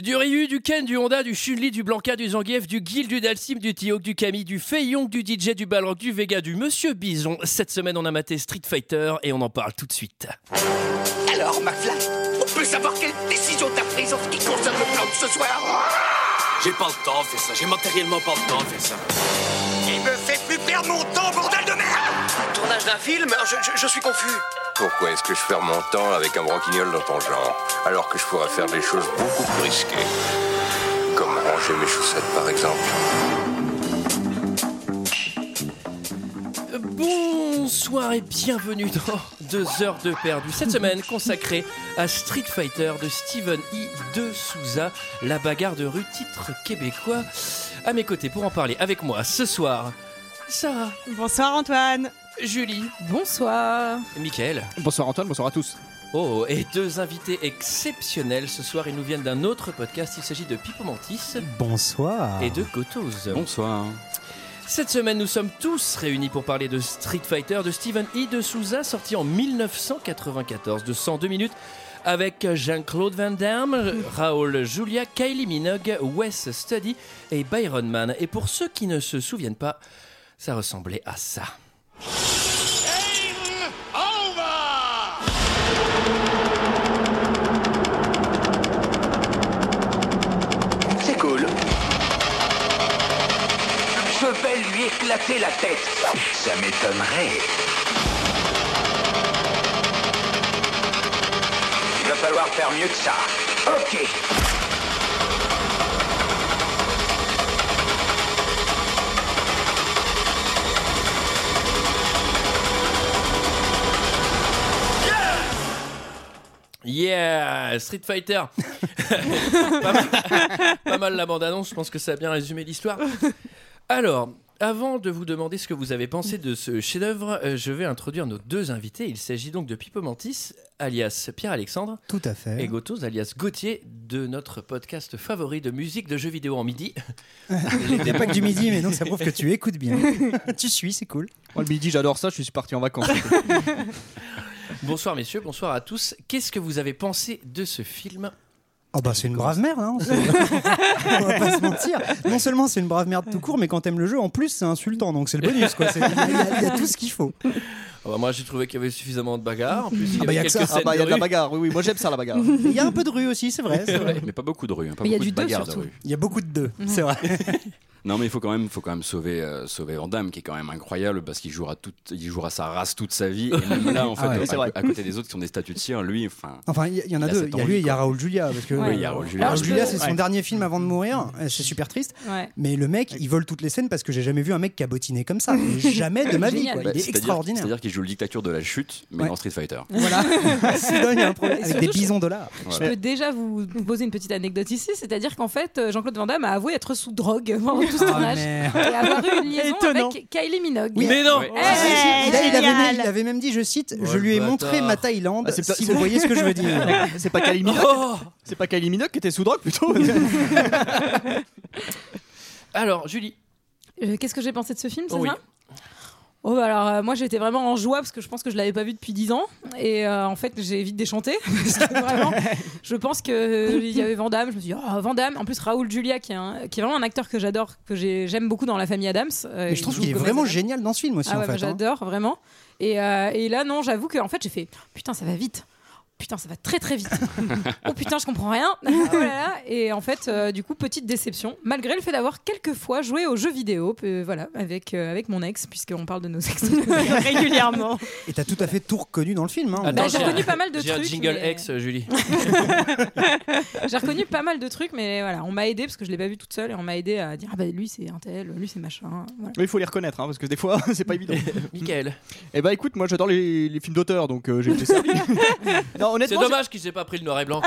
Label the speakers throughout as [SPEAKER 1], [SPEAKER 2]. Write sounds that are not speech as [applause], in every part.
[SPEAKER 1] Du Ryu, du Ken, du Honda, du Chun-Li, du Blanca, du Zangief, du Gil, du Dalsim, du Tioc, du Camille, du Feiong, du DJ, du Balrock, du Vega, du Monsieur Bison. Cette semaine, on a maté Street Fighter et on en parle tout de suite.
[SPEAKER 2] Alors, McFly, on peut savoir quelle décision t'as prise en ce qui concerne le plan de ce soir
[SPEAKER 3] J'ai pas le temps de faire ça, j'ai matériellement pas le temps de faire ça.
[SPEAKER 2] Il me fait plus perdre mon temps, bordel de merde
[SPEAKER 4] Tournage d'un film je, je- je suis confus.
[SPEAKER 5] Pourquoi est-ce que je perds mon temps avec un broquignol dans ton genre, alors que je pourrais faire des choses beaucoup plus risquées Comme ranger mes chaussettes, par exemple.
[SPEAKER 1] Euh, Bonsoir et bienvenue dans 2 heures de perdu. Cette semaine consacrée à Street Fighter de Steven I. de Souza, la bagarre de rue titre québécois. À mes côtés pour en parler avec moi ce soir, Sarah,
[SPEAKER 6] Bonsoir Antoine.
[SPEAKER 1] Julie,
[SPEAKER 7] Bonsoir.
[SPEAKER 1] Michael.
[SPEAKER 8] Bonsoir Antoine, bonsoir à tous.
[SPEAKER 1] Oh, et deux invités exceptionnels ce soir. Ils nous viennent d'un autre podcast. Il s'agit de Pipo Mantis
[SPEAKER 9] Bonsoir.
[SPEAKER 1] et de Gotos.
[SPEAKER 8] Bonsoir.
[SPEAKER 1] Cette semaine, nous sommes tous réunis pour parler de Street Fighter de Steven E. de Souza, sorti en 1994 de 102 minutes. Avec Jean-Claude Van Damme, Raoul Julia, Kylie Minogue, Wes Study et Byron Man. Et pour ceux qui ne se souviennent pas, ça ressemblait à ça.
[SPEAKER 2] C'est cool. Je vais lui éclater la tête. Ça m'étonnerait. Il va falloir faire mieux que ça. Ok.
[SPEAKER 1] Yeah Street [laughs] Fighter pas, mal, pas mal la bande-annonce, je pense que ça a bien résumé l'histoire. Alors, avant de vous demander ce que vous avez pensé de ce chef-d'œuvre, euh, je vais introduire nos deux invités. Il s'agit donc de Pipo Mantis, alias Pierre-Alexandre,
[SPEAKER 9] Tout à
[SPEAKER 1] et
[SPEAKER 9] fait.
[SPEAKER 1] Gotos, alias Gauthier, de notre podcast favori de musique de jeux vidéo en midi. Les
[SPEAKER 9] Il n'y a pas que du midi, mais donc ça prouve que tu écoutes bien. [laughs] tu suis, c'est cool.
[SPEAKER 8] Moi, le midi, j'adore ça, je suis parti en [laughs] vacances.
[SPEAKER 1] Bonsoir messieurs, bonsoir à tous. Qu'est-ce que vous avez pensé de ce film
[SPEAKER 9] Oh bah c'est une brave merde, hein. c'est- on va pas se mentir. Non seulement c'est une brave merde tout court, mais quand t'aimes le jeu, en plus c'est insultant, donc c'est le bonus quoi. C'est- Il y, a- il y a tout ce qu'il faut.
[SPEAKER 1] Ah bah, Moi j'ai trouvé qu'il y avait suffisamment de bagarres, en plus il y
[SPEAKER 9] bah,
[SPEAKER 1] avait
[SPEAKER 9] y a que
[SPEAKER 1] quelques
[SPEAKER 9] ça.
[SPEAKER 1] scènes
[SPEAKER 8] Ah bah, il y a de la
[SPEAKER 1] rue.
[SPEAKER 8] bagarre, oui, oui, moi j'aime ça la bagarre. [laughs]
[SPEAKER 9] Il y a un peu de rue aussi, c'est vrai. c'est vrai.
[SPEAKER 10] Mais pas beaucoup de rue, hein, pas
[SPEAKER 7] Mais il y a
[SPEAKER 10] beaucoup
[SPEAKER 7] du
[SPEAKER 10] de
[SPEAKER 7] deux,
[SPEAKER 10] bagarres de
[SPEAKER 7] surtout.
[SPEAKER 10] rue.
[SPEAKER 9] Il y a beaucoup de deux,
[SPEAKER 7] Mhm.
[SPEAKER 9] c'est vrai.
[SPEAKER 10] [laughs] Non, mais il faut quand même, faut quand même sauver, euh, sauver Van Damme, qui est quand même incroyable parce qu'il jouera toute, il jouera sa race toute sa vie. Et même
[SPEAKER 9] [laughs]
[SPEAKER 10] là, en fait,
[SPEAKER 9] Ah ouais,
[SPEAKER 10] euh,
[SPEAKER 8] c'est
[SPEAKER 10] à-
[SPEAKER 8] vrai.
[SPEAKER 10] à, côté des autres qui ont des statuts de cire, lui, enfin,
[SPEAKER 9] Enfin, il y, il y en a
[SPEAKER 10] Il a
[SPEAKER 9] deux.
[SPEAKER 10] cette
[SPEAKER 9] Il y a lui et il y a
[SPEAKER 10] envie,
[SPEAKER 9] Raoul Julia. Parce que
[SPEAKER 7] Ouais.
[SPEAKER 10] oui, il y a Raoul Julia.
[SPEAKER 7] Alors,
[SPEAKER 9] Raoul
[SPEAKER 7] je
[SPEAKER 9] Julia,
[SPEAKER 7] peux-
[SPEAKER 9] c'est son
[SPEAKER 8] ouais.
[SPEAKER 9] dernier film avant de mourir. et C'est super triste.
[SPEAKER 7] Ouais.
[SPEAKER 9] Mais le mec, il vole toutes les scènes parce que j'ai jamais vu un mec cabotiné comme ça.
[SPEAKER 7] [laughs]
[SPEAKER 9] Mais Jamais de ma vie.
[SPEAKER 7] Génial.
[SPEAKER 9] quoi.
[SPEAKER 10] bah,
[SPEAKER 9] Il est
[SPEAKER 10] c'est-à-dire-
[SPEAKER 9] extraordinaire.
[SPEAKER 10] C'est-à-dire qu'il joue le dictature de la chute, mais
[SPEAKER 9] Ouais.
[SPEAKER 10] dans Street Fighter.
[SPEAKER 7] [laughs]
[SPEAKER 9] Voilà. [laughs] C'est dingue, il y a un problème.
[SPEAKER 7] Et
[SPEAKER 9] Avec des
[SPEAKER 7] surtout, je-
[SPEAKER 9] bisons dollars.
[SPEAKER 7] Je peux déjà vous poser une petite anecdote ici, c'est-à-dire qu'en fait, euh, Jean-Claude Van Damme a avoué être sous drogue pendant tout ce tournage
[SPEAKER 9] Ah, merde.
[SPEAKER 7] et avoir eu une liaison
[SPEAKER 6] Étonnant.
[SPEAKER 7] avec Kylie Minogue.
[SPEAKER 1] Mais non
[SPEAKER 10] Ouais.
[SPEAKER 9] Ah, si, si,
[SPEAKER 6] Hey,
[SPEAKER 9] il, a- il avait
[SPEAKER 6] Eh, génial.
[SPEAKER 9] même, il avait même dit, je cite,
[SPEAKER 1] Oh,
[SPEAKER 9] je
[SPEAKER 1] le
[SPEAKER 9] lui ai
[SPEAKER 1] bâtard.
[SPEAKER 9] montré ma Thaïlande,
[SPEAKER 8] Ah, c'est pas-
[SPEAKER 9] si
[SPEAKER 8] c'est-
[SPEAKER 9] vous voyez ce que je
[SPEAKER 8] [laughs]
[SPEAKER 9] veux dire.
[SPEAKER 8] c'est pas Kylie [laughs] Minogue,
[SPEAKER 1] Oh
[SPEAKER 8] c'est pas Kylie Minogue qui était sous drogue [laughs] plutôt.
[SPEAKER 1] Alors Julie,
[SPEAKER 7] Euh, Qu'est-ce que j'ai pensé de ce film, c'est
[SPEAKER 1] Oui.
[SPEAKER 7] ça Oh bah alors euh, moi j'étais vraiment en joie parce que je pense que je l'avais pas vu depuis 10 ans et euh, en fait j'ai vite déchanté [laughs] parce que vraiment je pense que euh, il y avait Van Damme je me suis dit oh Van Damme en plus Raoul Julia qui est, un- qui est vraiment un acteur que j'adore que j'ai- j'aime beaucoup dans la famille Adams euh,
[SPEAKER 9] Mais
[SPEAKER 7] il
[SPEAKER 9] je trouve
[SPEAKER 7] joue
[SPEAKER 9] qu'il est
[SPEAKER 7] Gomez
[SPEAKER 9] vraiment
[SPEAKER 7] Adams.
[SPEAKER 9] génial dans ce film aussi,
[SPEAKER 7] Ah ouais,
[SPEAKER 9] en
[SPEAKER 7] moi,
[SPEAKER 9] fait. hein.
[SPEAKER 7] j'adore vraiment. Et, euh, et là, non, j'avoue qu'en fait, j'ai fait putain, ça va vite. Putain, ça va très
[SPEAKER 1] [laughs]
[SPEAKER 7] très vite. oh putain, je comprends rien. Oh là là. Et en fait, euh, du coup, petite déception, malgré le fait d'avoir quelques fois joué aux jeux vidéo, euh, voilà, avec, euh, avec mon ex, puisqu'on parle de
[SPEAKER 1] [laughs]
[SPEAKER 7] nos ex. [laughs]
[SPEAKER 6] Régulièrement.
[SPEAKER 9] Et t'as tout à fait tout reconnu dans le film. hein.
[SPEAKER 1] Attends,
[SPEAKER 7] Bah, j'ai
[SPEAKER 1] j'ai
[SPEAKER 7] reconnu pas mal de
[SPEAKER 1] j'ai un
[SPEAKER 7] trucs.
[SPEAKER 1] jingle
[SPEAKER 7] mais-
[SPEAKER 1] ex Julie. [laughs]
[SPEAKER 7] J'ai reconnu pas mal de trucs, mais voilà, on m'a aidé parce que je l'ai pas vu toute seule et on m'a aidé à dire ah bah lui c'est un tel, lui c'est machin. Voilà.
[SPEAKER 8] Mais il faut les reconnaître, hein, parce que des fois, [laughs] c'est pas évident.
[SPEAKER 1] Michael.
[SPEAKER 8] Eh bah écoute, moi j'adore les, les films d'auteur, donc euh, j'ai été [laughs] servi. non,
[SPEAKER 1] C'est
[SPEAKER 8] honnêtement,
[SPEAKER 1] dommage qu'il s'est pas pris Ah, le noir et blanc.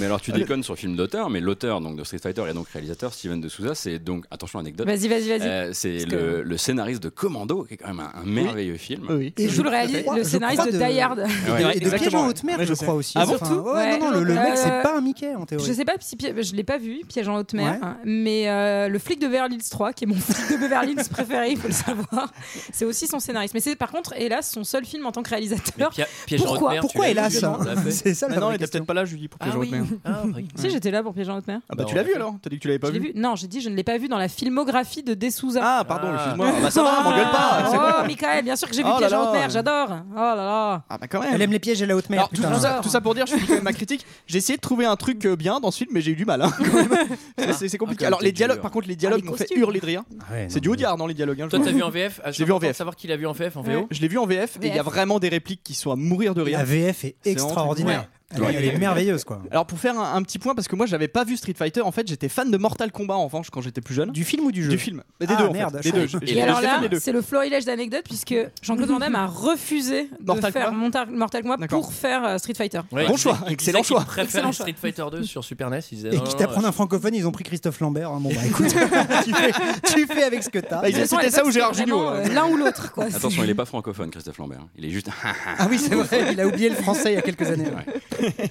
[SPEAKER 10] Mais alors tu déconnes sur le film d'auteur, mais l'auteur donc de Street Fighter et donc réalisateur Steven de Souza, c'est donc attention anecdote.
[SPEAKER 7] Vas-y, vas-y, vas-y.
[SPEAKER 10] euh, c'est
[SPEAKER 7] Parce
[SPEAKER 10] le, le scénariste de Commando, qui est quand même un, un merveilleux film.
[SPEAKER 8] Oui.
[SPEAKER 7] Il joue le, réalis-
[SPEAKER 9] Je crois-
[SPEAKER 7] le
[SPEAKER 9] je
[SPEAKER 7] scénariste
[SPEAKER 9] crois
[SPEAKER 7] de, Die Hard.
[SPEAKER 9] Et de-
[SPEAKER 10] Ouais,
[SPEAKER 9] et de Piège en
[SPEAKER 8] exactement.
[SPEAKER 9] haute mer,
[SPEAKER 8] Ouais,
[SPEAKER 9] je
[SPEAKER 8] je sais.
[SPEAKER 9] crois aussi.
[SPEAKER 7] Ah bon
[SPEAKER 9] Enfin,
[SPEAKER 7] Tout
[SPEAKER 9] ouais,
[SPEAKER 7] Ouais.
[SPEAKER 9] Non, non, le, le mec,
[SPEAKER 7] Euh,
[SPEAKER 9] c'est pas un Mickey en théorie.
[SPEAKER 7] Je sais pas si Pi- je l'ai pas vu, Piège en haute mer,
[SPEAKER 9] Ouais.
[SPEAKER 7] hein, mais euh, le flic de Beverly Hills 3, qui est mon [laughs] flic de Beverly Hills préféré, il faut le savoir, c'est aussi son scénariste. Mais c'est par contre, hélas, son seul film en tant que
[SPEAKER 1] Mais
[SPEAKER 7] réalisateur.
[SPEAKER 1] Pia- Piège en
[SPEAKER 7] pourquoi-
[SPEAKER 1] haute mer, tu
[SPEAKER 9] Pourquoi
[SPEAKER 1] l'as vu,
[SPEAKER 9] hélas
[SPEAKER 1] on l'a fait.
[SPEAKER 9] [laughs] C'est ça
[SPEAKER 8] Ah
[SPEAKER 9] la
[SPEAKER 8] non, elle
[SPEAKER 9] vraie
[SPEAKER 8] était
[SPEAKER 9] question.
[SPEAKER 8] peut-être pas là, Julie, pour
[SPEAKER 1] Ah
[SPEAKER 8] Piège en haute
[SPEAKER 1] oui.
[SPEAKER 8] mer.
[SPEAKER 1] Ah, oui.
[SPEAKER 7] Si j'étais là pour Piège en haute mer.
[SPEAKER 8] Ah bah
[SPEAKER 1] Non,
[SPEAKER 8] tu l'as
[SPEAKER 1] on
[SPEAKER 8] vu
[SPEAKER 1] l'a
[SPEAKER 8] alors T'as dit que tu l'avais pas
[SPEAKER 7] Je l'ai
[SPEAKER 8] vu.
[SPEAKER 7] vu. Non, j'ai dit je ne l'ai pas vu dans la filmographie de Dessouza.
[SPEAKER 8] Ah pardon,
[SPEAKER 1] Ah.
[SPEAKER 8] excuse-moi. Ah Bah ça va, m'engueule pas. c'est
[SPEAKER 7] oh,
[SPEAKER 8] bon.
[SPEAKER 7] Michael, bien sûr que j'ai vu
[SPEAKER 8] Oh là
[SPEAKER 7] Piège en
[SPEAKER 8] là.
[SPEAKER 7] haute mer, j'adore. Oh là là.
[SPEAKER 8] Ah bah quand même.
[SPEAKER 9] Elle aime les pièges et la haute mer.
[SPEAKER 8] Alors, tout,
[SPEAKER 9] putain.
[SPEAKER 8] tout ça, tout ça pour dire, je finis quand même ma critique. J'ai essayé de trouver un truc euh, bien dans ce film, mais j'ai eu du mal. hein.
[SPEAKER 7] [laughs]
[SPEAKER 8] C'est- c'est c'est compliqué.
[SPEAKER 10] Ah,
[SPEAKER 8] Alors,
[SPEAKER 10] t'es
[SPEAKER 8] les dialogues,
[SPEAKER 10] dur.
[SPEAKER 8] par contre, les
[SPEAKER 7] Ah,
[SPEAKER 8] dialogues
[SPEAKER 7] les
[SPEAKER 8] m'ont fait
[SPEAKER 7] costumes.
[SPEAKER 8] hurler de rire. C'est du Audiard dans les dialogues. hein, je
[SPEAKER 1] Toi,
[SPEAKER 8] vous
[SPEAKER 1] t'as vu en VF Ah,
[SPEAKER 8] J'ai vu en
[SPEAKER 1] important de
[SPEAKER 8] VF.
[SPEAKER 1] savoir qu'il a vu en VF, en VO.
[SPEAKER 8] Je l'ai vu en VF, et il y a
[SPEAKER 7] VF.
[SPEAKER 8] vraiment des répliques qui sont à mourir de rire.
[SPEAKER 9] La VF est
[SPEAKER 8] vraiment
[SPEAKER 9] extraordinaire. Elle est- elle est merveilleuse quoi.
[SPEAKER 8] Alors pour faire un, un petit point, parce que moi j'avais pas vu Street Fighter, en fait j'étais fan de Mortal Kombat en revanche quand j'étais plus jeune.
[SPEAKER 9] Du film ou du jeu
[SPEAKER 8] Du film. Des
[SPEAKER 9] Ah,
[SPEAKER 8] deux en
[SPEAKER 9] merde,
[SPEAKER 8] fait. Des
[SPEAKER 9] je-
[SPEAKER 8] deux.
[SPEAKER 9] je-
[SPEAKER 8] J'ai-
[SPEAKER 7] Et alors
[SPEAKER 8] j'ai
[SPEAKER 7] là,
[SPEAKER 8] fait les deux.
[SPEAKER 7] c'est le florilège d'anecdotes puisque Jean-Claude Van Damme a refusé de
[SPEAKER 8] Mortal
[SPEAKER 7] faire
[SPEAKER 8] Kombat.
[SPEAKER 7] Montar- Mortal Kombat
[SPEAKER 8] D'accord.
[SPEAKER 7] pour faire euh, Street Fighter.
[SPEAKER 1] Ouais,
[SPEAKER 8] Bon
[SPEAKER 1] il
[SPEAKER 8] choix,
[SPEAKER 1] disait- il
[SPEAKER 8] excellent
[SPEAKER 1] disait
[SPEAKER 8] choix.
[SPEAKER 1] qu'il préfère
[SPEAKER 7] Excellent choix.
[SPEAKER 1] Street Fighter 2 sur Super NES. Il disait,
[SPEAKER 9] Et
[SPEAKER 1] non,
[SPEAKER 9] quitte
[SPEAKER 1] non,
[SPEAKER 9] à prendre un francophone, ils ont pris Christophe Lambert. hein. Bon bah écoute, [laughs] tu, fais, tu fais avec ce que t'as.
[SPEAKER 8] Bah, ils-
[SPEAKER 7] De toute façon,
[SPEAKER 8] c'était
[SPEAKER 7] à
[SPEAKER 8] ça ou
[SPEAKER 7] l'époque,
[SPEAKER 8] Gérard
[SPEAKER 7] c'était
[SPEAKER 8] Jugnot,
[SPEAKER 7] vraiment,
[SPEAKER 8] ouais.
[SPEAKER 7] euh, L'un ou l'autre, quoi.
[SPEAKER 10] Attention, il est pas francophone, Christophe Lambert. hein. Il est juste.
[SPEAKER 9] Ah oui, c'est vrai, il a oublié le français il y a quelques années. hein.
[SPEAKER 10] Ouais.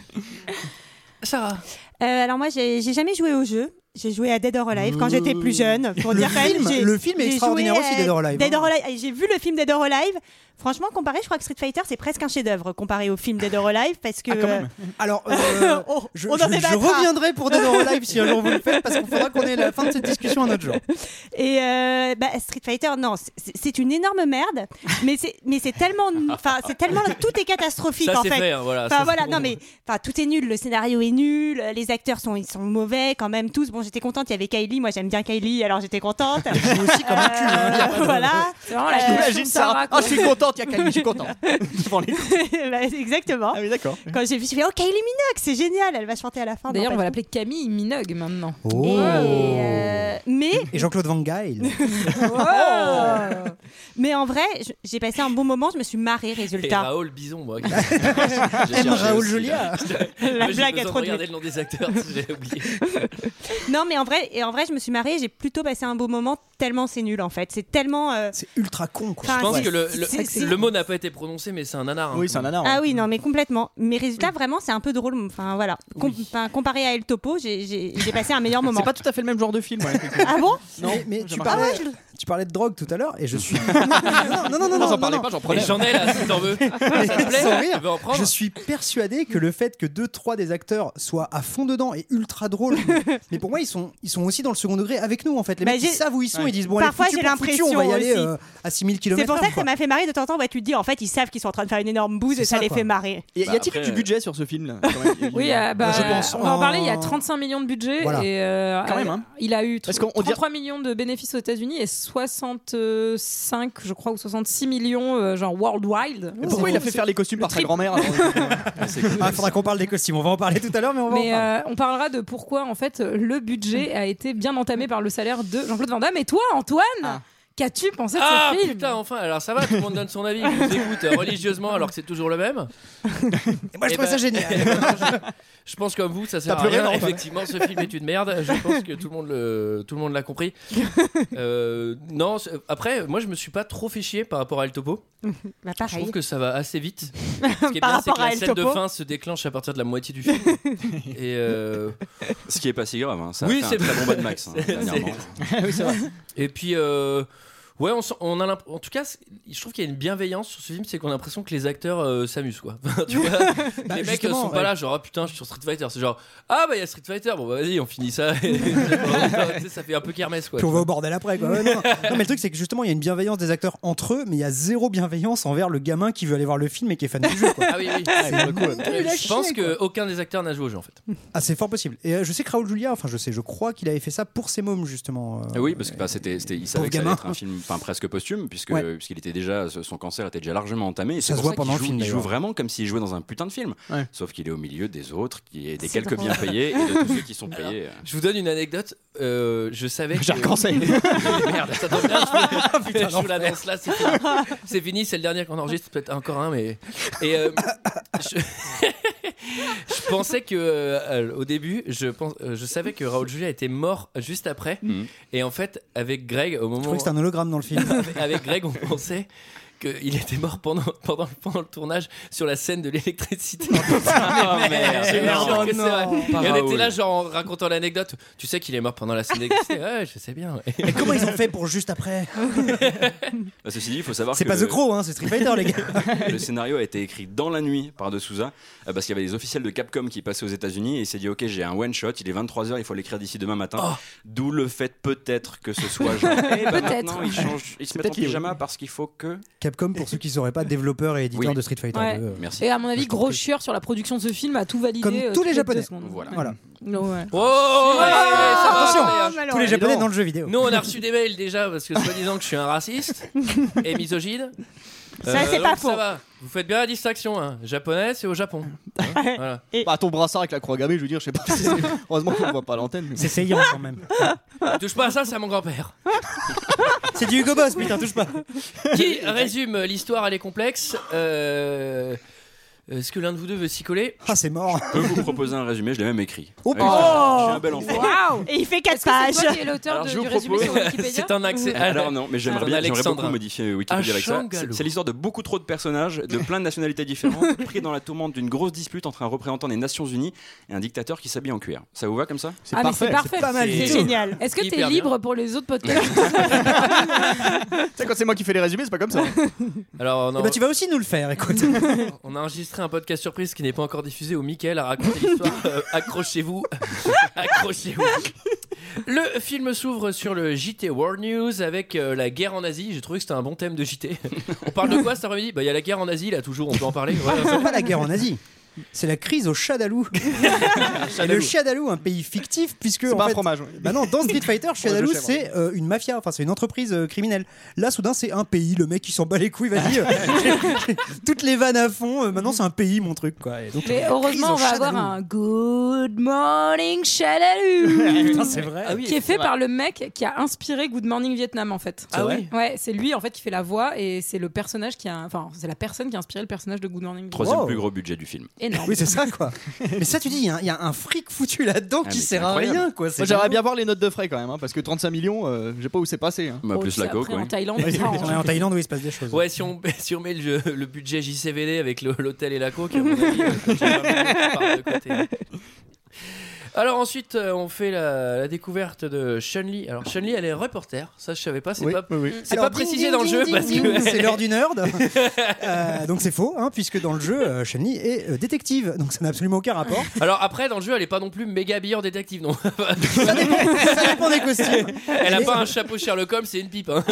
[SPEAKER 1] Sarah,
[SPEAKER 6] Euh, alors moi, j'ai j'ai jamais joué au jeu. J'ai joué à Dead or Alive quand j'étais plus jeune. Pour
[SPEAKER 9] Le
[SPEAKER 6] dire quand même,
[SPEAKER 9] film-
[SPEAKER 6] j'ai-
[SPEAKER 9] le film est
[SPEAKER 6] j'ai
[SPEAKER 9] extraordinaire
[SPEAKER 6] joué,
[SPEAKER 9] aussi,
[SPEAKER 6] euh,
[SPEAKER 9] Dead or Alive,
[SPEAKER 6] Dead
[SPEAKER 9] hein.
[SPEAKER 6] or Alive. J'ai vu le film Dead or Alive. Franchement, comparé, je crois que Street Fighter, c'est presque un chef-d'œuvre comparé au film Dead or Alive parce que.
[SPEAKER 8] Ah, quand même. [laughs]
[SPEAKER 6] [laughs]
[SPEAKER 9] Alors, euh,
[SPEAKER 6] Oh,
[SPEAKER 9] je,
[SPEAKER 6] on en
[SPEAKER 9] je- je
[SPEAKER 6] débattra.
[SPEAKER 9] reviendrai pour Dead or Alive si un jour vous le faites, parce qu'il faudra qu'on ait la fin de cette discussion un autre jour.
[SPEAKER 6] euh, Et euh, bah, Street Fighter, non, c'est- c'est- c'est une énorme merde. Mais c'est mais c'est tellement, enfin, c'est tellement tout est catastrophique
[SPEAKER 1] ça
[SPEAKER 6] en
[SPEAKER 1] c'est
[SPEAKER 6] fait.
[SPEAKER 1] fait. hein, Voilà,
[SPEAKER 6] Enfin
[SPEAKER 1] Ça,
[SPEAKER 6] voilà,
[SPEAKER 1] c'est
[SPEAKER 6] non
[SPEAKER 1] bon.
[SPEAKER 6] mais enfin tout est nul, le scénario est nul, les acteurs sont ils sont mauvais quand même tous. Bon, j'étais contente, il y avait Kylie, moi j'aime bien Kylie, alors j'étais contente.
[SPEAKER 9] Moi aussi, comme un cul. hein.
[SPEAKER 6] Euh, voilà,
[SPEAKER 7] C'est vraiment la
[SPEAKER 6] Euh,
[SPEAKER 7] génération
[SPEAKER 8] Imagine
[SPEAKER 7] de
[SPEAKER 8] Sarah.
[SPEAKER 7] Sarah,
[SPEAKER 8] Ah
[SPEAKER 7] quoi.
[SPEAKER 8] je suis contente, il y a Camille, je suis
[SPEAKER 7] [laughs]
[SPEAKER 8] contente. Devant les-
[SPEAKER 6] [laughs] Bah, exactement.
[SPEAKER 8] Ah oui d'accord.
[SPEAKER 6] Quand j'ai vu, j'ai fait oh Kylie Minogue, c'est génial, elle va chanter à la fin.
[SPEAKER 7] D'ailleurs, on va
[SPEAKER 6] n'empêche
[SPEAKER 7] l'appeler Camille Minogue maintenant.
[SPEAKER 6] pas. Et,
[SPEAKER 9] Oh.
[SPEAKER 6] euh,
[SPEAKER 9] [laughs]
[SPEAKER 6] mais oh.
[SPEAKER 9] Et Jean-Claude Van Gaal.
[SPEAKER 6] mais en vrai, je- j'ai passé un bon moment, je me suis marrée.
[SPEAKER 1] Et
[SPEAKER 6] Résultat.
[SPEAKER 1] Raoul Bison, moi. M.
[SPEAKER 9] Raoul Julia.
[SPEAKER 6] La blague est trop nulle.
[SPEAKER 1] Regardez le nom des acteurs, j'ai oublié.
[SPEAKER 6] Non mais en vrai, et en vrai, je me suis marrée. J'ai plutôt passé un beau moment tellement c'est nul en fait. C'est tellement. euh,
[SPEAKER 9] C'est ultra con quoi.
[SPEAKER 6] Enfin,
[SPEAKER 1] Je pense
[SPEAKER 6] c'est-
[SPEAKER 1] que le, le-
[SPEAKER 6] c'est- c'est-
[SPEAKER 1] le mot n'a pas été prononcé, mais c'est un nanar. hein.
[SPEAKER 8] Oui c'est un nanar.
[SPEAKER 6] Ah
[SPEAKER 8] hein.
[SPEAKER 6] oui, non, mais complètement. Mais résultat, vraiment, c'est un peu drôle. Enfin, voilà. Com- enfin, comparé à El Topo, j'ai- j'ai j'ai passé un meilleur moment.
[SPEAKER 8] C'est pas tout à fait le même genre de film.
[SPEAKER 7] [laughs]
[SPEAKER 8] ouais, effectivement.
[SPEAKER 6] Ah bon
[SPEAKER 8] Non,
[SPEAKER 9] mais, mais
[SPEAKER 8] j'ai
[SPEAKER 9] tu,
[SPEAKER 8] marqué.
[SPEAKER 9] parlais, tu parlais de drogue tout à l'heure et
[SPEAKER 1] [laughs]
[SPEAKER 9] je suis. non, non, non, non,
[SPEAKER 8] Non, j'en
[SPEAKER 9] non,
[SPEAKER 8] parlais
[SPEAKER 9] non.
[SPEAKER 8] pas, j'en
[SPEAKER 1] Et
[SPEAKER 8] prenais.
[SPEAKER 1] J'en ai là, si t'en veux. Ça te plaît
[SPEAKER 9] Sans
[SPEAKER 1] Tu
[SPEAKER 9] rire.
[SPEAKER 1] veux en prendre
[SPEAKER 9] Je suis persuadé que le fait que deux trois des acteurs soient à fond dedans et ultra
[SPEAKER 6] [laughs]
[SPEAKER 9] drôles, mais pour moi ils sont ils sont aussi dans le second degré avec nous en fait. Les
[SPEAKER 6] Bah,
[SPEAKER 9] mecs ils
[SPEAKER 6] j'ai-
[SPEAKER 9] savent où ils sont,
[SPEAKER 8] Ouais.
[SPEAKER 9] ils disent bon allez,
[SPEAKER 6] Parfois,
[SPEAKER 9] foutu
[SPEAKER 6] j'ai
[SPEAKER 9] pour foutu, on
[SPEAKER 6] l'impression
[SPEAKER 9] va y aller
[SPEAKER 6] aussi.
[SPEAKER 9] euh, à 6000 km
[SPEAKER 6] C'est pour ça que ça m'a fait marrer de temps en temps. Ouais, tu te dis, en fait, ils savent qu'ils sont en train de faire une énorme bouse
[SPEAKER 9] C'est
[SPEAKER 6] et ça,
[SPEAKER 9] ça,
[SPEAKER 6] les
[SPEAKER 9] quoi.
[SPEAKER 6] fait marrer.
[SPEAKER 8] Y a- y a-t-il eu
[SPEAKER 10] Bah, Après,
[SPEAKER 8] du budget sur ce film là, quand même Il y a eu-
[SPEAKER 7] [laughs] Oui, euh, bah,
[SPEAKER 9] Je pense.
[SPEAKER 7] on va en parler. Il y a
[SPEAKER 9] Oh.
[SPEAKER 7] 35 millions de budget
[SPEAKER 9] Voilà.
[SPEAKER 7] et euh,
[SPEAKER 8] Quand même, hein.
[SPEAKER 7] il a eu tr-
[SPEAKER 8] Parce qu'on- on
[SPEAKER 7] 33 millions de bénéfices aux États-Unis et 65, je crois, ou 66 millions euh, genre worldwide.
[SPEAKER 8] Mais Pourquoi il a fait faire les costumes par sa grand-mère hein, alors
[SPEAKER 9] Ah, faudra qu'on parle des costumes, on va en parler tout à l'heure, mais on va en
[SPEAKER 7] Mais
[SPEAKER 9] parler.
[SPEAKER 7] euh, on parlera de pourquoi en fait le budget a été bien entamé par le salaire de Jean-Claude Van Damme. Et toi, Antoine,
[SPEAKER 8] Ah.
[SPEAKER 7] qu'as-tu pensé de
[SPEAKER 1] Ah
[SPEAKER 7] ce film
[SPEAKER 1] putain, enfin, alors ça va, tout le monde donne son avis, je vous écoute euh, religieusement alors que c'est toujours le même.
[SPEAKER 6] euh,
[SPEAKER 9] Et moi je
[SPEAKER 1] eh
[SPEAKER 9] trouve
[SPEAKER 1] ben-
[SPEAKER 9] ça génial.
[SPEAKER 1] [laughs] Je pense comme vous, ça sert à
[SPEAKER 8] pleuré,
[SPEAKER 1] rien.
[SPEAKER 8] Laurent, toi
[SPEAKER 1] Effectivement, ce film est une merde. Je pense que tout le monde le, tout le monde l'a compris. Euh, non, c'est- après, moi je me suis pas trop fait chier par rapport à El Topo.
[SPEAKER 6] Bah,
[SPEAKER 1] Je trouve
[SPEAKER 6] pareil.
[SPEAKER 1] que ça va assez vite. Ce qui est
[SPEAKER 6] Par
[SPEAKER 1] bien, c'est
[SPEAKER 6] rapport
[SPEAKER 1] que
[SPEAKER 6] à
[SPEAKER 1] la
[SPEAKER 6] El
[SPEAKER 1] scène de
[SPEAKER 6] Topo.
[SPEAKER 1] fin se déclenche à partir de la moitié du film. Et euh,
[SPEAKER 10] [laughs] Ce qui est pas si grave. Hein. Ça a
[SPEAKER 1] Oui,
[SPEAKER 10] fait un
[SPEAKER 1] c'est-
[SPEAKER 10] très bon
[SPEAKER 8] [laughs]
[SPEAKER 10] Mad Max. hein,
[SPEAKER 1] [laughs] c'est-
[SPEAKER 10] dernièrement.
[SPEAKER 1] [laughs] Et puis, euh, ouais, on, sent- on a l'imp- en tout cas, c'est- je trouve qu'il y a une bienveillance sur ce film, c'est qu'on a l'impression que les acteurs euh, s'amusent, quoi. tu vois, [laughs] les
[SPEAKER 9] Bah,
[SPEAKER 1] mecs euh,
[SPEAKER 9] justement,
[SPEAKER 1] sont
[SPEAKER 9] ouais.
[SPEAKER 1] pas là, genre, ah putain, je suis sur Street Fighter. C'est genre, ah bah il y a Street Fighter, bon bah vas-y, on finit ça. [laughs] Et- euh, Tu sais, ça fait un peu kermesse, quoi.
[SPEAKER 9] Puis on va au bordel après.
[SPEAKER 1] [laughs]
[SPEAKER 9] Quoi. Ouais, non, non. Non, mais le truc, c'est que justement, il y a une bienveillance des acteurs entre eux, mais il y a zéro bienveillance envers le gamin qui veut aller voir le film et qui est fan du jeu. Quoi.
[SPEAKER 1] Ah oui, oui.
[SPEAKER 9] nul à
[SPEAKER 1] Je pense
[SPEAKER 9] chier,
[SPEAKER 1] que aucun des acteurs n'a joué au jeu en fait.
[SPEAKER 9] Ah, c'est fort possible. Et euh, je sais que Raoul Julia, enfin, je sais, je crois qu'il avait fait ça pour ses mômes, justement. euh,
[SPEAKER 10] Ah oui, parce que bah, c'était, c'était, il savait
[SPEAKER 9] Pauvre
[SPEAKER 10] que ça allait
[SPEAKER 9] gamin.
[SPEAKER 10] être un film enfin, presque posthume, puisque,
[SPEAKER 9] Ouais.
[SPEAKER 10] puisqu'il était déjà, son cancer était déjà largement entamé. Et
[SPEAKER 9] Ça
[SPEAKER 10] c'est
[SPEAKER 9] se
[SPEAKER 10] pour
[SPEAKER 9] voit
[SPEAKER 10] ça
[SPEAKER 9] pendant
[SPEAKER 10] qu'il joue,
[SPEAKER 9] le film,
[SPEAKER 10] Il joue
[SPEAKER 9] d'ailleurs.
[SPEAKER 10] vraiment comme s'il jouait dans un putain de film.
[SPEAKER 8] Ouais.
[SPEAKER 10] Sauf qu'il est au milieu des autres, qui est des
[SPEAKER 7] C'est
[SPEAKER 10] quelques
[SPEAKER 7] drôle.
[SPEAKER 10] bien payés et de tous ceux qui sont payés.
[SPEAKER 1] Je vous donne une anecdote. euh, je
[SPEAKER 9] [laughs]
[SPEAKER 1] savais. que-
[SPEAKER 8] J'ai un cancer.
[SPEAKER 1] [laughs] Merde, ça tombe bien, je vous- Ah, je vous l'annonce là, c'est fini. [laughs] C'est fini, c'est le dernier qu'on enregistre, peut-être encore un, mais. Et euh, je... Je pensais que euh, euh, au début, je pense, euh, je savais que Raoul Julia était mort juste après.
[SPEAKER 10] Mhm.
[SPEAKER 1] Et en fait, avec Greg, au
[SPEAKER 9] Je
[SPEAKER 1] moment
[SPEAKER 9] crois que c'est un hologramme dans
[SPEAKER 10] [laughs]
[SPEAKER 9] le film.
[SPEAKER 1] [laughs] avec, avec Greg, on pensait qu'il était mort pendant, pendant, pendant le tournage sur la scène de l'électricité.
[SPEAKER 10] Ah, merde.
[SPEAKER 1] C'est
[SPEAKER 10] Non.
[SPEAKER 1] sûr que c'est vrai.
[SPEAKER 10] Par
[SPEAKER 1] Et on était
[SPEAKER 10] Raoul.
[SPEAKER 1] là, genre, en racontant l'anecdote. Tu sais qu'il est mort pendant la scène d'électricité Ouais, je sais bien. Et-
[SPEAKER 9] Mais comment ils ont fait pour juste après
[SPEAKER 10] Bah, Ceci dit, il faut savoir
[SPEAKER 9] C'est
[SPEAKER 10] que
[SPEAKER 9] pas The
[SPEAKER 10] le-
[SPEAKER 9] Crow, hein, c'est Street Fighter, les gars. [laughs]
[SPEAKER 10] le scénario a été écrit dans la nuit par De Souza euh, parce qu'il y avait des officiels de Capcom qui passaient aux États-Unis et il s'est dit Ok, j'ai un one shot, il est 23h, il faut l'écrire d'ici demain matin. D'où le fait peut-être que ce soit genre. Eh ben,
[SPEAKER 7] Peut-être.
[SPEAKER 10] maintenant, ils, changent, ils se mettent en
[SPEAKER 9] peut-être lié,
[SPEAKER 10] pyjama parce qu'il faut que.
[SPEAKER 9] Capcom, pour ceux qui sauraient pas, développeur et éditeur
[SPEAKER 10] Oui.
[SPEAKER 9] de Street Fighter
[SPEAKER 7] Ouais.
[SPEAKER 9] 2.
[SPEAKER 10] Merci.
[SPEAKER 7] Et à mon avis,
[SPEAKER 9] Je t'en
[SPEAKER 7] gros
[SPEAKER 9] prie.
[SPEAKER 7] chieur sur la production de ce film a tout validé.
[SPEAKER 9] Comme
[SPEAKER 7] euh,
[SPEAKER 9] tous
[SPEAKER 7] toutes
[SPEAKER 9] les Japonais.
[SPEAKER 7] deux secondes.
[SPEAKER 10] Voilà.
[SPEAKER 9] Voilà.
[SPEAKER 7] Donc, ouais.
[SPEAKER 1] Oh ouais,
[SPEAKER 6] Ah,
[SPEAKER 9] Attention,
[SPEAKER 1] ouais,
[SPEAKER 9] Tous les
[SPEAKER 1] Dis
[SPEAKER 9] japonais
[SPEAKER 1] donc.
[SPEAKER 9] dans le jeu vidéo.
[SPEAKER 1] Nous, on a reçu des mails déjà parce que soi-disant que je suis un
[SPEAKER 6] [laughs]
[SPEAKER 1] raciste et misogyne. Euh,
[SPEAKER 6] Ça, c'est
[SPEAKER 1] donc Ça
[SPEAKER 6] pas faux.
[SPEAKER 1] va. Vous faites bien la distinction. Hein. Japonais, c'est au Japon.
[SPEAKER 6] [laughs]
[SPEAKER 1] Hein, voilà.
[SPEAKER 8] Bah, ton brassard avec la croix gammée, je veux dire, je sais pas. si c'est- Heureusement qu'on le voit pas à l'antenne. mais-
[SPEAKER 9] C'est saillant quand même.
[SPEAKER 1] Touche pas à ça, c'est à mon grand-père.
[SPEAKER 9] C'est du Hugo Boss, putain, touche pas.
[SPEAKER 1] Qui résume euh, l'histoire, elle est complexe. Euh, Est-ce que l'un de vous deux veut s'y coller
[SPEAKER 9] Ah, c'est mort.
[SPEAKER 10] Je peux vous proposer un résumé, je l'ai même écrit.
[SPEAKER 9] Oh,
[SPEAKER 10] Ah oui, putain, Je suis un bel enfant.
[SPEAKER 6] Et il fait 4
[SPEAKER 7] Est-ce que c'est toi
[SPEAKER 6] pages.
[SPEAKER 7] qui es l'auteur
[SPEAKER 10] Alors,
[SPEAKER 7] de-
[SPEAKER 10] je
[SPEAKER 7] du
[SPEAKER 10] vous
[SPEAKER 7] résumé sur
[SPEAKER 10] propose-
[SPEAKER 7] Wikipédia
[SPEAKER 1] [laughs] C'est un accès.
[SPEAKER 10] Alors non, mais j'aimerais
[SPEAKER 1] Alors,
[SPEAKER 10] bien, j'aimerais
[SPEAKER 1] Alexandra.
[SPEAKER 10] beaucoup modifier Wikipédia
[SPEAKER 1] Ah,
[SPEAKER 10] avec ça.
[SPEAKER 1] Shangaloo.
[SPEAKER 10] C'est- C'est l'histoire de beaucoup trop de personnages de plein de nationalités
[SPEAKER 8] [laughs]
[SPEAKER 10] différentes pris dans la tourmente d'une grosse dispute entre un représentant des Nations Unies et un dictateur qui s'habille en cuir. Ça vous va comme ça
[SPEAKER 8] C'est
[SPEAKER 7] Ah, mais
[SPEAKER 8] parfait.
[SPEAKER 7] c'est parfait.
[SPEAKER 9] pas mal
[SPEAKER 1] C'est-
[SPEAKER 9] du
[SPEAKER 7] C'est
[SPEAKER 9] tout.
[SPEAKER 7] génial. Est-ce que
[SPEAKER 1] Hyper
[SPEAKER 7] t'es
[SPEAKER 1] bien.
[SPEAKER 7] libre pour les autres podcasts
[SPEAKER 8] Tu sais, quand c'est moi qui fais les résumés, c'est pas comme ça.
[SPEAKER 1] Alors, on,
[SPEAKER 9] Eh
[SPEAKER 1] en-
[SPEAKER 9] ben, tu vas aussi nous le faire, écoute.
[SPEAKER 1] on a enregistré un podcast surprise qui n'est pas encore diffusé où Mickaël a raconté l'histoire. Euh, Accrochez-vous. [laughs] Accrochez-vous. Le film s'ouvre sur le JT World News avec euh, la guerre en Asie. J'ai trouvé que c'était un bon thème de JT. On parle de quoi cet après-midi Bah, Il y a la guerre en Asie, là, toujours, on peut en parler. Ouais,
[SPEAKER 9] [laughs] C'est pas la guerre en Asie. C'est la crise au Chadalou. Et le Chadalou, un pays fictif, puisque.
[SPEAKER 8] C'est
[SPEAKER 9] en
[SPEAKER 8] pas un
[SPEAKER 9] fait-
[SPEAKER 8] fromage.
[SPEAKER 9] Bah non, dans Street Fighter, Chadalou,
[SPEAKER 8] Ouais, je sais,
[SPEAKER 9] c'est euh, une mafia, enfin c'est une entreprise euh, criminelle. Là, soudain, c'est un pays. Le mec, il s'en bat les couilles, vas-y. euh, [laughs] j'ai- j'ai toutes les vannes à fond. euh, maintenant, c'est un pays, mon truc, quoi. Et donc, [laughs]
[SPEAKER 7] Mais
[SPEAKER 9] Ils
[SPEAKER 7] heureusement,
[SPEAKER 9] ont
[SPEAKER 7] on va avoir
[SPEAKER 9] Chalalu.
[SPEAKER 7] un Good Morning
[SPEAKER 9] [laughs]
[SPEAKER 7] Chalalu
[SPEAKER 9] putain, c'est vrai.
[SPEAKER 1] Ah oui,
[SPEAKER 7] qui est
[SPEAKER 1] c'est
[SPEAKER 7] fait
[SPEAKER 1] vrai.
[SPEAKER 7] par le mec qui a inspiré Good Morning Vietnam en fait.
[SPEAKER 1] Ah oui
[SPEAKER 7] Ouais, c'est lui en fait qui fait la voix et c'est le personnage qui a, enfin c'est la personne qui a inspiré le personnage de Good Morning. Vietnam.
[SPEAKER 10] Troisième
[SPEAKER 9] Wow.
[SPEAKER 10] plus gros budget du film.
[SPEAKER 7] Énorme.
[SPEAKER 9] Oui, c'est ça, quoi. Mais ça, tu dis, il y a un- il y, a un fric foutu là-dedans
[SPEAKER 10] Ah,
[SPEAKER 9] qui
[SPEAKER 10] mais c'est
[SPEAKER 9] sert à
[SPEAKER 10] incroyable.
[SPEAKER 9] rien, quoi. c'est
[SPEAKER 8] Moi, j'aimerais
[SPEAKER 9] dingue.
[SPEAKER 8] bien voir les notes de frais quand même, hein, parce que 35 millions, euh, je sais pas où c'est passé. hein.
[SPEAKER 10] Bah,
[SPEAKER 7] Oh,
[SPEAKER 10] plus
[SPEAKER 7] puis
[SPEAKER 10] la
[SPEAKER 7] après,
[SPEAKER 10] coque, ouais.
[SPEAKER 7] En Thaïlande, ça,
[SPEAKER 9] [laughs]
[SPEAKER 7] on-
[SPEAKER 9] Ouais, en Thaïlande, où il se passe des choses.
[SPEAKER 1] Ouais, si on, si on met le, le budget JCVD avec le- l'hôtel et la coque, à mon avis, euh, j'ai pas mal de part de côté. Alors ensuite, euh, on fait la, la découverte de Chun-Li. Alors Chun-Li, elle est reporter. Ça, je savais pas. C'est
[SPEAKER 8] Oui,
[SPEAKER 1] pas,
[SPEAKER 8] oui,
[SPEAKER 10] [laughs]
[SPEAKER 8] oui.
[SPEAKER 1] c'est pas
[SPEAKER 9] Alors, ding,
[SPEAKER 1] précisé
[SPEAKER 9] ding,
[SPEAKER 1] dans le
[SPEAKER 9] ding,
[SPEAKER 1] jeu
[SPEAKER 9] ding,
[SPEAKER 1] parce
[SPEAKER 9] ding,
[SPEAKER 1] que [laughs]
[SPEAKER 9] c'est l'heure du nerd. Euh, donc c'est faux, hein, puisque dans le jeu, euh, Chun-Li est euh, détective, donc ça n'a absolument
[SPEAKER 1] [laughs]
[SPEAKER 9] aucun rapport.
[SPEAKER 1] Alors après, dans le jeu, elle est pas non plus méga bille en détective,
[SPEAKER 9] [laughs]
[SPEAKER 1] non.
[SPEAKER 9] Ça dépend, ça dépend des costumes.
[SPEAKER 1] Elle a
[SPEAKER 9] Mais- [laughs]
[SPEAKER 1] pas un chapeau Sherlock Holmes, c'est une pipe. hein.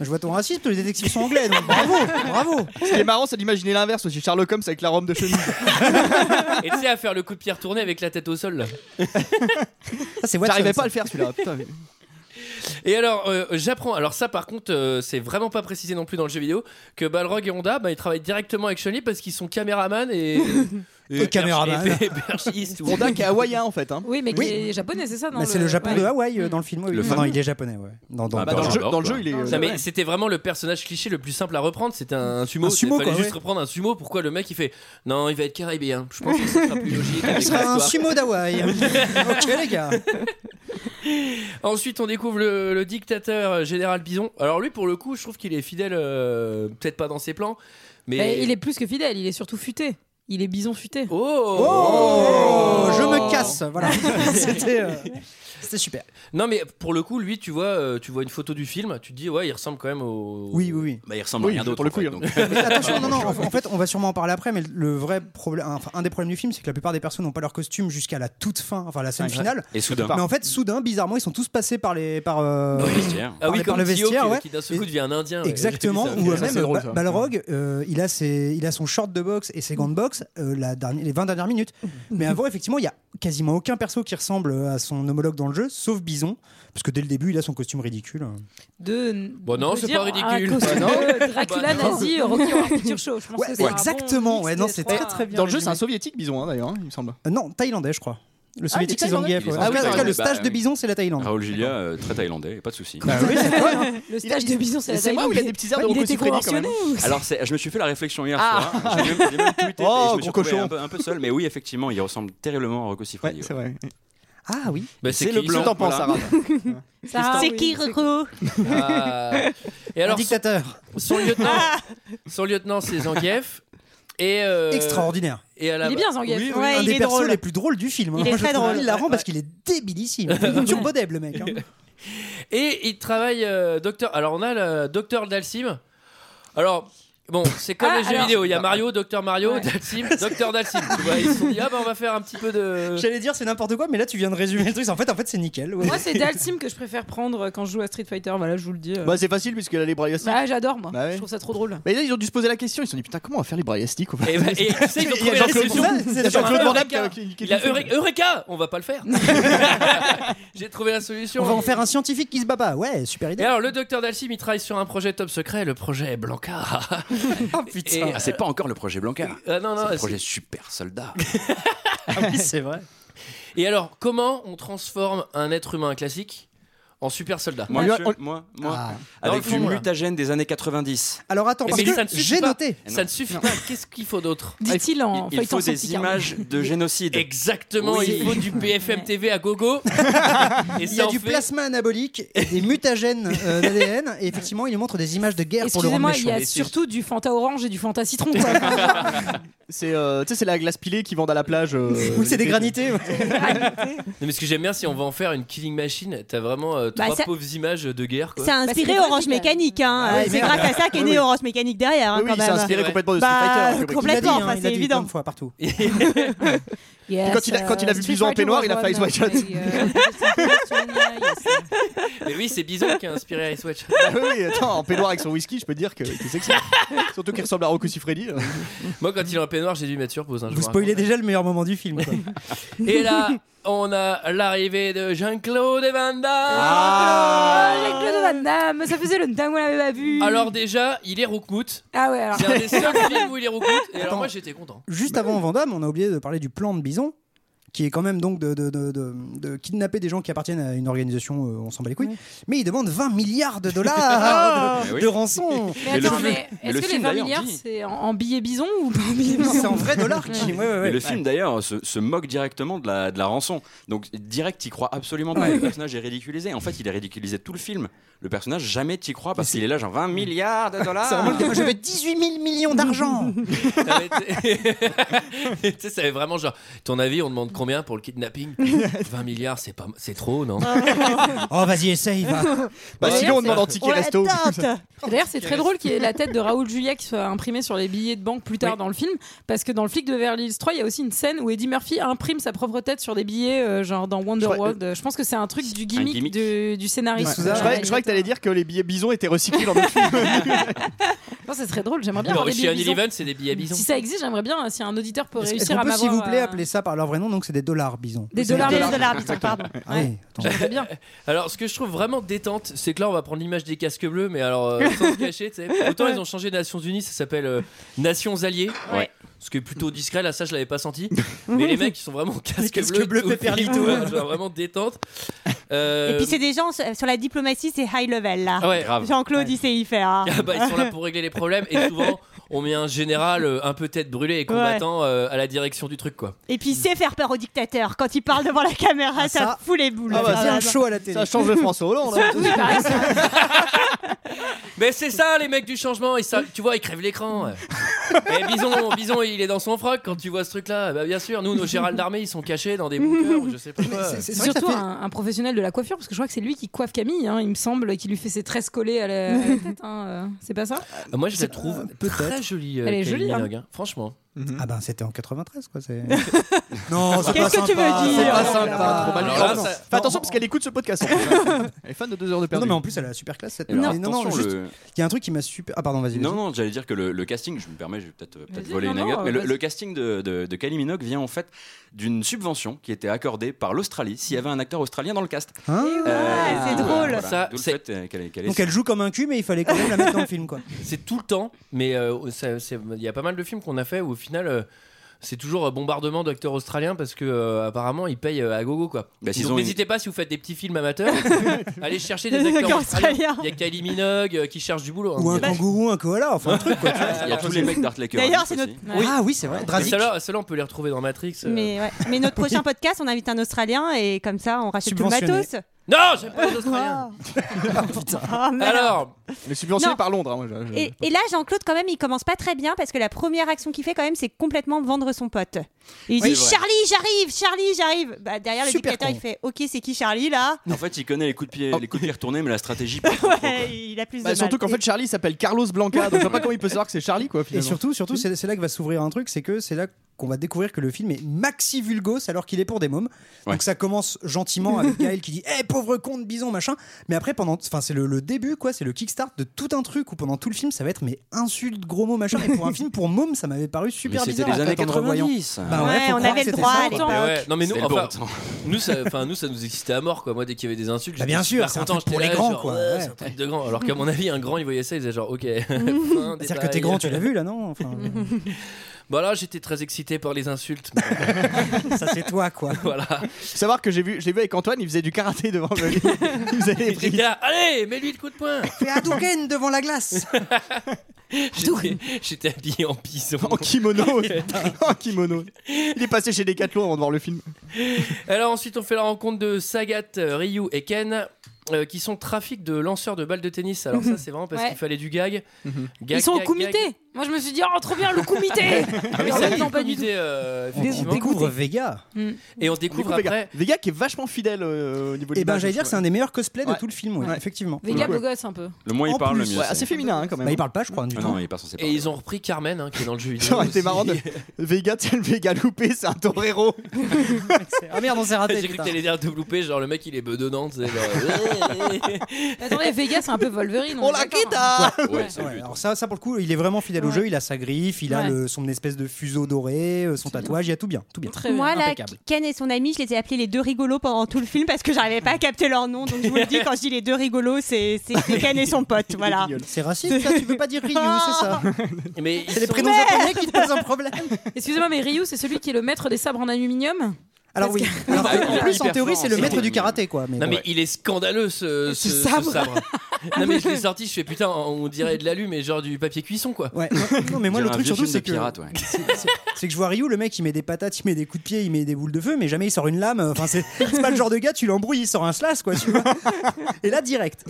[SPEAKER 9] Je vois ton racisme, tous les détectives sont anglais, donc bravo, bravo.
[SPEAKER 8] Ce qui est marrant, c'est d'imaginer l'inverse aussi. Sherlock Holmes avec la robe de chemise.
[SPEAKER 1] Et tu sais, à faire le coup de pierre tourné avec la tête au sol. Là.
[SPEAKER 9] Ça c'est Watson,
[SPEAKER 8] J'arrivais pas
[SPEAKER 9] ça.
[SPEAKER 8] à le faire celui-là. Putain, mais-
[SPEAKER 1] Et alors, euh, j'apprends. Alors ça, par contre, euh, c'est vraiment pas précisé non plus dans le jeu vidéo que Balrog et Honda, bah, ils travaillent directement avec Chun-Li parce qu'ils sont caméraman
[SPEAKER 9] [laughs]
[SPEAKER 1] et,
[SPEAKER 9] Et caméraman.
[SPEAKER 1] et perchiste, ou-
[SPEAKER 8] Honda qui est hawaïen en fait. hein.
[SPEAKER 7] Oui, mais qui
[SPEAKER 9] Oui.
[SPEAKER 7] est japonais, c'est ça non
[SPEAKER 9] Bah, c'est le Japon
[SPEAKER 7] ouais.
[SPEAKER 9] de Hawaï euh, dans le film. oui,
[SPEAKER 10] Le
[SPEAKER 9] oui.
[SPEAKER 10] fameux.
[SPEAKER 9] non, il est japonais, ouais. Dans, dans-
[SPEAKER 10] Ah,
[SPEAKER 8] Bah,
[SPEAKER 9] dans
[SPEAKER 8] dans,
[SPEAKER 9] le
[SPEAKER 8] le
[SPEAKER 9] jeu.
[SPEAKER 8] jeu, dans le jeu, il est. euh,
[SPEAKER 1] Non mais c'était vraiment le personnage cliché le plus simple à reprendre, c'était un, sumo.
[SPEAKER 9] Un sumo,
[SPEAKER 1] il fallait
[SPEAKER 9] quoi,
[SPEAKER 1] juste
[SPEAKER 9] ouais.
[SPEAKER 1] reprendre un sumo. Pourquoi le mec il fait non, il va être caribéen. Je pense que ce sera plus
[SPEAKER 9] [laughs]
[SPEAKER 1] logique. avec
[SPEAKER 9] Il sera un
[SPEAKER 1] l'histoire.
[SPEAKER 9] sumo d'Hawaï. ok les gars.
[SPEAKER 1] Ensuite, on découvre le, le dictateur euh, général Bison. Alors lui, pour le coup, je trouve qu'il est fidèle, euh, peut-être pas dans ses plans, mais
[SPEAKER 7] Mais Bah, il est plus que fidèle, il est surtout futé. Il est bison futé.
[SPEAKER 1] Oh,
[SPEAKER 9] Oh, je me casse. Voilà. C'était. euh, C'était super.
[SPEAKER 1] Non mais pour le coup, lui, tu vois, euh, tu vois une photo du film, tu te dis ouais, il ressemble quand même au.
[SPEAKER 9] Oui, oui, oui.
[SPEAKER 10] Bah, il ressemble
[SPEAKER 8] Oui,
[SPEAKER 10] à rien
[SPEAKER 8] pour
[SPEAKER 10] d'autre.
[SPEAKER 8] le
[SPEAKER 10] en
[SPEAKER 8] coup,
[SPEAKER 10] fait,
[SPEAKER 8] hein.
[SPEAKER 10] donc.
[SPEAKER 8] [laughs]
[SPEAKER 9] Mais attention, non, non, en, en fait, on va sûrement en parler après, mais le vrai problème, enfin, un des problèmes du film, c'est que la plupart des personnes n'ont pas leur costume jusqu'à la toute fin, enfin, la scène
[SPEAKER 8] Ouais.
[SPEAKER 9] finale.
[SPEAKER 10] Et
[SPEAKER 8] [laughs]
[SPEAKER 10] soudain,
[SPEAKER 9] Mais en fait, soudain, bizarrement, ils sont tous passés par les. Par, euh,
[SPEAKER 10] dans le
[SPEAKER 9] [laughs]
[SPEAKER 10] vestiaire.
[SPEAKER 1] Ah oui,
[SPEAKER 9] Par- par
[SPEAKER 1] comme
[SPEAKER 9] le
[SPEAKER 1] Tio qui-
[SPEAKER 9] vestiaire,
[SPEAKER 1] qui,
[SPEAKER 9] ouais.
[SPEAKER 1] d'un seul coup
[SPEAKER 9] Et-
[SPEAKER 1] devient un Indien. ouais.
[SPEAKER 9] Exactement,
[SPEAKER 1] [laughs] J'ai vu ça,
[SPEAKER 9] ou
[SPEAKER 1] ok.
[SPEAKER 9] même
[SPEAKER 8] c'est drôle,
[SPEAKER 9] Ba-
[SPEAKER 8] ça.
[SPEAKER 9] Balrog, euh, il, a ses, il a son short de boxe et ses gants de boxe euh, la dernière, les 20 dernières minutes.
[SPEAKER 8] [laughs]
[SPEAKER 9] Mais avant, effectivement, il y a quasiment aucun perso qui ressemble à son homologue dans le jeu, sauf Bison, parce que dès le début, il a son costume ridicule.
[SPEAKER 7] De,
[SPEAKER 1] Bon, non,
[SPEAKER 7] de
[SPEAKER 1] c'est
[SPEAKER 7] dire
[SPEAKER 1] pas ridicule.
[SPEAKER 7] un costume
[SPEAKER 1] Bah, non.
[SPEAKER 7] de [laughs] Dracula
[SPEAKER 1] Bah, non.
[SPEAKER 7] nazi, euh, Rocky Horror Picture Show. Je pense
[SPEAKER 9] Ouais,
[SPEAKER 7] que c'est un
[SPEAKER 9] exactement,
[SPEAKER 7] bon
[SPEAKER 9] ouais,
[SPEAKER 7] mix
[SPEAKER 9] non,
[SPEAKER 7] des
[SPEAKER 9] c'est
[SPEAKER 7] trois.
[SPEAKER 9] très, très bien.
[SPEAKER 8] Dans le jeu, c'est un soviétique bison hein, d'ailleurs, hein, il me semble.
[SPEAKER 9] Euh, non, thaïlandais, je crois. Le soviétique, c'est Zangief.
[SPEAKER 10] Il est
[SPEAKER 9] ouais. Ah oui,
[SPEAKER 10] Zangief.
[SPEAKER 9] en tout cas, le
[SPEAKER 10] Bah,
[SPEAKER 9] stage
[SPEAKER 10] oui.
[SPEAKER 9] de bison, c'est la Thaïlande.
[SPEAKER 10] Raoul Julia, euh, très thaïlandais, pas de souci.
[SPEAKER 9] Bah oui, c'est vrai, hein.
[SPEAKER 7] [laughs] Le stage de bison, c'est la
[SPEAKER 8] C'est moi
[SPEAKER 7] Thaïlande.
[SPEAKER 8] où il a des petits airs de
[SPEAKER 7] Il était
[SPEAKER 8] reconstitué quand même. hein.
[SPEAKER 7] conventionné ou
[SPEAKER 10] Alors, c'est- je me suis fait la réflexion hier
[SPEAKER 8] Ah.
[SPEAKER 10] soir. J'ai même, j'ai même tweeté et je me
[SPEAKER 8] Oh, gros
[SPEAKER 10] suis retrouvé
[SPEAKER 8] cochon.
[SPEAKER 10] un peu, un peu seul, mais oui, effectivement, il ressemble terriblement à Rocco
[SPEAKER 8] Ouais,
[SPEAKER 10] Siffredi.
[SPEAKER 8] c'est vrai.
[SPEAKER 9] Ah oui.
[SPEAKER 1] Bah,
[SPEAKER 10] C'est le
[SPEAKER 1] qui,
[SPEAKER 10] blanc.
[SPEAKER 8] Qu'est-ce que t'en penses,
[SPEAKER 10] Voilà.
[SPEAKER 8] Sarah
[SPEAKER 7] Ça,
[SPEAKER 6] c'est
[SPEAKER 7] oui,
[SPEAKER 6] qui, Recro
[SPEAKER 1] Ah. Et
[SPEAKER 9] Un
[SPEAKER 1] alors, son,
[SPEAKER 9] dictateur.
[SPEAKER 1] son lieutenant,
[SPEAKER 9] [laughs]
[SPEAKER 1] son lieutenant, c'est Zangief. Et euh,
[SPEAKER 9] Extraordinaire.
[SPEAKER 1] Et à la
[SPEAKER 7] Il est bien Zangief.
[SPEAKER 9] Oui, oui,
[SPEAKER 6] Ouais,
[SPEAKER 9] un
[SPEAKER 6] il
[SPEAKER 9] des
[SPEAKER 6] est
[SPEAKER 9] persos
[SPEAKER 6] drôle.
[SPEAKER 9] les plus drôles du film.
[SPEAKER 6] Il
[SPEAKER 9] Moi,
[SPEAKER 6] est
[SPEAKER 9] [laughs] je
[SPEAKER 6] très
[SPEAKER 9] le trouve
[SPEAKER 6] drôle.
[SPEAKER 9] hilarant parce qu'il est débilissime. Il est turbo déb, le mec. hein.
[SPEAKER 1] Et il travaille euh, docteur. Alors on a le docteur Dalsim. Alors bon, c'est comme
[SPEAKER 7] Ah,
[SPEAKER 1] les jeux
[SPEAKER 7] alors-
[SPEAKER 1] vidéo. Il y a Mario, docteur Mario,
[SPEAKER 7] Ouais.
[SPEAKER 1] Dalsim, docteur Dalsim. Tu vois, ils se sont dit ah bah on va faire un petit peu de.
[SPEAKER 9] J'allais dire c'est n'importe quoi, mais là tu viens de résumer le truc. En fait, en fait c'est nickel. ouais.
[SPEAKER 7] Moi, c'est Dalsim que je préfère prendre quand je joue à Street Fighter. Voilà, je vous le dis.
[SPEAKER 8] [laughs]
[SPEAKER 7] euh.
[SPEAKER 8] Bah, c'est facile puisque là, les braillastis.
[SPEAKER 7] Bah, j'adore, moi.
[SPEAKER 8] Bah ouais.
[SPEAKER 7] Je trouve ça trop drôle.
[SPEAKER 8] Mais là, ils ont dû se poser la question. Ils se sont dit, putain, comment on va faire les braillastis quoi [laughs]
[SPEAKER 1] Et, bah, et tu sais, ils ont
[SPEAKER 8] Il y
[SPEAKER 1] trouvé
[SPEAKER 8] a
[SPEAKER 1] la
[SPEAKER 8] Jean-Claude
[SPEAKER 1] solution.
[SPEAKER 8] Van Damme- il y a Jean-Claude Van Damme qui a-
[SPEAKER 1] Eureka.
[SPEAKER 8] qui- qui-
[SPEAKER 1] Il a Eure- Eureka, on va pas le faire. [laughs] J'ai trouvé la solution.
[SPEAKER 9] On va en faire un scientifique qui se bat pas. Ouais, super
[SPEAKER 1] Et
[SPEAKER 9] idée.
[SPEAKER 1] alors le docteur Dalsim, il travaille sur un projet top secret, le projet Blanca.
[SPEAKER 9] Ah, putain.
[SPEAKER 1] Et-
[SPEAKER 10] Ah, c'est pas encore le projet Blanca.
[SPEAKER 1] [laughs] Ah, non non.
[SPEAKER 10] C'est le
[SPEAKER 1] c'est-
[SPEAKER 10] projet Super Soldat.
[SPEAKER 9] Ah oui, c'est vrai.
[SPEAKER 1] Et alors comment on transforme un être humain classique en super soldat
[SPEAKER 10] Moi,
[SPEAKER 8] lui a-
[SPEAKER 10] monsieur, moi, moi.
[SPEAKER 9] Ah.
[SPEAKER 10] Avec
[SPEAKER 1] Dans le
[SPEAKER 10] du
[SPEAKER 1] fond, là.
[SPEAKER 10] mutagène des années 90.
[SPEAKER 9] Alors attends,
[SPEAKER 1] Mais
[SPEAKER 9] parce
[SPEAKER 1] mais ça ne
[SPEAKER 9] que
[SPEAKER 1] suffit
[SPEAKER 9] j'ai
[SPEAKER 1] pas.
[SPEAKER 9] noté.
[SPEAKER 1] Ça ne suffit pas. Qu'est-ce qu'il faut d'autre
[SPEAKER 7] Dit-il
[SPEAKER 10] Il-
[SPEAKER 7] en
[SPEAKER 10] Il
[SPEAKER 7] feuilletant
[SPEAKER 10] faut
[SPEAKER 7] son
[SPEAKER 10] des
[SPEAKER 7] petit carnet.
[SPEAKER 10] images de génocide.
[SPEAKER 1] Exactement,
[SPEAKER 10] Oui.
[SPEAKER 1] il faut du BFM TV à
[SPEAKER 9] [laughs]
[SPEAKER 1] gogo. Et
[SPEAKER 9] Il y
[SPEAKER 1] ça
[SPEAKER 9] a
[SPEAKER 1] en
[SPEAKER 9] du
[SPEAKER 1] fait-
[SPEAKER 9] plasma anabolique, et des mutagènes euh, d'ADN, et effectivement, ils nous montrent des images de guerre pour le rendre
[SPEAKER 7] Excusez-moi, il y
[SPEAKER 9] méchant.
[SPEAKER 7] a surtout du Fanta Orange et du
[SPEAKER 8] [laughs]
[SPEAKER 7] Fanta Citron. quoi.
[SPEAKER 8] C'est euh, tu sais, c'est la glace pilée qu'ils vendent à la plage. euh,
[SPEAKER 9] Oui, c'est des granités. ouais.
[SPEAKER 1] Non, mais ce que j'aime bien, c'est on va en faire une killing machine. T'as vraiment euh,
[SPEAKER 6] Bah,
[SPEAKER 1] trois
[SPEAKER 6] ça-
[SPEAKER 1] pauvres images de guerre. Quoi. [laughs]
[SPEAKER 6] Ça a inspiré
[SPEAKER 7] Parce que-
[SPEAKER 6] Orange Mécanique. Hein.
[SPEAKER 9] Ah oui,
[SPEAKER 6] Euh, c'est
[SPEAKER 9] merde.
[SPEAKER 6] grâce à ça qu'est
[SPEAKER 9] Oui, oui.
[SPEAKER 6] né Orange Mécanique derrière, hein,
[SPEAKER 8] Ah Oui, oui,
[SPEAKER 6] quand
[SPEAKER 8] c'est
[SPEAKER 6] même.
[SPEAKER 8] inspiré
[SPEAKER 1] Ouais.
[SPEAKER 8] complètement de Street
[SPEAKER 6] Bah,
[SPEAKER 8] Fighter. [laughs]
[SPEAKER 9] Il l'a dit,
[SPEAKER 6] complètement,
[SPEAKER 9] hein,
[SPEAKER 6] enfin,
[SPEAKER 9] il l'a
[SPEAKER 6] c'est
[SPEAKER 9] dit
[SPEAKER 6] évidemment.
[SPEAKER 9] plein de fois partout.
[SPEAKER 7] Yes,
[SPEAKER 8] Quand il a- quand il a vu
[SPEAKER 7] Street
[SPEAKER 8] Bison en
[SPEAKER 7] Fighter
[SPEAKER 8] peignoir,
[SPEAKER 7] was
[SPEAKER 8] il a fait
[SPEAKER 7] one,
[SPEAKER 8] Ice White Shot.
[SPEAKER 7] uh, Castlevania, yes.
[SPEAKER 1] Mais oui, c'est Bison qui a inspiré Ice Watch.
[SPEAKER 8] Ah oui, oui, attends, en peignoir avec son whisky, je peux te dire que, que c'est que ça. Surtout qu'il ressemble à Rocco Siffredi. euh.
[SPEAKER 1] Moi, quand il est en peignoir, j'ai dû mettre sur pause. hein, je
[SPEAKER 9] Vous
[SPEAKER 1] vous
[SPEAKER 9] spoilez
[SPEAKER 1] raconte.
[SPEAKER 9] déjà le meilleur moment du film. quoi.
[SPEAKER 1] Et là, on a l'arrivée de Jean-Claude Van Damme.
[SPEAKER 7] Ah, Jean-Claude Van Damme, ça faisait le dingue, on l'avait pas vu.
[SPEAKER 1] Alors, déjà, il est Roukmout.
[SPEAKER 7] ah ouais, alors.
[SPEAKER 1] C'est un des
[SPEAKER 9] [laughs]
[SPEAKER 1] seuls films où il est Roukmout. Et alors,
[SPEAKER 9] Attends.
[SPEAKER 1] moi, j'étais content.
[SPEAKER 9] Juste avant Vandame, on a oublié de parler du plan de Bison, qui est quand même donc de, de- de- de- de kidnapper des gens qui appartiennent à une organisation, euh, on s'en bat les couilles. Mais il demande 20 milliards de dollars
[SPEAKER 10] Mais
[SPEAKER 9] de,
[SPEAKER 10] oui.
[SPEAKER 9] de rançon.
[SPEAKER 7] Mais
[SPEAKER 10] Et le
[SPEAKER 7] attends,
[SPEAKER 10] film-
[SPEAKER 7] mais
[SPEAKER 10] et le
[SPEAKER 7] est-ce que les
[SPEAKER 10] film,
[SPEAKER 7] 20
[SPEAKER 10] d'ailleurs,
[SPEAKER 7] milliards,
[SPEAKER 10] dit-
[SPEAKER 7] c'est en, en billets bison ou pas en billets bison
[SPEAKER 9] C'est en vrai dollar qui. ouais, ouais,
[SPEAKER 10] Mais
[SPEAKER 9] ouais.
[SPEAKER 10] le film d'ailleurs se, se moque directement de la, de la rançon. Donc direct, t'y crois absolument pas. Le personnage est ridiculisé. En fait, il est ridiculisé tout le film. Le personnage jamais t'y crois parce qu'il est là genre 20 milliards de dollars.
[SPEAKER 9] C'est vraiment le thème, je veux 18 000 millions d'argent.
[SPEAKER 1] Ah, mais t'es- [laughs] tu sais, ça fait vraiment genre. Ton avis, on demande combien pour le kidnapping
[SPEAKER 9] [laughs]
[SPEAKER 1] 20 milliards, c'est pas, c'est trop, non
[SPEAKER 9] Oh, vas-y, essaye, va.
[SPEAKER 8] Bah,
[SPEAKER 7] Ouais,
[SPEAKER 8] sinon, on demande en
[SPEAKER 6] On
[SPEAKER 8] ticket
[SPEAKER 6] la
[SPEAKER 8] resto. [laughs]
[SPEAKER 6] tente.
[SPEAKER 7] D'ailleurs, c'est très drôle qu'il y ait la tête de Raoul Julia qui soit imprimée sur les billets de banque plus tard dans le film, parce que dans le flic de Beverly Hills 3, il y a aussi une scène où Eddie Murphy imprime sa propre tête sur des billets, euh, genre dans Wonderworld. Je pense que c'est un truc du gimmick,
[SPEAKER 10] gimmick.
[SPEAKER 7] de- du scénariste.
[SPEAKER 8] Je
[SPEAKER 9] De Sousa.
[SPEAKER 7] Genre,
[SPEAKER 8] croyais, je croyais que t'allais dire que les billets bison étaient recyclés dans d'autres films.
[SPEAKER 7] Non, c'est très drôle. J'aimerais bien.
[SPEAKER 1] Bon,
[SPEAKER 7] avoir des
[SPEAKER 1] chez
[SPEAKER 7] billets bisons.
[SPEAKER 1] Unleaven, c'est des Bah, billets bisons.
[SPEAKER 7] Si ça existe, j'aimerais bien. euh, Si un auditeur peut
[SPEAKER 9] Est-ce est-ce
[SPEAKER 7] réussir
[SPEAKER 9] qu'on
[SPEAKER 7] à
[SPEAKER 9] peut,
[SPEAKER 7] m'avoir.
[SPEAKER 9] s'il vous plaît,
[SPEAKER 7] euh,
[SPEAKER 9] appeler ça par leur vrai nom Donc, c'est des dollars, Bison.
[SPEAKER 7] Des
[SPEAKER 9] C'est-
[SPEAKER 7] dollars,
[SPEAKER 6] Des
[SPEAKER 7] Bison.
[SPEAKER 6] dollars, Bison, pardon.
[SPEAKER 9] Ah oui, attends.
[SPEAKER 7] J'aimerais bien.
[SPEAKER 1] Alors, ce que je trouve vraiment détente, c'est que là, on va prendre l'image des casques bleus, mais alors, euh, sans se cacher, tu sais. Autant ils ont changé Nations Unies, ça s'appelle euh, Nations Alliées.
[SPEAKER 10] Ouais.
[SPEAKER 1] Ce qui est plutôt discret, là, ça, je l'avais pas senti. mais les mecs, ils sont vraiment en casque
[SPEAKER 9] casques
[SPEAKER 1] bleu.
[SPEAKER 9] bleus
[SPEAKER 1] tout le film,
[SPEAKER 9] Pepperlito.
[SPEAKER 1] ouais, genre, vraiment détente. Euh,
[SPEAKER 6] Et puis c'est des gens sur sur la diplomatie, c'est high level là.
[SPEAKER 1] ah ouais.
[SPEAKER 10] Grave.
[SPEAKER 6] Jean-Claude, il sait y faire. hein.
[SPEAKER 1] Ah bah, ils sont là pour régler les problèmes et souvent on met un général euh, un peu tête brûlée et combattant euh, à la direction du truc quoi.
[SPEAKER 6] Et puis il sait faire peur au dictateur. Quand il parle devant la caméra,
[SPEAKER 9] Ah,
[SPEAKER 6] ça,
[SPEAKER 9] ça.
[SPEAKER 6] fout les boules.
[SPEAKER 8] Ah bah,
[SPEAKER 9] C'est bien
[SPEAKER 8] ça,
[SPEAKER 9] chaud à la télé.
[SPEAKER 8] Ça change de François Hollande. hein.
[SPEAKER 7] Oui, pareil, ça-
[SPEAKER 1] Mais c'est ça les mecs du changement et ça tu vois ils crèvent l'écran. Et Bison, Bison il est dans son froc quand tu vois ce truc là. Bah bien sûr nous nos Gérald d'armée ils sont cachés dans des bunkers ou je sais pas quoi.
[SPEAKER 9] C'est- c'est- c'est vrai que ça
[SPEAKER 7] Surtout
[SPEAKER 9] fait-
[SPEAKER 7] un, un professionnel de la coiffure, parce que je crois que c'est lui qui coiffe Camille, hein, il me semble, et qui lui fait ses tresses collées à la, à
[SPEAKER 9] [laughs]
[SPEAKER 7] la tête. hein, euh, c'est pas ça
[SPEAKER 1] Ah, Moi je la trouve très jolie. euh,
[SPEAKER 7] Elle est
[SPEAKER 1] Kylie
[SPEAKER 7] jolie, hein.
[SPEAKER 1] Minogue, hein, Franchement.
[SPEAKER 9] Ah ben c'était en 93 quoi c'est. non, c'est
[SPEAKER 6] Qu'est-ce que tu veux dire
[SPEAKER 9] C'est pas
[SPEAKER 6] Oh là
[SPEAKER 9] sympa.
[SPEAKER 6] là.
[SPEAKER 8] Trop mal
[SPEAKER 1] Alors
[SPEAKER 8] dit.
[SPEAKER 1] là,
[SPEAKER 8] Ah, non.
[SPEAKER 1] ça-
[SPEAKER 8] Fais attention parce qu'elle écoute ce podcast. en fait. [laughs] Elle est fan de 2 heures de
[SPEAKER 9] Non
[SPEAKER 8] perdu.
[SPEAKER 9] mais en plus elle a la super classe cette
[SPEAKER 10] Et alors,
[SPEAKER 9] Mais non, non,
[SPEAKER 10] attention,
[SPEAKER 9] juste,
[SPEAKER 10] le-
[SPEAKER 9] il y a un truc qui m'a super Ah pardon, vas-y.
[SPEAKER 10] Non,
[SPEAKER 9] vas-y.
[SPEAKER 10] non, j'allais dire que le, le casting, je me permets, je vais peut-être peut
[SPEAKER 7] Vas-y,
[SPEAKER 10] voler
[SPEAKER 7] non,
[SPEAKER 10] une
[SPEAKER 7] non,
[SPEAKER 10] anecdote, mais le,
[SPEAKER 7] vas-y.
[SPEAKER 10] le casting de, de, de Kylie Minogue vient en fait d'une subvention qui était accordée par l'Australie s'il y avait un acteur australien dans le cast.
[SPEAKER 9] Hein
[SPEAKER 10] Euh,
[SPEAKER 6] c'est
[SPEAKER 10] d'où-
[SPEAKER 6] drôle.
[SPEAKER 10] voilà,
[SPEAKER 1] Ça,
[SPEAKER 10] d'où le
[SPEAKER 1] c'est-
[SPEAKER 10] fait, euh, qu'elle est- qu'elle est-
[SPEAKER 9] Donc elle joue comme un cul mais il fallait quand même la mettre dans le film quoi.
[SPEAKER 1] C'est tout le temps, mais euh, ça- c'est- il y a pas mal de films qu'on a fait où au final. euh, c'est toujours euh, bombardement d'acteurs australiens parce que euh, apparemment ils payent euh, à gogo quoi.
[SPEAKER 10] Bah, s'ils
[SPEAKER 1] Donc
[SPEAKER 10] ont une-
[SPEAKER 1] n'hésitez pas si vous faites des petits films amateurs, allez chercher des
[SPEAKER 6] Des
[SPEAKER 1] acteurs
[SPEAKER 6] acteurs
[SPEAKER 1] australiens.
[SPEAKER 6] australiens.
[SPEAKER 1] Il y a Kylie Minogue euh, qui cherche du boulot. hein.
[SPEAKER 9] Ou
[SPEAKER 1] Il
[SPEAKER 9] un
[SPEAKER 1] y a-
[SPEAKER 9] kangourou, un koala, enfin un truc quoi. tu vois.
[SPEAKER 10] [laughs] Il y a tous les mecs d'Art Laker.
[SPEAKER 6] D'ailleurs,
[SPEAKER 10] Alice
[SPEAKER 6] c'est notre- Ah,
[SPEAKER 10] aussi.
[SPEAKER 7] Ouais.
[SPEAKER 9] Ah oui, c'est vrai.
[SPEAKER 1] Mais
[SPEAKER 9] Drazik.
[SPEAKER 1] Ceux-là, ceux-là, on peut les retrouver dans Matrix. euh.
[SPEAKER 6] Mais, ouais. Mais notre prochain podcast, on invite un Australien et comme ça, on rachète tout le
[SPEAKER 9] Subventionné.
[SPEAKER 6] matos.
[SPEAKER 1] Non, j'aime pas les Australiens.
[SPEAKER 6] Ah, merde.
[SPEAKER 1] Alors,
[SPEAKER 8] Mais subventionné
[SPEAKER 6] Non.
[SPEAKER 8] par Londres. hein, moi, je- je-
[SPEAKER 6] Et, et là, Jean-Claude, quand même, il commence pas très bien parce que la première action qu'il fait, quand même, c'est complètement vendre son pote. Il
[SPEAKER 10] Oui,
[SPEAKER 6] dit
[SPEAKER 10] c'est vrai.
[SPEAKER 6] Charlie, j'arrive, Charlie, j'arrive. Bah, derrière le
[SPEAKER 9] Super
[SPEAKER 6] dictateur,
[SPEAKER 9] con.
[SPEAKER 6] il fait Ok, c'est qui Charlie là
[SPEAKER 10] En fait, il connaît les coups de pied, les coups de pied retournés, mais la stratégie. pas trop, quoi.
[SPEAKER 6] Ouais, [laughs] il a plus
[SPEAKER 8] Bah,
[SPEAKER 6] de
[SPEAKER 8] surtout
[SPEAKER 6] mal.
[SPEAKER 8] qu'en fait, Charlie s'appelle Carlos Blanca. donc je vois pas comment il peut savoir que c'est Charlie, quoi.
[SPEAKER 9] Et
[SPEAKER 8] Finalement.
[SPEAKER 9] surtout,
[SPEAKER 10] Mm.
[SPEAKER 9] surtout c'est c'est là que va s'ouvrir un truc, c'est que c'est là qu'on va découvrir que le film est maxi vulgos alors qu'il est pour des mômes.
[SPEAKER 10] Ouais.
[SPEAKER 9] Donc ça commence
[SPEAKER 10] [laughs]
[SPEAKER 9] gentiment avec Gaël qui dit Eh pauvre con de bison, machin. Mais après, pendant, enfin c'est le, le début, quoi, c'est le kickstart de tout un truc où pendant tout le film, ça va être mais insultes, gros mots, machin.
[SPEAKER 10] [laughs]
[SPEAKER 9] Et pour un film pour mômes, ça m'avait paru
[SPEAKER 10] Mais
[SPEAKER 9] super
[SPEAKER 10] C'était
[SPEAKER 9] bizarre.
[SPEAKER 10] les
[SPEAKER 9] en fait,
[SPEAKER 10] années
[SPEAKER 9] en le revoyant.
[SPEAKER 10] 90.
[SPEAKER 9] Bah
[SPEAKER 6] Ouais,
[SPEAKER 9] faut
[SPEAKER 6] on
[SPEAKER 9] croire
[SPEAKER 6] avait
[SPEAKER 9] que
[SPEAKER 6] le
[SPEAKER 9] c'était
[SPEAKER 6] droit à
[SPEAKER 9] ça, quoi.
[SPEAKER 6] l'époque.
[SPEAKER 1] mais ouais, non mais nous,
[SPEAKER 10] C'était le bon
[SPEAKER 1] enfin,
[SPEAKER 10] temps.
[SPEAKER 1] nous, ça, enfin, nous, ça nous excitait à mort quoi. Moi, dès qu'il y avait des insultes,
[SPEAKER 9] Bah,
[SPEAKER 1] j'étais
[SPEAKER 9] bien sûr,
[SPEAKER 1] super
[SPEAKER 9] c'est un
[SPEAKER 1] content,
[SPEAKER 9] truc pour
[SPEAKER 1] j'étais
[SPEAKER 9] les
[SPEAKER 1] là,
[SPEAKER 9] grands,
[SPEAKER 1] genre,
[SPEAKER 9] quoi,
[SPEAKER 1] ouais,
[SPEAKER 9] ouais.
[SPEAKER 1] c'est un truc de grand. Alors qu'à mon avis, un grand, il voyait ça, il faisait genre, ok.
[SPEAKER 7] [laughs]
[SPEAKER 9] Bah, C'est-à-dire que t'es grand, tu l'as vu là, non Enfin, euh,
[SPEAKER 1] Voilà, j'étais très excité par les insultes.
[SPEAKER 9] [laughs]
[SPEAKER 1] mais
[SPEAKER 9] Ça c'est toi, quoi.
[SPEAKER 1] voilà.
[SPEAKER 8] Faut Savoir que j'ai vu, je l'ai vu avec Antoine, il faisait du karaté devant me. il faisait les
[SPEAKER 1] J'étais
[SPEAKER 8] prises.
[SPEAKER 1] là, allez, mets-lui le coup de
[SPEAKER 9] [laughs]
[SPEAKER 1] poing.
[SPEAKER 9] [laughs] Fais Hadouken devant la glace. [laughs]
[SPEAKER 1] J'étais- J'étais habillé en bison.
[SPEAKER 8] En kimono, en kimono. Il est passé chez Decathlon avant de voir le film.
[SPEAKER 1] Alors ensuite, on fait la rencontre de Sagat, euh, Ryu et Ken. euh, qui sont trafic de lanceurs de balles de tennis. Alors
[SPEAKER 7] [laughs]
[SPEAKER 1] ça, c'est vraiment parce
[SPEAKER 7] Ouais.
[SPEAKER 1] qu'il fallait du gag.
[SPEAKER 9] Mhm.
[SPEAKER 1] Gag,
[SPEAKER 7] Ils sont au
[SPEAKER 1] gag,
[SPEAKER 7] comité.
[SPEAKER 1] gag.
[SPEAKER 7] Moi, je me suis dit, oh, trop bien le comité.
[SPEAKER 1] [laughs] Ah oui,
[SPEAKER 7] Ah
[SPEAKER 1] ça
[SPEAKER 7] oui,
[SPEAKER 1] vient
[SPEAKER 7] non,
[SPEAKER 1] du
[SPEAKER 7] pas du
[SPEAKER 1] comité, euh,
[SPEAKER 9] On, on
[SPEAKER 1] effectivement.
[SPEAKER 9] découvre Vega.
[SPEAKER 1] Et on se découvre
[SPEAKER 8] On découvre Vega.
[SPEAKER 1] après.
[SPEAKER 8] Vega qui est vachement fidèle euh, au niveau
[SPEAKER 9] Et
[SPEAKER 8] des
[SPEAKER 9] ben j'allais dire, c'est un des meilleurs cosplays de
[SPEAKER 8] Ouais.
[SPEAKER 9] tout le film, oui,
[SPEAKER 8] Ouais.
[SPEAKER 9] effectivement.
[SPEAKER 7] Véga
[SPEAKER 8] Ouais.
[SPEAKER 7] beau gosse un peu.
[SPEAKER 10] Le moins
[SPEAKER 9] En
[SPEAKER 10] il parle, le
[SPEAKER 9] plus,
[SPEAKER 10] mieux.
[SPEAKER 8] Ouais,
[SPEAKER 10] c'est.
[SPEAKER 8] assez féminin hein, quand même.
[SPEAKER 9] Bah, il parle pas, je crois, du
[SPEAKER 10] Ah
[SPEAKER 9] tout. [laughs]
[SPEAKER 10] non, il part censé
[SPEAKER 1] Et ils ont repris Carmen, hein, qui est dans le jeu vidéo.
[SPEAKER 8] Ça aurait été
[SPEAKER 1] aussi. [laughs]
[SPEAKER 8] marrant de- [laughs] Vega, c'est le Vega loupé, c'est un torero.
[SPEAKER 9] Ah merde, on s'est
[SPEAKER 1] [laughs]
[SPEAKER 9] raté.
[SPEAKER 1] J'ai cru que
[SPEAKER 9] putain.
[SPEAKER 1] t'allais dire double loupé, genre le mec il est bedonnant, tu sais, euh, genre.
[SPEAKER 7] Attendez, Véga, c'est un peu Wolverine.
[SPEAKER 8] On
[SPEAKER 7] est
[SPEAKER 8] la
[SPEAKER 7] d'accord,
[SPEAKER 8] quitte
[SPEAKER 7] hein.
[SPEAKER 8] à
[SPEAKER 10] Ouais,
[SPEAKER 7] Ouais.
[SPEAKER 10] c'est
[SPEAKER 9] Ouais,
[SPEAKER 10] lui.
[SPEAKER 9] alors ça, ça pour le coup, il est vraiment fidèle au
[SPEAKER 7] Ouais.
[SPEAKER 9] jeu. Il a sa griffe, il a
[SPEAKER 7] Ouais.
[SPEAKER 9] le- son espèce de fuseau doré, euh, son tatouage, il y a tout bien, tout bien.
[SPEAKER 1] Euh,
[SPEAKER 7] Très bien.
[SPEAKER 6] Moi, là,
[SPEAKER 9] impeccable.
[SPEAKER 6] Ken et son ami, je les ai appelés les deux rigolos pendant tout le film parce que j'arrivais pas à capter leur nom. Donc, je vous le dis, quand je dis les deux rigolos, c'est
[SPEAKER 1] [laughs]
[SPEAKER 6] c'est- c'est Ken et son pote. Voilà.
[SPEAKER 9] C'est raciste, ça, tu veux pas dire Ryu, c'est ça
[SPEAKER 1] Mais ils
[SPEAKER 9] C'est les
[SPEAKER 1] sont-
[SPEAKER 9] prénoms japonais qui te posent un problème.
[SPEAKER 7] Excusez-moi, mais Ryu, c'est celui qui est le maître des sabres en aluminium.
[SPEAKER 9] Alors oui, Alors,
[SPEAKER 10] Ah,
[SPEAKER 9] en
[SPEAKER 10] il est
[SPEAKER 9] plus,
[SPEAKER 10] hyper
[SPEAKER 9] en théorie,
[SPEAKER 10] fort,
[SPEAKER 9] c'est le
[SPEAKER 10] c'est
[SPEAKER 9] maître
[SPEAKER 10] vrai.
[SPEAKER 9] du karaté, quoi. Mais
[SPEAKER 1] Non
[SPEAKER 9] bon.
[SPEAKER 1] mais il est scandaleux ce, ce,
[SPEAKER 7] Ce
[SPEAKER 1] ce sabre.
[SPEAKER 7] sabre.
[SPEAKER 1] non mais je l'ai sorti, je fais putain, on dirait de l'alu mais genre du papier cuisson quoi.
[SPEAKER 9] Ouais. [laughs] Non, mais moi, le
[SPEAKER 10] Dire un
[SPEAKER 9] truc
[SPEAKER 10] vieux
[SPEAKER 9] surtout,
[SPEAKER 10] film de
[SPEAKER 9] c'est que.
[SPEAKER 10] pirate, ouais.
[SPEAKER 9] C'est que je vois Ryu, le mec, il met des patates, il met des coups de pied, il met des boules de feu, mais jamais il sort une lame.
[SPEAKER 1] [laughs]
[SPEAKER 9] Enfin, c'est c'est pas le genre de gars, tu l'embrouilles, il sort un slash, quoi, tu vois. Et là, direct.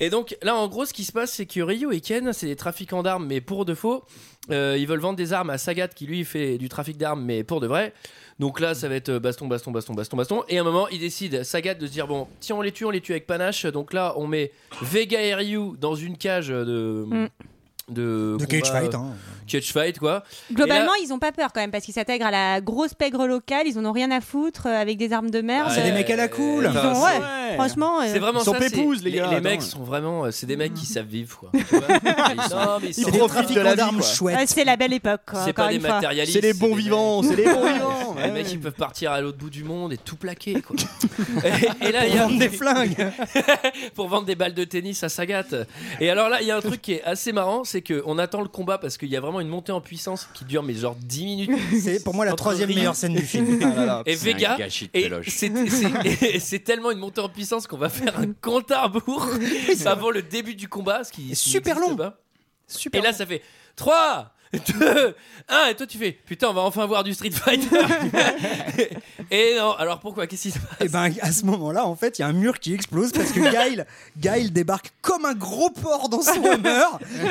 [SPEAKER 1] Et donc là en gros ce qui se passe c'est que Ryu et Ken c'est des trafiquants d'armes mais pour de faux. Euh, ils veulent vendre des armes à Sagat qui lui fait du trafic d'armes mais pour de vrai. Donc là ça va être euh, baston, baston, baston, baston, baston. Et à un moment il décide Sagat de se dire bon si on les tue on les tue avec panache. Donc là on met Vega et Ryu dans une cage de...
[SPEAKER 7] Mm.
[SPEAKER 1] De,
[SPEAKER 9] De cage
[SPEAKER 1] combat,
[SPEAKER 9] fight, hein.
[SPEAKER 1] euh, cage fight quoi.
[SPEAKER 6] Globalement, ils ont pas peur quand même parce qu'ils s'intègrent à la grosse pègre locale. Ils en ont rien à foutre euh, avec des armes de merde.
[SPEAKER 9] c'est des
[SPEAKER 1] Ouais.
[SPEAKER 9] mecs à la cool.
[SPEAKER 1] Enfin,
[SPEAKER 6] Ils ont-
[SPEAKER 1] c'est-
[SPEAKER 6] ouais. Franchement, euh,
[SPEAKER 1] C'est vraiment
[SPEAKER 8] Ils sont
[SPEAKER 1] ça.
[SPEAKER 8] pépouses,
[SPEAKER 1] c'est-
[SPEAKER 8] les gars,
[SPEAKER 1] Les,
[SPEAKER 8] attends.
[SPEAKER 1] mecs sont vraiment. euh, C'est des mecs qui savent vivre, [laughs] quoi. tu vois. Ils sont- non, mais ils
[SPEAKER 9] C'est
[SPEAKER 1] sont-
[SPEAKER 9] des
[SPEAKER 8] profitent de la
[SPEAKER 9] trafiquants
[SPEAKER 8] vie,
[SPEAKER 9] d'armes
[SPEAKER 8] quoi.
[SPEAKER 6] euh,
[SPEAKER 9] chouettes.
[SPEAKER 6] c'est la belle époque. quoi,
[SPEAKER 1] C'est
[SPEAKER 6] encore
[SPEAKER 1] pas des
[SPEAKER 6] une fois.
[SPEAKER 1] matérialistes.
[SPEAKER 8] C'est les bons
[SPEAKER 1] des
[SPEAKER 8] vivants, c'est les bons vivants.
[SPEAKER 1] mecs- Les mecs, ils peuvent partir à l'autre bout du monde et tout plaquer, quoi. et, et là, il y
[SPEAKER 9] Ils
[SPEAKER 1] a
[SPEAKER 9] vendent des flingues.
[SPEAKER 1] [laughs] pour vendre des balles de tennis à Sagat. Et alors là, il y a un truc qui est assez marrant, c'est que on attend le combat parce qu'il y a vraiment une montée en puissance qui dure mais genre 10 minutes.
[SPEAKER 9] C'est pour moi la
[SPEAKER 1] Entre
[SPEAKER 9] troisième
[SPEAKER 1] Ryu
[SPEAKER 9] meilleure scène du film.
[SPEAKER 8] Ah là là.
[SPEAKER 1] Et
[SPEAKER 10] C'est un
[SPEAKER 1] Vega,
[SPEAKER 10] gâchis de
[SPEAKER 1] Et
[SPEAKER 10] péloche.
[SPEAKER 1] c'est- c'est- [laughs] et c'est tellement une montée en puissance qu'on va faire un compte à rebours avant le début du combat, ce qui
[SPEAKER 9] Et
[SPEAKER 1] ce qui
[SPEAKER 9] super
[SPEAKER 1] n'existe
[SPEAKER 9] long.
[SPEAKER 1] pas.
[SPEAKER 9] Super.
[SPEAKER 1] Et là, ça fait 3, 2, 1, et toi tu fais Putain, on va enfin voir du Street Fighter [laughs] Et non, alors pourquoi Qu'est-ce qui se passe
[SPEAKER 9] Et ben à ce moment-là, en fait, il y a un mur qui explose parce que Guile, Guile débarque comme un gros porc
[SPEAKER 1] [laughs]
[SPEAKER 9] dans son Hummer.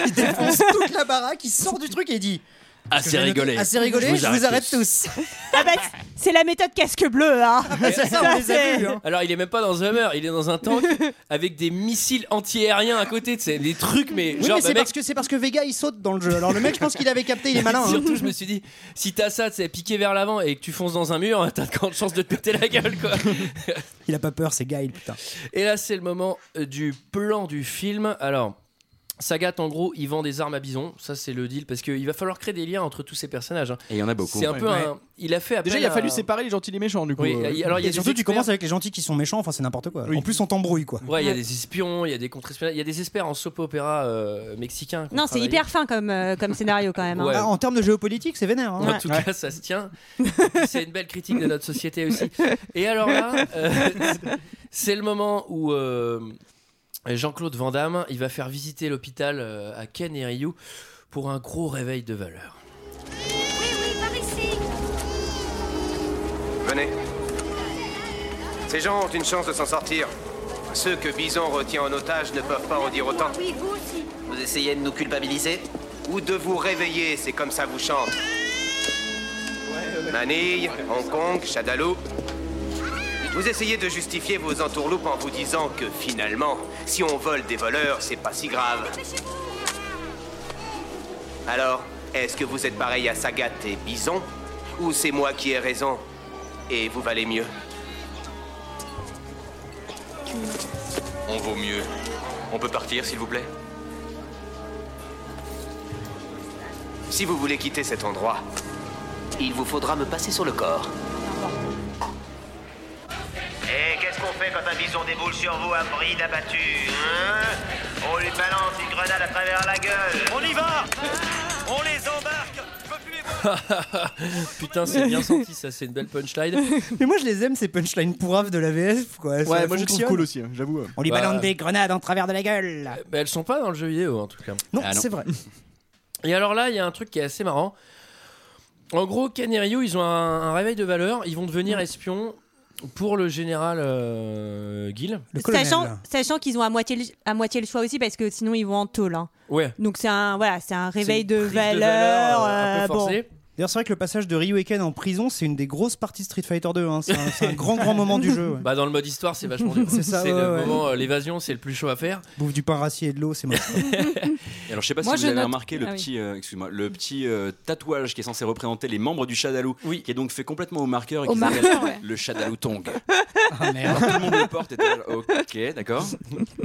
[SPEAKER 9] Il défonce toute la baraque, il sort du truc et il dit
[SPEAKER 10] Assez rigolé.
[SPEAKER 9] Assez rigolé, je vous arrête tous. [laughs]
[SPEAKER 6] Ah bah, c'est- c'est la méthode casque bleu. Hein.
[SPEAKER 9] C'est ça, on les a
[SPEAKER 6] c'est-
[SPEAKER 9] vus. hein.
[SPEAKER 1] Alors il est même pas dans un Hummer, il est dans un tank avec des missiles anti-aériens à côté, c'est des trucs, mais
[SPEAKER 9] Oui,
[SPEAKER 1] genre,
[SPEAKER 9] mais
[SPEAKER 1] bah,
[SPEAKER 9] c'est
[SPEAKER 1] mec,
[SPEAKER 9] parce que c'est parce que Vega il saute dans le jeu. Alors le mec, je pense qu'il avait
[SPEAKER 1] [laughs]
[SPEAKER 9] capté, il est malin. hein.
[SPEAKER 1] Surtout, je me suis dit, si t'as ça, c'est piqué vers l'avant et que tu fonces dans un mur, [laughs] t'as de grandes chances de te péter la gueule, quoi.
[SPEAKER 9] Il a pas peur, c'est Guile, putain.
[SPEAKER 1] Et là, c'est le moment euh, du plan du film. Alors, Sagat, en gros, il vend des armes à bison. Ça, c'est le deal parce qu'il va falloir créer des liens entre tous ces personnages. hein.
[SPEAKER 10] Et il y en a beaucoup.
[SPEAKER 1] C'est un peu
[SPEAKER 8] Ouais.
[SPEAKER 1] un- Il a fait appel
[SPEAKER 8] Déjà, il a
[SPEAKER 1] à-
[SPEAKER 8] fallu séparer les gentils et les méchants, du coup.
[SPEAKER 1] Oui,
[SPEAKER 8] euh.
[SPEAKER 1] il- alors il y a
[SPEAKER 9] Et
[SPEAKER 1] des
[SPEAKER 9] surtout, tu
[SPEAKER 1] experts-
[SPEAKER 9] commences avec les gentils qui sont méchants, enfin c'est n'importe quoi.
[SPEAKER 8] Oui.
[SPEAKER 9] En plus, on t'embrouille quoi.
[SPEAKER 1] Ouais, il y a des espions, il y a des contre-espionneurs, il y a des experts en soap opéra euh, mexicain. qui ont
[SPEAKER 6] Non, c'est
[SPEAKER 1] travaillé.
[SPEAKER 6] hyper fin comme, euh, comme scénario quand même. hein.
[SPEAKER 1] Ouais.
[SPEAKER 9] Ah, en termes de géopolitique, c'est vénère. hein.
[SPEAKER 1] En tout cas, ça se tient. c'est une belle critique de notre société aussi. Et alors là, euh, c'est le moment où euh, Jean-Claude Van Damme, il va faire visiter l'hôpital euh, à Ken et Ryu pour un gros réveil de valeur.
[SPEAKER 5] Venez. Ces gens ont une chance de s'en sortir. Ceux que Bison retient en otage ne peuvent pas en dire autant.
[SPEAKER 2] Vous essayez de nous culpabiliser
[SPEAKER 5] Ou de vous réveiller, c'est comme ça vous chante. Manille, Hong Kong, Chadalou. Vous essayez de justifier vos entourloupes en vous disant que finalement, si on vole des voleurs, c'est pas si grave. Alors, est-ce que vous êtes pareil à Sagat et Bison Ou c'est moi qui ai raison et vous valez mieux
[SPEAKER 3] On vaut mieux. On peut partir, s'il vous plaît
[SPEAKER 5] Si vous voulez quitter cet endroit,
[SPEAKER 2] Il vous faudra me passer sur le corps.
[SPEAKER 11] Et qu'est-ce qu'on fait quand un bison déboule sur vous à bride abattu hein On lui balance une grenade à travers la gueule. On y va On les embarque Je peux plus les voir
[SPEAKER 1] Putain, c'est bien senti, ça, c'est une belle punchline.
[SPEAKER 9] Mais moi, je les aime ces punchlines pourraves de la VF quoi. Ça
[SPEAKER 8] Ouais, moi je les trouve
[SPEAKER 9] fonctionne.
[SPEAKER 8] cool aussi, hein, j'avoue. euh.
[SPEAKER 9] On lui
[SPEAKER 1] Bah,
[SPEAKER 9] balance des grenades en travers de la gueule.
[SPEAKER 1] Mais elles sont pas dans le jeu vidéo, en tout cas.
[SPEAKER 9] Non,
[SPEAKER 10] Ah, non.
[SPEAKER 9] c'est vrai.
[SPEAKER 1] Et alors là, il y a un truc qui est assez marrant. En gros, Ken et Ryu, ils ont un, un réveil de valeur. Ils vont devenir espions pour le général euh, Gill.
[SPEAKER 9] Le colonel.
[SPEAKER 6] Sachant, sachant qu'ils ont à moitié, le, à moitié le choix aussi parce que sinon ils vont en tôle. hein.
[SPEAKER 1] Ouais.
[SPEAKER 6] Donc c'est un voilà, c'est un
[SPEAKER 1] C'est
[SPEAKER 6] réveil
[SPEAKER 1] une
[SPEAKER 6] de
[SPEAKER 1] prise
[SPEAKER 6] valeur.
[SPEAKER 1] euh, un peu
[SPEAKER 6] euh, bon.
[SPEAKER 1] forcée.
[SPEAKER 9] D'ailleurs, c'est vrai que le passage de Ryu et Ken en prison, c'est une des grosses parties de Street Fighter 2. hein. C'est un, c'est un grand, grand moment du jeu. ouais.
[SPEAKER 1] Bah dans le mode histoire, c'est
[SPEAKER 9] [laughs]
[SPEAKER 1] vachement dur.
[SPEAKER 9] C'est ça, ouais,
[SPEAKER 1] le
[SPEAKER 9] ouais.
[SPEAKER 1] moment euh, l'évasion, c'est le plus chaud à faire.
[SPEAKER 9] Bouffe du pain rassis et de l'eau, c'est moche.
[SPEAKER 10] Et alors, je sais pas
[SPEAKER 7] Moi,
[SPEAKER 10] si
[SPEAKER 7] je
[SPEAKER 10] vous avez
[SPEAKER 7] note-
[SPEAKER 10] remarqué le
[SPEAKER 7] Ah oui.
[SPEAKER 10] petit, euh, excuse-moi, le petit euh, tatouage qui est censé représenter les membres du Chadalou, qui est donc fait complètement au marqueur et
[SPEAKER 7] Au
[SPEAKER 10] qui
[SPEAKER 7] marqueur,
[SPEAKER 10] s'appelle
[SPEAKER 7] ouais.
[SPEAKER 10] le Chadalou Tong.
[SPEAKER 9] Ah, merde.
[SPEAKER 10] Tout le monde le porte. et t'es là, ok, d'accord.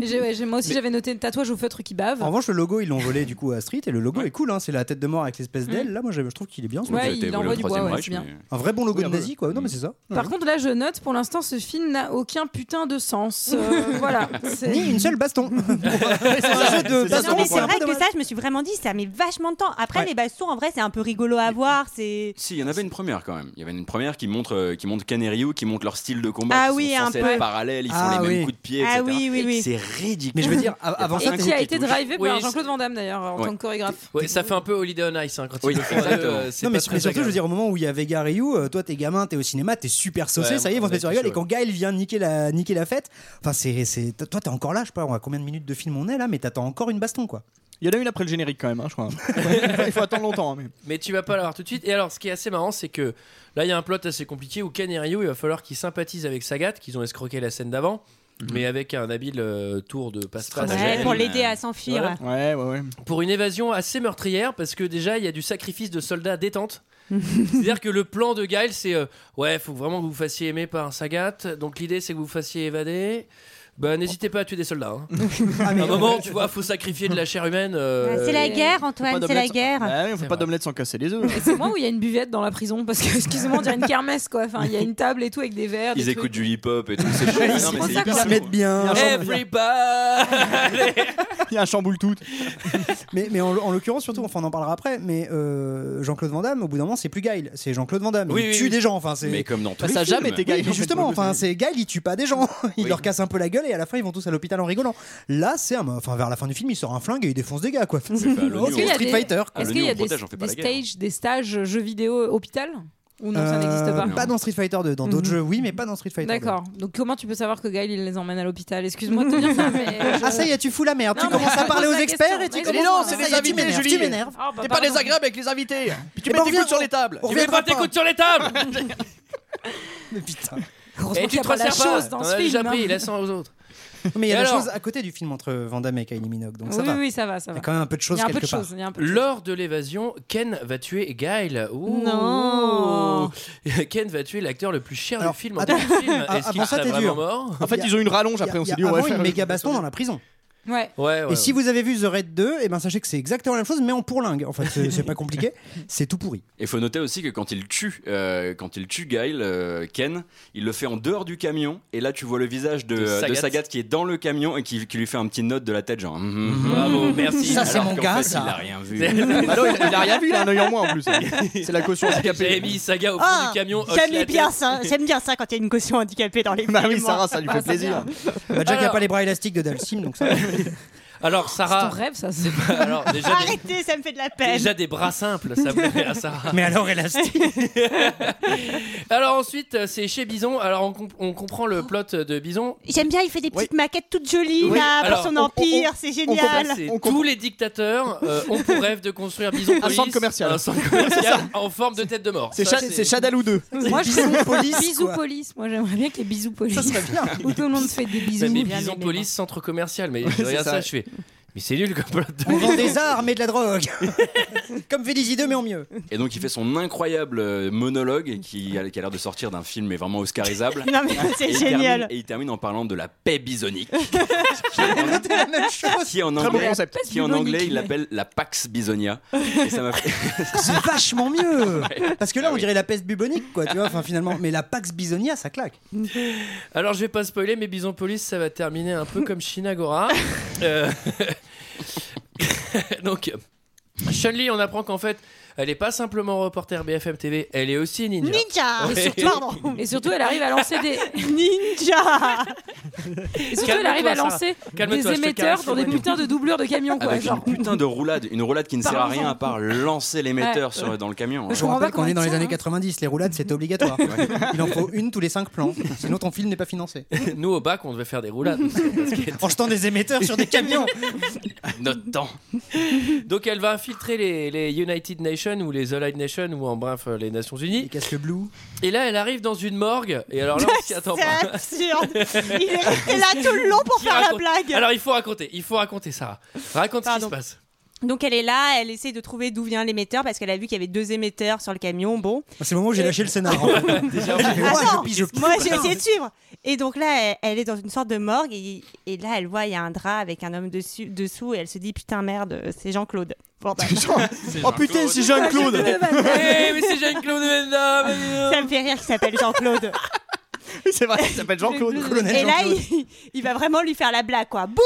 [SPEAKER 7] Mais j'ai- ouais, j'ai- moi aussi j'avais noté le tatouage au feutre qui bave.
[SPEAKER 9] En revanche, le logo, ils l'ont volé du coup à Street et le logo est cool. hein. C'est la tête de mort avec l'espèce
[SPEAKER 1] Mm.
[SPEAKER 9] d'aile. Là, moi, je je trouve qu'il est bien. ce logo.
[SPEAKER 7] [laughs]
[SPEAKER 10] Ça
[SPEAKER 7] Ouais,
[SPEAKER 10] a
[SPEAKER 7] il
[SPEAKER 10] été évolué
[SPEAKER 7] envoie
[SPEAKER 10] au
[SPEAKER 7] du bois,
[SPEAKER 10] Troisième
[SPEAKER 7] ouais,
[SPEAKER 10] Reich,
[SPEAKER 7] c'est bien.
[SPEAKER 10] mais-
[SPEAKER 9] Un vrai bon logo
[SPEAKER 8] Oui,
[SPEAKER 9] de
[SPEAKER 8] un peu.
[SPEAKER 9] nazi, quoi. Non, mais c'est ça.
[SPEAKER 7] Par contre, là, je note pour l'instant, ce film n'a aucun putain de sens. Euh, voilà.
[SPEAKER 9] [laughs]
[SPEAKER 7] c'est-
[SPEAKER 9] Ni une
[SPEAKER 6] [laughs]
[SPEAKER 9] seule baston. c'est un jeu de
[SPEAKER 8] C'est ça,
[SPEAKER 6] Non,
[SPEAKER 8] c'est
[SPEAKER 9] baston.
[SPEAKER 6] mais
[SPEAKER 8] bon
[SPEAKER 6] c'est
[SPEAKER 8] point.
[SPEAKER 6] vrai que ça, je me suis vraiment dit, ça met vachement de temps. Après,
[SPEAKER 9] Ouais.
[SPEAKER 6] les bastons, en vrai, c'est un peu rigolo à voir. C'est
[SPEAKER 10] Si, il y en avait une première quand même. Il y avait une première qui montre, euh, qui montre Ken et Ryu, qui montre leur style de combat.
[SPEAKER 6] Ah
[SPEAKER 10] qui sont
[SPEAKER 6] oui, un
[SPEAKER 10] censés
[SPEAKER 6] peu.
[SPEAKER 10] être parallèles, ils font
[SPEAKER 9] Ah
[SPEAKER 10] les mêmes
[SPEAKER 9] oui.
[SPEAKER 10] coups de pied, etc.
[SPEAKER 6] ah oui, oui, oui.
[SPEAKER 10] C'est ridicule.
[SPEAKER 9] Mais je veux dire, av- avant ça,
[SPEAKER 7] Et qui a
[SPEAKER 10] qui
[SPEAKER 7] été
[SPEAKER 10] touche.
[SPEAKER 7] drivé
[SPEAKER 1] Oui,
[SPEAKER 7] par
[SPEAKER 1] c'est-
[SPEAKER 7] Jean-Claude Van Damme d'ailleurs en
[SPEAKER 10] Ouais.
[SPEAKER 7] tant que chorégraphe.
[SPEAKER 1] Ouais, ça fait un peu Holiday on Ice hein, quand
[SPEAKER 10] Oui,
[SPEAKER 1] ils le font à deux,
[SPEAKER 10] exactement.
[SPEAKER 1] euh, c'est
[SPEAKER 9] Non,
[SPEAKER 1] pas
[SPEAKER 9] mais,
[SPEAKER 1] très
[SPEAKER 9] mais surtout, je veux
[SPEAKER 1] agréable.
[SPEAKER 9] dire, au moment où il y a Vega Ryu, euh, toi, t'es gamin, t'es au cinéma, t'es super saucé,
[SPEAKER 1] Ouais,
[SPEAKER 9] ça y est, ils vont se
[SPEAKER 1] on
[SPEAKER 9] mettre sur
[SPEAKER 1] est
[SPEAKER 9] la gueule.
[SPEAKER 1] tous,
[SPEAKER 9] Et quand Gaël vient niquer la, niquer la fête, enfin, c'est, c'est, t- toi, t'es encore là, je sais pas, on a combien de minutes de film on est là, mais t'attends encore une
[SPEAKER 1] [laughs]
[SPEAKER 9] baston, quoi.
[SPEAKER 8] Il y en a une après le générique quand même, hein, je crois. Il faut- il faut attendre longtemps. hein, mais-
[SPEAKER 1] Mais tu vas pas l'avoir tout de suite. Et alors, ce qui est assez marrant, c'est que là, il y a un plot assez compliqué où Ken et Ryu, il va falloir qu'ils sympathisent avec Sagat, qu'ils ont escroqué la scène d'avant, mais avec un habile euh, tour de pastrage
[SPEAKER 10] Mhm. Stratagème.
[SPEAKER 6] Ouais, pour l'aider à s'enfuir.
[SPEAKER 1] Voilà.
[SPEAKER 8] Ouais, ouais, ouais.
[SPEAKER 1] pour une évasion assez meurtrière parce que déjà il y a du sacrifice de soldats
[SPEAKER 7] [laughs]
[SPEAKER 1] détente. C'est-à-dire que le plan de Gaël, c'est euh, ouais, faut vraiment que vous vous fassiez aimer par Sagat. Donc l'idée, c'est que vous vous fassiez évader. Bah, n'hésitez pas à tuer des soldats. hein.
[SPEAKER 9] Ah,
[SPEAKER 1] À un moment, tu vois, faut sacrifier de la chair humaine. euh,
[SPEAKER 6] C'est la guerre, Antoine,
[SPEAKER 1] pas
[SPEAKER 6] c'est la
[SPEAKER 1] d'omelette.
[SPEAKER 6] guerre. [laughs]
[SPEAKER 8] Bah ouais,
[SPEAKER 1] C'est
[SPEAKER 8] on fait pas
[SPEAKER 1] vrai.
[SPEAKER 8] d'omelette sans casser les œufs.
[SPEAKER 7] Et c'est moi où il y a une buvette dans la prison parce que, [laughs] excusez-moi, on dirait une kermesse quoi. Enfin, il y a une table et tout avec des verres. des
[SPEAKER 10] Ils écoutent
[SPEAKER 7] trucs.
[SPEAKER 10] du hip-hop et tout.
[SPEAKER 7] [laughs]
[SPEAKER 10] C'est chouette.
[SPEAKER 7] Ils
[SPEAKER 10] Non, mais
[SPEAKER 7] font
[SPEAKER 10] c'est
[SPEAKER 7] ça
[SPEAKER 10] hyper
[SPEAKER 7] quand
[SPEAKER 9] Ils se
[SPEAKER 7] même.
[SPEAKER 9] mettent bien.
[SPEAKER 1] Everybody!
[SPEAKER 8] Il y a un chamboule tout.
[SPEAKER 9] Mais, mais en, en l'occurrence, surtout, enfin, on en parlera après, mais euh, Jean-Claude Van Damme, au bout d'un moment, c'est plus Gaël, c'est Jean-Claude Van Damme.
[SPEAKER 1] Oui,
[SPEAKER 9] il
[SPEAKER 1] oui,
[SPEAKER 9] tue
[SPEAKER 1] oui.
[SPEAKER 9] des gens, enfin, c'est.
[SPEAKER 10] Mais comme dans tous
[SPEAKER 8] Bah,
[SPEAKER 10] les
[SPEAKER 8] ça a
[SPEAKER 10] films.
[SPEAKER 8] jamais été
[SPEAKER 9] Oui,
[SPEAKER 8] Gaël.
[SPEAKER 9] mais
[SPEAKER 8] en fait,
[SPEAKER 9] justement,
[SPEAKER 8] pour le
[SPEAKER 9] enfin,
[SPEAKER 8] film.
[SPEAKER 9] c'est Gaël, il tue pas des gens, il
[SPEAKER 10] Oui.
[SPEAKER 9] leur casse un peu la gueule et à la fin ils vont tous à l'hôpital en rigolant. Là, c'est un, enfin, vers la fin du film, il sort un flingue et il défonce des gars, quoi.
[SPEAKER 10] C'est pas le
[SPEAKER 9] Ok,
[SPEAKER 10] nu,
[SPEAKER 7] qu'il y a
[SPEAKER 10] on-
[SPEAKER 9] Street
[SPEAKER 7] des-
[SPEAKER 9] Fighter, quoi.
[SPEAKER 10] Ah,
[SPEAKER 7] Est-ce
[SPEAKER 10] le
[SPEAKER 7] qu'il y a
[SPEAKER 10] lion
[SPEAKER 7] des,
[SPEAKER 10] protège, on fait pas
[SPEAKER 7] des
[SPEAKER 10] la
[SPEAKER 1] hein.
[SPEAKER 10] guerre.
[SPEAKER 7] stages, des stages jeux vidéo euh, hôpital Ou non, ça
[SPEAKER 9] Euh,
[SPEAKER 7] n'existe pas
[SPEAKER 10] Non.
[SPEAKER 9] dans Street Fighter 2. Dans d'autres
[SPEAKER 7] Mhm.
[SPEAKER 9] jeux, oui, mais pas dans Street Fighter 2.
[SPEAKER 7] D'accord. Donc comment tu peux savoir que Gaël il les emmène à l'hôpital Excuse-moi de te
[SPEAKER 9] [laughs]
[SPEAKER 7] dire ça, mais. je-
[SPEAKER 9] Ah ça y est, tu fous la merde.
[SPEAKER 7] Non,
[SPEAKER 9] tu
[SPEAKER 7] mais
[SPEAKER 9] commences
[SPEAKER 7] je
[SPEAKER 9] à
[SPEAKER 7] pose
[SPEAKER 9] parler aux
[SPEAKER 7] la
[SPEAKER 9] experts
[SPEAKER 7] question.
[SPEAKER 9] et tu
[SPEAKER 7] Mais
[SPEAKER 9] commences
[SPEAKER 7] non,
[SPEAKER 9] à ça
[SPEAKER 7] c'est des
[SPEAKER 9] y est,
[SPEAKER 8] invités,
[SPEAKER 9] tu m'énerves,
[SPEAKER 8] Julie.
[SPEAKER 9] Tu m'énerves.
[SPEAKER 7] Ah, bah,
[SPEAKER 8] T'es pas
[SPEAKER 7] pardon.
[SPEAKER 8] désagréable avec les invités. Puis tu mets
[SPEAKER 9] Eh ben,
[SPEAKER 8] tes
[SPEAKER 9] on revient-
[SPEAKER 8] coudes sur les tables.
[SPEAKER 9] on
[SPEAKER 1] Tu mets
[SPEAKER 9] reviendra
[SPEAKER 1] pas tes
[SPEAKER 9] pas.
[SPEAKER 1] coudes sur les
[SPEAKER 7] [laughs]
[SPEAKER 1] tables!
[SPEAKER 9] Mais putain.
[SPEAKER 7] Heureusement
[SPEAKER 1] Et
[SPEAKER 7] qu'il
[SPEAKER 1] tu
[SPEAKER 7] y a
[SPEAKER 1] te
[SPEAKER 7] pas la
[SPEAKER 1] resserres pas!
[SPEAKER 7] chose dans
[SPEAKER 1] T'en
[SPEAKER 7] ce
[SPEAKER 1] as déjà
[SPEAKER 7] film.
[SPEAKER 1] pris,
[SPEAKER 7] hein.
[SPEAKER 1] laisse-en aux autres.
[SPEAKER 9] Mais il
[SPEAKER 1] Et
[SPEAKER 9] y a des
[SPEAKER 1] alors
[SPEAKER 9] choses à côté du film entre Van Damme et Kylie Minogue, donc ça
[SPEAKER 7] Oui,
[SPEAKER 9] va.
[SPEAKER 7] oui, ça va,
[SPEAKER 9] Il
[SPEAKER 7] ça
[SPEAKER 9] y
[SPEAKER 7] va.
[SPEAKER 9] a quand même un peu de
[SPEAKER 7] Il
[SPEAKER 9] choses
[SPEAKER 7] y a un peu
[SPEAKER 9] quelque
[SPEAKER 7] de
[SPEAKER 9] part.
[SPEAKER 7] choses. il y a un peu de choses.
[SPEAKER 1] Lors de l'évasion, Ken va tuer Gail. Ouh.
[SPEAKER 6] Non.
[SPEAKER 1] [laughs] Ken va tuer l'acteur le plus cher
[SPEAKER 9] Alors,
[SPEAKER 1] du film en
[SPEAKER 9] attends.
[SPEAKER 1] tant que film.
[SPEAKER 9] Ah,
[SPEAKER 1] Est-ce qu'il
[SPEAKER 9] avant ça,
[SPEAKER 1] serait
[SPEAKER 9] t'es
[SPEAKER 1] vraiment
[SPEAKER 9] dur.
[SPEAKER 1] mort
[SPEAKER 8] En fait,
[SPEAKER 9] Il y a-
[SPEAKER 8] ils ont une rallonge
[SPEAKER 9] Il y a-
[SPEAKER 8] après. On
[SPEAKER 9] il y
[SPEAKER 8] s'est
[SPEAKER 9] a
[SPEAKER 8] dit, on va
[SPEAKER 9] avant
[SPEAKER 8] faire
[SPEAKER 9] une méga baston dans la prison.
[SPEAKER 7] Ouais.
[SPEAKER 1] Ouais, ouais,
[SPEAKER 9] et si vous avez vu The Raid 2, et ben sachez que c'est exactement la même chose, mais en pourlingue. En fait, c'est c'est pas compliqué, c'est tout pourri.
[SPEAKER 10] Et faut noter aussi que quand il tue, euh, quand il tue Guile, euh, Ken, il le fait en dehors du camion. Et là, tu vois le visage de,
[SPEAKER 1] De
[SPEAKER 10] euh, de Sagat.
[SPEAKER 1] Sagat.
[SPEAKER 10] qui est dans le camion et qui, qui lui fait un petit note de la tête, genre. mm-hmm.
[SPEAKER 9] [laughs]
[SPEAKER 1] Bravo, merci. [laughs] Ça, c'est
[SPEAKER 10] Alors
[SPEAKER 1] mon
[SPEAKER 10] qu'en
[SPEAKER 1] gars,
[SPEAKER 10] fait,
[SPEAKER 1] ça.
[SPEAKER 10] Il a rien vu.
[SPEAKER 1] Bah non, il- il a rien vu, il a un œil en moins, en plus.
[SPEAKER 10] C'est la caution
[SPEAKER 1] J'avais mis Saga au fond
[SPEAKER 6] Ah,
[SPEAKER 1] du camion. hoche la
[SPEAKER 6] J'aime
[SPEAKER 1] tête.
[SPEAKER 6] bien ça, j'aime bien ça quand il y a une caution handicapée dans les films.
[SPEAKER 1] Bah oui, Sarah, ça lui fait
[SPEAKER 6] Ah,
[SPEAKER 1] plaisir.
[SPEAKER 6] vient.
[SPEAKER 9] Bah, Jack n'a
[SPEAKER 1] Alors-
[SPEAKER 9] pas les bras élastiques de Dalsim, donc ça. [laughs]
[SPEAKER 1] Alors, Sarah.
[SPEAKER 7] ton rêve, ça.
[SPEAKER 1] [laughs] Alors, déjà, des-
[SPEAKER 6] Arrêtez, ça me fait de la
[SPEAKER 9] Ben.
[SPEAKER 6] peine.
[SPEAKER 1] déjà des bras simples, ça plaît à Sarah.
[SPEAKER 9] Mais alors, [laughs] élastique.
[SPEAKER 1] Alors ensuite, euh, c'est chez Bison. Alors on, comp- on comprend le plot de Bison.
[SPEAKER 6] J'aime bien, il fait des petites maquettes toutes jolies là,
[SPEAKER 1] Alors,
[SPEAKER 6] pour son
[SPEAKER 1] on- on-
[SPEAKER 6] empire, c'est génial.
[SPEAKER 1] Ça, c'est tous les dictateurs [laughs] euh, ont pour rêve de construire Bison
[SPEAKER 8] Un
[SPEAKER 1] Police,
[SPEAKER 8] centre commercial.
[SPEAKER 1] un [laughs] centre commercial en forme de tête de mort.
[SPEAKER 8] C'est
[SPEAKER 1] Ça,
[SPEAKER 8] Cha- c'est Chadalou 2.
[SPEAKER 7] Moi, je
[SPEAKER 8] Bisous,
[SPEAKER 7] trouve-
[SPEAKER 8] police,
[SPEAKER 7] Bisous
[SPEAKER 8] quoi.
[SPEAKER 7] police. Moi, j'aimerais bien qu'il y ait bisous police. Ça
[SPEAKER 8] serait bien.
[SPEAKER 7] Où tout le monde se fait des bisous.
[SPEAKER 1] Mais, mais
[SPEAKER 7] Bien
[SPEAKER 1] Bison
[SPEAKER 7] aimé.
[SPEAKER 1] Police, centre commercial. [laughs] Mais
[SPEAKER 8] c'est
[SPEAKER 1] regarde ça.
[SPEAKER 8] ça.
[SPEAKER 1] je fais. Mais c'est nul comme plot de
[SPEAKER 9] On vend des armes et de la drogue. [laughs] Comme Félicie 2, mais en mieux.
[SPEAKER 10] [laughs] Et donc il fait son incroyable euh, monologue qui a, qui a l'air de sortir d'un film mais vraiment oscarisable.
[SPEAKER 6] Non,
[SPEAKER 1] Ah,
[SPEAKER 6] mais c'est
[SPEAKER 10] Et il
[SPEAKER 6] génial.
[SPEAKER 10] termine- et il termine en parlant de la paix bisonique.
[SPEAKER 9] [laughs] C'est la même chose.
[SPEAKER 10] Qui en
[SPEAKER 8] Très bon
[SPEAKER 10] anglais,
[SPEAKER 8] concept.
[SPEAKER 10] qui en anglais il l'appelle la Pax Bisonia. Et ça m'a fait-
[SPEAKER 9] C'est vachement mieux. Parce que là, on dirait la peste bubonique, quoi, tu vois, enfin, finalement. Mais la Pax Bisonia, ça claque.
[SPEAKER 1] Alors je vais pas spoiler, mais Bison Police, ça va terminer un peu comme [laughs] Shinagora. Euh, Donc, Chun-Li, on apprend qu'en fait, elle est pas simplement reporter BFM TV, elle est aussi ninja.
[SPEAKER 6] Ninja
[SPEAKER 1] Ouais.
[SPEAKER 6] Et surtout- Pardon.
[SPEAKER 7] Et surtout, elle arrive à lancer des.
[SPEAKER 6] Ninja
[SPEAKER 7] Et surtout, elle
[SPEAKER 1] Calme-toi,
[SPEAKER 7] arrive à
[SPEAKER 1] Sarah.
[SPEAKER 7] lancer
[SPEAKER 1] Calme-toi,
[SPEAKER 7] des
[SPEAKER 1] je te
[SPEAKER 7] émetteurs
[SPEAKER 1] caresse,
[SPEAKER 7] dans des
[SPEAKER 1] ouais.
[SPEAKER 7] putains de doublures de camions, quoi.
[SPEAKER 10] avec une
[SPEAKER 7] Genre.
[SPEAKER 10] putain de roulade, une roulade qui ne sert à
[SPEAKER 7] Parlons-en.
[SPEAKER 10] rien à part lancer l'émetteur
[SPEAKER 7] Ouais.
[SPEAKER 10] sur- dans le camion. hein.
[SPEAKER 9] Je
[SPEAKER 7] Je
[SPEAKER 9] vous
[SPEAKER 7] comprends
[SPEAKER 9] rappelle
[SPEAKER 7] pas
[SPEAKER 9] qu'on est dans
[SPEAKER 7] comment
[SPEAKER 9] les
[SPEAKER 7] elle
[SPEAKER 9] années
[SPEAKER 7] tient,
[SPEAKER 9] 90, les roulades, c'est obligatoire. [laughs] Il en faut une tous les cinq plans. Sinon, ton film n'est pas financé.
[SPEAKER 1] Nous, au bac, on devait faire des [laughs] roulades.
[SPEAKER 9] En jetant des émetteurs sur des camions.
[SPEAKER 1] notre temps. Donc elle va infiltrer les, les United Nations ou les Allied Nations ou en bref euh, les Nations
[SPEAKER 9] Les
[SPEAKER 1] Unies.
[SPEAKER 9] casques bleus.
[SPEAKER 1] Et là elle arrive dans une morgue. Et alors là on s'y attend
[SPEAKER 6] [laughs] C'est
[SPEAKER 1] pas.
[SPEAKER 6] absurde Il est resté là tout le long pour
[SPEAKER 1] Qui
[SPEAKER 6] faire la
[SPEAKER 1] raconte-
[SPEAKER 6] blague
[SPEAKER 1] Alors il faut raconter, il faut raconter ça. Raconte ce qui se
[SPEAKER 6] Pardon.
[SPEAKER 1] passe.
[SPEAKER 6] Donc elle est là, elle essaie de trouver d'où vient l'émetteur parce qu'elle a vu qu'il y avait deux émetteurs sur le camion. Bon,
[SPEAKER 9] C'est le moment où j'ai lâché le scénar. en [laughs] fait.
[SPEAKER 1] Déjà,
[SPEAKER 6] [laughs]
[SPEAKER 9] J'ai fait,
[SPEAKER 6] Ah
[SPEAKER 9] ouah,
[SPEAKER 6] non,
[SPEAKER 9] je pige, je pige. [laughs]
[SPEAKER 6] moi j'ai essayé de suivre. Et donc là, elle, elle est dans une sorte de morgue et, et là, elle voit il y a un drap avec un homme dessus, dessous et elle se dit putain merde, c'est Jean-Claude. Bon,
[SPEAKER 8] [laughs]
[SPEAKER 6] bah,
[SPEAKER 8] Oh putain, c'est
[SPEAKER 7] Ah,
[SPEAKER 8] Jean-Claude.
[SPEAKER 1] Eh, mais c'est Jean-Claude Van Damme, euh.
[SPEAKER 6] ça me fait rire qu'il s'appelle Jean-Claude.
[SPEAKER 8] C'est vrai, il s'appelle Jean-Claude.
[SPEAKER 9] Colonel
[SPEAKER 6] et là,
[SPEAKER 9] Jean-Claude.
[SPEAKER 6] il, il va vraiment lui faire la blague quoi. Bouh,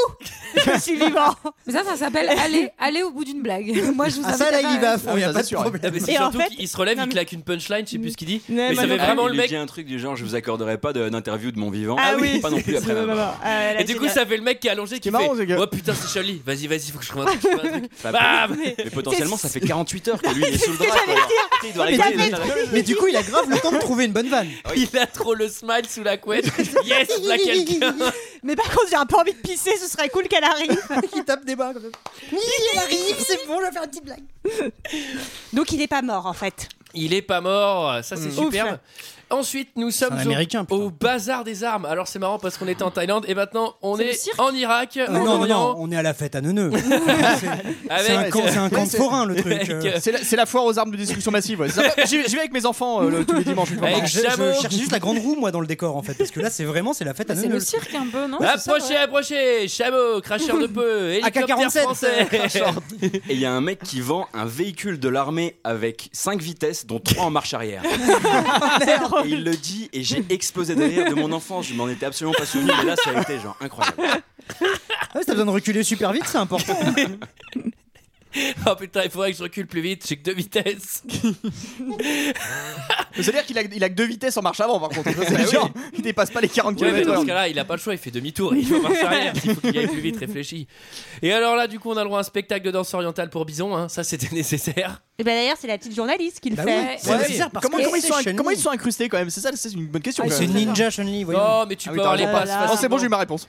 [SPEAKER 6] [laughs] je suis vivant.
[SPEAKER 7] Mais ça, ça [laughs] s'appelle aller, aller au bout d'une blague. [laughs] bah, Moi, je vous
[SPEAKER 9] Ah, ça,
[SPEAKER 7] invite
[SPEAKER 9] là,
[SPEAKER 7] à
[SPEAKER 9] il
[SPEAKER 7] faire-
[SPEAKER 9] y va à fond,
[SPEAKER 8] Ah,
[SPEAKER 9] il n'y a
[SPEAKER 8] ça,
[SPEAKER 9] pas de
[SPEAKER 8] c'est sûr.
[SPEAKER 9] problème.
[SPEAKER 1] Ah, mais c'est
[SPEAKER 6] Et en
[SPEAKER 1] surtout
[SPEAKER 6] fait-
[SPEAKER 1] qu'il se relève,
[SPEAKER 6] Non,
[SPEAKER 1] il
[SPEAKER 6] mais-
[SPEAKER 1] claque une punchline, je sais plus ce qu'il dit.
[SPEAKER 6] Non,
[SPEAKER 1] Mais
[SPEAKER 6] mais
[SPEAKER 1] ça fait
[SPEAKER 6] non,
[SPEAKER 1] vraiment
[SPEAKER 10] Il
[SPEAKER 1] le
[SPEAKER 10] lui
[SPEAKER 1] mec.
[SPEAKER 10] dit un truc du genre je vous accorderai pas de- d'interview de mon vivant.
[SPEAKER 6] Ah oui.
[SPEAKER 10] pas non plus après
[SPEAKER 6] Non,
[SPEAKER 10] la
[SPEAKER 6] non,
[SPEAKER 10] mort.
[SPEAKER 6] non. Euh, là,
[SPEAKER 1] Et du
[SPEAKER 6] c'est
[SPEAKER 1] coup
[SPEAKER 6] la-
[SPEAKER 1] ça fait le mec qui est allongé qui
[SPEAKER 8] est marrant, ce
[SPEAKER 1] fait
[SPEAKER 8] gars.
[SPEAKER 1] Oh putain c'est Charlie, vas-y vas-y faut que je trouve un
[SPEAKER 6] [laughs]
[SPEAKER 1] truc, je trouve un truc. Ah, Bam
[SPEAKER 10] Mais potentiellement ça fait 48 heures que lui il est sous le
[SPEAKER 6] que
[SPEAKER 10] drap.
[SPEAKER 6] j'allais
[SPEAKER 10] quoi. Il doit
[SPEAKER 9] Mais,
[SPEAKER 10] arrêter
[SPEAKER 9] mais-
[SPEAKER 10] de-
[SPEAKER 9] mais du coup, il a grave le temps de trouver une bonne vanne.
[SPEAKER 1] [laughs] Il a trop le smile sous la
[SPEAKER 6] [laughs]
[SPEAKER 1] couette. Yes, là quelqu'un.
[SPEAKER 6] Mais par contre, j'ai un peu envie de pisser, ce serait cool qu'elle arrive.
[SPEAKER 9] [laughs] Il tape des barres comme ça. Il arrive, c'est bon, je vais faire une petite blague.
[SPEAKER 6] Donc il est pas mort en fait.
[SPEAKER 1] Il est pas mort, ça c'est superbe. Ensuite, nous sommes
[SPEAKER 9] un
[SPEAKER 1] au-
[SPEAKER 9] Américain,
[SPEAKER 1] au,
[SPEAKER 9] putain.
[SPEAKER 1] bazar des armes. Alors c'est marrant parce qu'on était en Thaïlande et maintenant on
[SPEAKER 7] C'est le
[SPEAKER 1] est
[SPEAKER 7] cirque.
[SPEAKER 1] en Irak, en
[SPEAKER 9] Ah non, non, non,
[SPEAKER 1] Orient,
[SPEAKER 9] on est à la fête à Neuneu.
[SPEAKER 1] avec
[SPEAKER 9] C'est un
[SPEAKER 1] [laughs]
[SPEAKER 9] camp, c'est un camp de
[SPEAKER 8] c'est-
[SPEAKER 9] forain, le truc. euh.
[SPEAKER 1] avec-
[SPEAKER 8] C'est la, c'est la foire aux armes de destruction massive. ouais. C'est sympa. J'y vais j'y vais avec mes enfants euh, le- tous les dimanches. je suis pas
[SPEAKER 1] Avec
[SPEAKER 8] marrant.
[SPEAKER 9] Bah, Je,
[SPEAKER 1] Chameau.
[SPEAKER 9] je cherchais juste la grande roue, moi, dans le décor, en fait. Parce que là, c'est vraiment, c'est la
[SPEAKER 1] Ah,
[SPEAKER 9] fête à
[SPEAKER 7] C'est
[SPEAKER 9] Neuneu.
[SPEAKER 7] le cirque un peu, non
[SPEAKER 1] approchez, approchez, chameau, cracheur de peu,
[SPEAKER 9] [laughs]
[SPEAKER 1] hélicoptère
[SPEAKER 9] AK-47, [laughs]
[SPEAKER 1] français.
[SPEAKER 10] Et il y a un mec qui vend un véhicule de l'armée avec 5 vitesses, dont 3 en marche arrière.
[SPEAKER 7] Ah,
[SPEAKER 10] et il le dit, et j'ai explosé de rire de mon enfance. Je m'en étais absolument pas souvenu, mais là, ça a été genre incroyable.
[SPEAKER 9] Ah ouais, t'as besoin de reculer super vite, c'est important.
[SPEAKER 1] oh putain, il faudrait que je recule plus vite, j'ai que deux
[SPEAKER 9] [laughs]
[SPEAKER 1] vitesses.
[SPEAKER 8] C'est-à-dire qu'il a, il a que deux vitesses en marche avant, par contre. Ça, c'est chiant. Il dépasse pas les
[SPEAKER 1] Ouais,
[SPEAKER 8] 40
[SPEAKER 1] mais
[SPEAKER 8] km/h.
[SPEAKER 1] dans ce cas-là, il a pas le choix, il fait demi-tour,
[SPEAKER 9] [laughs]
[SPEAKER 1] il faut marcher arrière, il faut qu'il aille plus vite, réfléchis. Et alors là, du coup, on a le droit à un spectacle de danse orientale pour Bison, hein. ça c'était [laughs] nécessaire.
[SPEAKER 6] Et ben d'ailleurs, c'est la petite journaliste qui le
[SPEAKER 9] Bah
[SPEAKER 6] fait.
[SPEAKER 9] oui, c'est
[SPEAKER 7] Ouais.
[SPEAKER 9] nécessaire parce
[SPEAKER 8] comment,
[SPEAKER 9] que
[SPEAKER 8] comment ils sont,
[SPEAKER 9] c'est
[SPEAKER 8] inc- comment ils
[SPEAKER 9] Chun-Li.
[SPEAKER 8] sont incrustés quand même C'est ça, c'est une bonne question.
[SPEAKER 7] Ah,
[SPEAKER 8] quand
[SPEAKER 9] C'est
[SPEAKER 8] même.
[SPEAKER 9] Ninja Chun-Li, voyons.
[SPEAKER 1] Non, Oh, mais tu
[SPEAKER 8] Ah oui,
[SPEAKER 1] peux
[SPEAKER 8] t'as
[SPEAKER 1] avoir les
[SPEAKER 8] raison.
[SPEAKER 1] passes.
[SPEAKER 7] Voilà.
[SPEAKER 8] Oh,
[SPEAKER 1] facilement.
[SPEAKER 8] c'est
[SPEAKER 7] Ah, bah,
[SPEAKER 8] bon, j'ai eu ma réponse.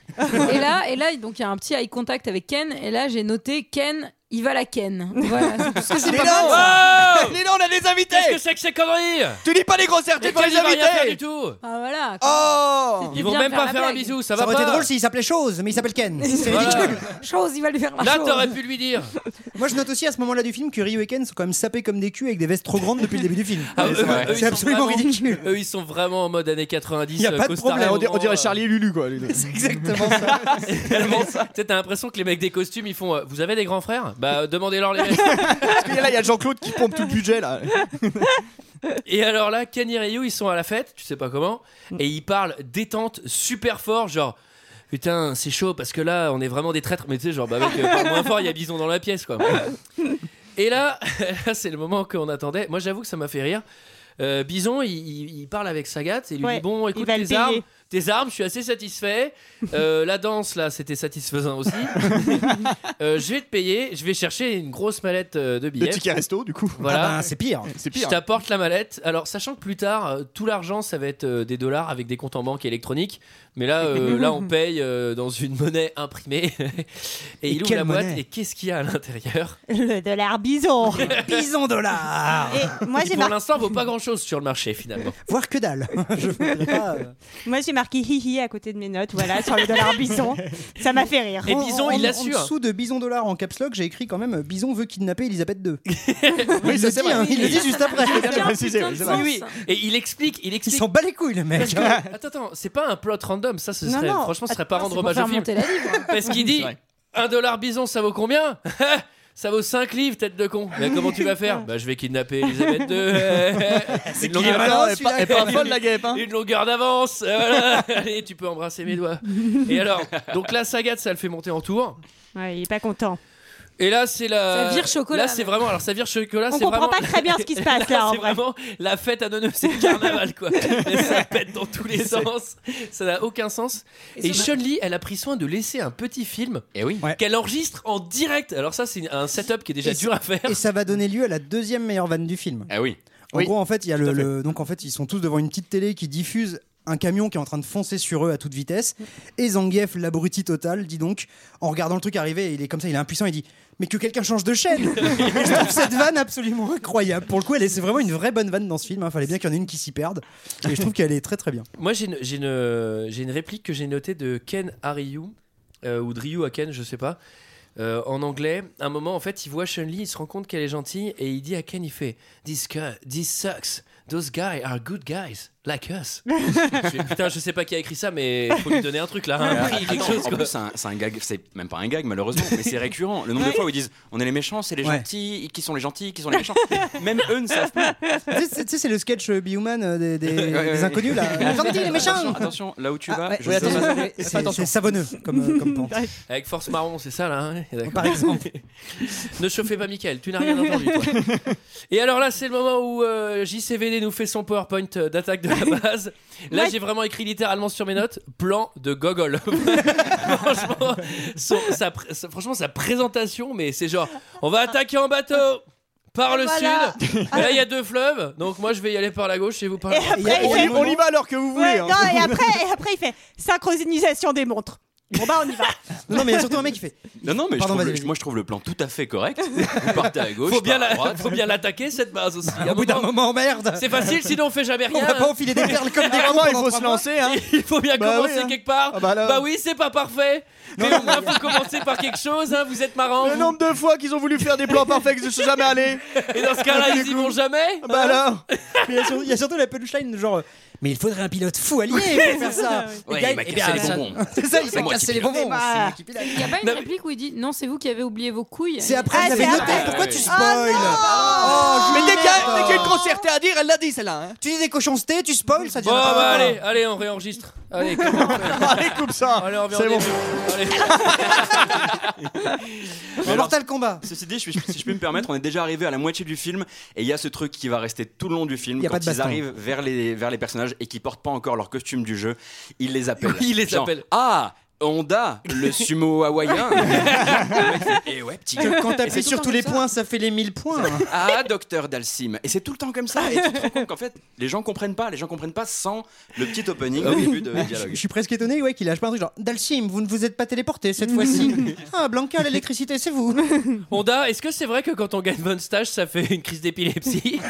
[SPEAKER 7] Et là, et là, donc il y a un petit eye contact avec Ken. Et là, j'ai noté Ken, il va la ken. Voilà, c'est tout ce que j'ai
[SPEAKER 1] Lélo
[SPEAKER 7] pas mal.
[SPEAKER 1] Wow
[SPEAKER 9] [laughs]
[SPEAKER 8] Lélo, Oh, on a des invités
[SPEAKER 1] Oh Qu'est-ce que c'est que ces conneries
[SPEAKER 8] Tu dis pas les grosses
[SPEAKER 1] Mais
[SPEAKER 8] certitudes pour
[SPEAKER 1] Ken,
[SPEAKER 8] les
[SPEAKER 1] il va rien faire du
[SPEAKER 8] invités
[SPEAKER 1] tout
[SPEAKER 7] Ah voilà.
[SPEAKER 8] Oh
[SPEAKER 1] Ils vont
[SPEAKER 7] bien
[SPEAKER 1] même
[SPEAKER 7] faire
[SPEAKER 1] pas
[SPEAKER 7] la
[SPEAKER 1] faire un
[SPEAKER 7] blague.
[SPEAKER 1] bisou, ça
[SPEAKER 9] Ça
[SPEAKER 1] va
[SPEAKER 9] aurait été
[SPEAKER 1] pas
[SPEAKER 9] drôle s'il s'appelait Chose, mais il s'appelle Ken. C'est
[SPEAKER 1] Voilà.
[SPEAKER 9] ridicule.
[SPEAKER 7] Chose, il va lui faire la
[SPEAKER 1] Là,
[SPEAKER 7] chose.
[SPEAKER 1] t'aurais pu lui dire
[SPEAKER 9] Moi, je note aussi à ce moment-là du film que Ryu et Ken sont quand même sapés comme des culs avec des vestes trop grandes depuis le début du film.
[SPEAKER 1] Ah, eux, eux, ils
[SPEAKER 9] c'est Ah
[SPEAKER 1] sont
[SPEAKER 9] absolument
[SPEAKER 1] vraiment-
[SPEAKER 9] ridicule.
[SPEAKER 1] Eux, ils sont vraiment en mode années 90.
[SPEAKER 8] Il n'y a
[SPEAKER 1] euh,
[SPEAKER 8] pas de
[SPEAKER 1] costard
[SPEAKER 8] problème. On dirait,
[SPEAKER 1] avant,
[SPEAKER 8] on dirait
[SPEAKER 1] euh,
[SPEAKER 8] Charlie et Lulu, quoi. les deux.
[SPEAKER 9] C'est exactement ça.
[SPEAKER 1] [laughs] Tu sais, T'as l'impression que les mecs des costumes, ils font euh, Vous avez des grands frères Bah, euh, demandez-leur les
[SPEAKER 8] [laughs]
[SPEAKER 1] mecs.
[SPEAKER 8] Parce que là, il y a Jean-Claude qui pompe tout le budget, là.
[SPEAKER 1] Et alors là, Ken et Ryu, ils sont à la fête, tu sais pas comment,
[SPEAKER 6] Mm.
[SPEAKER 1] et ils parlent détente super fort, genre. Putain, c'est chaud parce que là, on est vraiment des traîtres. Mais tu sais, genre, bah, mec, euh, parle moins fort, il y a Bison dans la pièce,
[SPEAKER 6] [laughs]
[SPEAKER 1] quoi. Et là, [laughs] là, c'est le moment qu'on attendait. Moi, j'avoue que ça m'a fait rire. Euh, Bison, il, il- il parle avec Sagat et il lui
[SPEAKER 6] Ouais,
[SPEAKER 1] dit Bon, écoute,
[SPEAKER 6] il va le
[SPEAKER 1] tes
[SPEAKER 6] payer.
[SPEAKER 1] armes, tes armes, je suis assez satisfait. Euh, la danse, là, c'était satisfaisant
[SPEAKER 6] [laughs]
[SPEAKER 1] aussi. Euh, je vais te payer, je vais chercher une grosse mallette euh, de
[SPEAKER 8] Le
[SPEAKER 1] billets.
[SPEAKER 8] ticket resto, du coup. bah,
[SPEAKER 1] Voilà.
[SPEAKER 9] Ah ben, c'est pire.
[SPEAKER 8] C'est
[SPEAKER 1] Je
[SPEAKER 8] pire. hein.
[SPEAKER 1] t'apporte la mallette. Alors, sachant que plus tard, euh, tout l'argent, ça va être euh, des dollars avec des comptes en banque électroniques. Mais là, euh, là on paye euh, dans une monnaie imprimée. [laughs] et, il ouvre
[SPEAKER 9] quelle
[SPEAKER 1] la boîte.
[SPEAKER 9] monnaie
[SPEAKER 1] Et qu'est-ce qu'il y a à l'intérieur
[SPEAKER 6] Le dollar
[SPEAKER 9] [laughs]
[SPEAKER 6] bison.
[SPEAKER 9] Bison dollar.
[SPEAKER 6] Et moi,
[SPEAKER 1] Qui,
[SPEAKER 6] j'ai
[SPEAKER 1] Pour
[SPEAKER 6] mar-
[SPEAKER 1] l'instant, vaut pas grand-chose sur le marché, finalement.
[SPEAKER 9] Voir que dalle. [laughs] Je voudrais pas. euh,
[SPEAKER 6] moi, j'ai marqué hihi à côté de mes notes, voilà, sur le dollar bison. Ça m'a fait rire.
[SPEAKER 1] Et Bison,
[SPEAKER 9] en-
[SPEAKER 1] il
[SPEAKER 9] en-
[SPEAKER 1] assure.
[SPEAKER 9] En dessous de Bison dollar en caps lock, j'ai écrit quand même euh, Bison veut kidnapper Elisabeth [laughs] II.
[SPEAKER 8] [laughs] Oui,
[SPEAKER 9] il
[SPEAKER 8] ça,
[SPEAKER 9] le
[SPEAKER 8] c'est
[SPEAKER 9] dit,
[SPEAKER 8] vrai.
[SPEAKER 9] hein, il le dit juste après.
[SPEAKER 7] Il y a bien
[SPEAKER 8] Bah Oui, c'est
[SPEAKER 7] putain de
[SPEAKER 8] vrai.
[SPEAKER 7] sens.
[SPEAKER 1] Oui, oui. Et il explique. Il
[SPEAKER 9] Ils
[SPEAKER 1] explique.
[SPEAKER 9] s'en bat les couilles, le mec. hein.
[SPEAKER 1] Parce que- attends, attends, c'est pas un plot random. Ça, ce
[SPEAKER 6] Non,
[SPEAKER 1] serait,
[SPEAKER 6] non.
[SPEAKER 1] franchement, ce serait pas
[SPEAKER 7] Attends,
[SPEAKER 1] rendre
[SPEAKER 7] c'est pour
[SPEAKER 1] hommage au
[SPEAKER 7] faire
[SPEAKER 1] film.
[SPEAKER 7] monter la livre.
[SPEAKER 1] Parce qu'il dit
[SPEAKER 8] vrai.
[SPEAKER 1] un dollar bison, ça vaut combien [laughs] Ça vaut 5 livres, tête de con. Mais comment tu vas faire Bah, je vais kidnapper Elisabeth II. C'est
[SPEAKER 8] Il est malin, elle est pas- elle est pas folle, la guêpe. hein.
[SPEAKER 1] Une longueur d'avance. euh, voilà. [laughs] Allez, tu peux embrasser mes doigts. Et alors, donc là, Sagat, ça le fait monter en tour.
[SPEAKER 6] Ouais, il est pas content.
[SPEAKER 1] Et là, c'est la.
[SPEAKER 7] Ça vire chocolat,
[SPEAKER 1] Là, c'est
[SPEAKER 7] mec.
[SPEAKER 1] vraiment. Alors, ça vire chocolat.
[SPEAKER 6] On
[SPEAKER 1] c'est
[SPEAKER 6] comprend
[SPEAKER 1] vraiment...
[SPEAKER 6] pas très bien ce qui se
[SPEAKER 1] [laughs]
[SPEAKER 6] passe là, en
[SPEAKER 1] C'est
[SPEAKER 6] vrai.
[SPEAKER 1] vraiment la fête à Nonneuf, c'est le carnaval, quoi. Mais ça pète dans tous
[SPEAKER 6] [laughs]
[SPEAKER 1] les sens. Ça n'a aucun sens. Et Chun Li, elle a pris soin de laisser un petit film
[SPEAKER 3] Eh oui.
[SPEAKER 9] Ouais.
[SPEAKER 1] qu'elle enregistre en direct. Alors ça, c'est un setup qui est déjà
[SPEAKER 9] Et
[SPEAKER 1] dur à faire.
[SPEAKER 9] Et ça va donner lieu à la deuxième meilleure vanne du film.
[SPEAKER 3] Eh oui.
[SPEAKER 9] En
[SPEAKER 8] Oui,
[SPEAKER 9] gros, en fait, il y a
[SPEAKER 8] tout
[SPEAKER 9] le,
[SPEAKER 8] à fait.
[SPEAKER 9] le- donc en fait, ils sont tous devant une petite télé qui diffuse un camion qui est en train de foncer sur eux à toute vitesse. Et Zangief, l'abruti total, dit donc, en regardant le truc arriver, il est comme ça, il est impuissant, il dit Mais que quelqu'un change de
[SPEAKER 8] [laughs]
[SPEAKER 9] chaîne Et Je trouve cette vanne absolument incroyable. Pour le coup, elle est- c'est vraiment une vraie bonne vanne dans ce film. hein. Fallait bien qu'il y en ait une qui s'y perde. Et je trouve qu'elle est très très bien.
[SPEAKER 1] Moi, j'ai une, j'ai une- j'ai une réplique que j'ai notée de Ken Ariyu, euh, ou de Ryu à Ken, je sais pas, euh, en anglais. À un moment, en fait, il voit Chun-Li, il se rend compte qu'elle est gentille, et il dit à Ken, il fait « This, guy- this sucks. Those guys are good guys, like us. » Je fais, Putain, je sais pas qui a écrit ça, mais faut lui donner un truc, là, un prix, quelque
[SPEAKER 3] Ah, Attends,
[SPEAKER 1] chose,
[SPEAKER 3] en
[SPEAKER 1] quoi.
[SPEAKER 3] plus, c'est un, c'est un gag, c'est même pas un gag malheureusement, mais c'est récurrent. Le nombre de fois où ils disent on est les méchants, c'est les
[SPEAKER 9] Ouais.
[SPEAKER 3] gentils, qui sont les gentils, qui sont les méchants. Même eux ne savent pas.
[SPEAKER 9] tu sais, c'est- tu sais, c'est le sketch euh, Bioman euh, des, des-
[SPEAKER 3] Ouais, ouais,
[SPEAKER 9] des
[SPEAKER 3] ouais.
[SPEAKER 9] inconnus là. Gentil, les méchants
[SPEAKER 3] Attention, attention, là où tu
[SPEAKER 9] Ah,
[SPEAKER 3] vas,
[SPEAKER 9] ouais,
[SPEAKER 3] je
[SPEAKER 9] ouais,
[SPEAKER 3] sais
[SPEAKER 9] attention,
[SPEAKER 3] pas.
[SPEAKER 9] ouais, c'est- C'est savonneux comme, euh, comme pente.
[SPEAKER 1] Avec Force Marron, c'est ça, là hein D'accord.
[SPEAKER 9] Par exemple.
[SPEAKER 1] [laughs] Ne chauffez pas Michael, tu n'as rien entendu. toi. Et alors là, c'est le moment où euh, JCVD nous fait son PowerPoint euh, d'attaque de la base. Là,
[SPEAKER 6] Ouais.
[SPEAKER 1] j'ai vraiment écrit littéralement sur mes notes plan de gogol. [laughs] franchement, son- sa pr- sa- franchement, sa présentation, mais c'est genre on va attaquer en bateau par le
[SPEAKER 6] Voilà.
[SPEAKER 1] sud. Et Là, il y a deux fleuves, donc moi je vais y aller par la gauche et vous par la
[SPEAKER 6] Et
[SPEAKER 1] droite.
[SPEAKER 6] après,
[SPEAKER 9] y a-
[SPEAKER 6] il
[SPEAKER 8] On
[SPEAKER 6] fait-
[SPEAKER 8] y- on y va alors que vous voulez.
[SPEAKER 6] Ouais,
[SPEAKER 8] hein.
[SPEAKER 6] non, et, après, et après, il fait synchronisation des montres. Bon, bah, on y va.
[SPEAKER 9] Non, non, mais il y a surtout un mec qui fait
[SPEAKER 3] Non, non, mais je
[SPEAKER 9] Pardon,
[SPEAKER 3] trouve
[SPEAKER 9] vas-y,
[SPEAKER 3] le-
[SPEAKER 9] vas-y.
[SPEAKER 3] moi je trouve le plan tout à fait correct. Vous partez à gauche,
[SPEAKER 1] Faut bien,
[SPEAKER 3] je pars à
[SPEAKER 1] la-
[SPEAKER 3] droite.
[SPEAKER 1] [laughs] faut bien l'attaquer cette base aussi. À un
[SPEAKER 9] Au bout d'un
[SPEAKER 1] moment,
[SPEAKER 9] moment, merde
[SPEAKER 1] C'est facile, sinon on fait jamais
[SPEAKER 9] On
[SPEAKER 1] rien.
[SPEAKER 9] va
[SPEAKER 1] hein.
[SPEAKER 9] pas enfiler des perles comme
[SPEAKER 8] [laughs]
[SPEAKER 9] des
[SPEAKER 8] Des
[SPEAKER 9] cons
[SPEAKER 8] moments, il
[SPEAKER 9] pendant
[SPEAKER 8] faut
[SPEAKER 9] trois
[SPEAKER 8] se
[SPEAKER 9] mois.
[SPEAKER 8] lancer.
[SPEAKER 9] [laughs]
[SPEAKER 8] hein.
[SPEAKER 1] Il faut bien
[SPEAKER 8] Bah
[SPEAKER 1] commencer
[SPEAKER 8] oui, hein.
[SPEAKER 1] quelque part.
[SPEAKER 8] Ah bah alors.
[SPEAKER 1] oui, c'est pas parfait. mais au moins, faut commencer par quelque chose. hein, Vous êtes marrant.
[SPEAKER 8] Le nombre de fois qu'ils ont voulu faire des plans parfaits que je suis jamais allé.
[SPEAKER 1] Et dans ce cas-là, ils y vont jamais.
[SPEAKER 8] Bah alors
[SPEAKER 9] Ah Mais Il y a sur- il y, a surtout la punchline genre euh, Mais il faudrait un pilote fou allié pour faire ça
[SPEAKER 3] Ouais,
[SPEAKER 9] Et
[SPEAKER 10] bah,
[SPEAKER 9] gars,
[SPEAKER 3] il m'a cassé
[SPEAKER 9] eh bien,
[SPEAKER 3] les
[SPEAKER 9] ça-
[SPEAKER 3] bonbons.
[SPEAKER 9] C'est ça, il
[SPEAKER 3] C'est
[SPEAKER 9] s'est
[SPEAKER 3] moi qui
[SPEAKER 9] cassé les
[SPEAKER 3] pilote.
[SPEAKER 9] bonbons
[SPEAKER 6] Ah.
[SPEAKER 9] c'est moi qui pilote.
[SPEAKER 7] Il y a pas une
[SPEAKER 1] Non, mais-
[SPEAKER 7] réplique où il dit non, c'est vous qui avez oublié vos couilles.
[SPEAKER 9] C'est après
[SPEAKER 6] Ah,
[SPEAKER 9] que j'avais
[SPEAKER 6] c'est
[SPEAKER 9] noté,
[SPEAKER 6] après.
[SPEAKER 9] pourquoi tu
[SPEAKER 3] Ah,
[SPEAKER 9] spoil Oh,
[SPEAKER 8] Mais
[SPEAKER 9] Julie,
[SPEAKER 8] dès qu'il y a-
[SPEAKER 9] merde.
[SPEAKER 8] dès qu'il y a une grossièreté à dire, elle l'a dit celle-là. hein.
[SPEAKER 9] Tu dis des cochoncetés, tu spoil, ça
[SPEAKER 1] Bon,
[SPEAKER 9] dira pas
[SPEAKER 1] bah
[SPEAKER 9] longtemps.
[SPEAKER 1] allez, allez, on réenregistre. Allez, comment on fait
[SPEAKER 8] [laughs] Allez, coupe ça
[SPEAKER 1] Allez, on revient au
[SPEAKER 8] [laughs] C'est bon.
[SPEAKER 1] début. Allez.
[SPEAKER 9] En Mortal Kombat
[SPEAKER 3] Ceci dit, je suis- si je peux me permettre, on est déjà arrivé à la moitié du film et il y a ce truc qui va rester tout le long du film
[SPEAKER 9] Y a
[SPEAKER 3] quand
[SPEAKER 9] pas de
[SPEAKER 3] ils
[SPEAKER 9] baston.
[SPEAKER 3] arrivent vers les, vers les personnages et qui portent pas encore leur costume du jeu. Ils les appellent.
[SPEAKER 1] Oui, ils les
[SPEAKER 3] Genre,
[SPEAKER 1] appellent.
[SPEAKER 3] Ah
[SPEAKER 10] Honda, le sumo hawaïen. Et ouais, petit gars.
[SPEAKER 8] Quand
[SPEAKER 10] Et c'est
[SPEAKER 8] t'appuies sur
[SPEAKER 10] tout
[SPEAKER 8] tous les points, ça fait les 1000 points.
[SPEAKER 9] hein.
[SPEAKER 10] Ah, docteur Dalsim. Et c'est tout le temps comme ça. Et tu te rends compte qu'en fait, les gens comprennent pas. Les gens comprennent pas sans le petit opening au début de
[SPEAKER 9] Je,
[SPEAKER 10] dialogue.
[SPEAKER 9] je suis presque étonné ouais, qu'il lâche pas un truc genre Dalsim, vous ne vous êtes pas téléporté cette fois-ci. Ah, Blanca, l'électricité, c'est vous.
[SPEAKER 1] Honda, est-ce que c'est vrai que quand on gagne Bon Stage, ça fait une crise d'épilepsie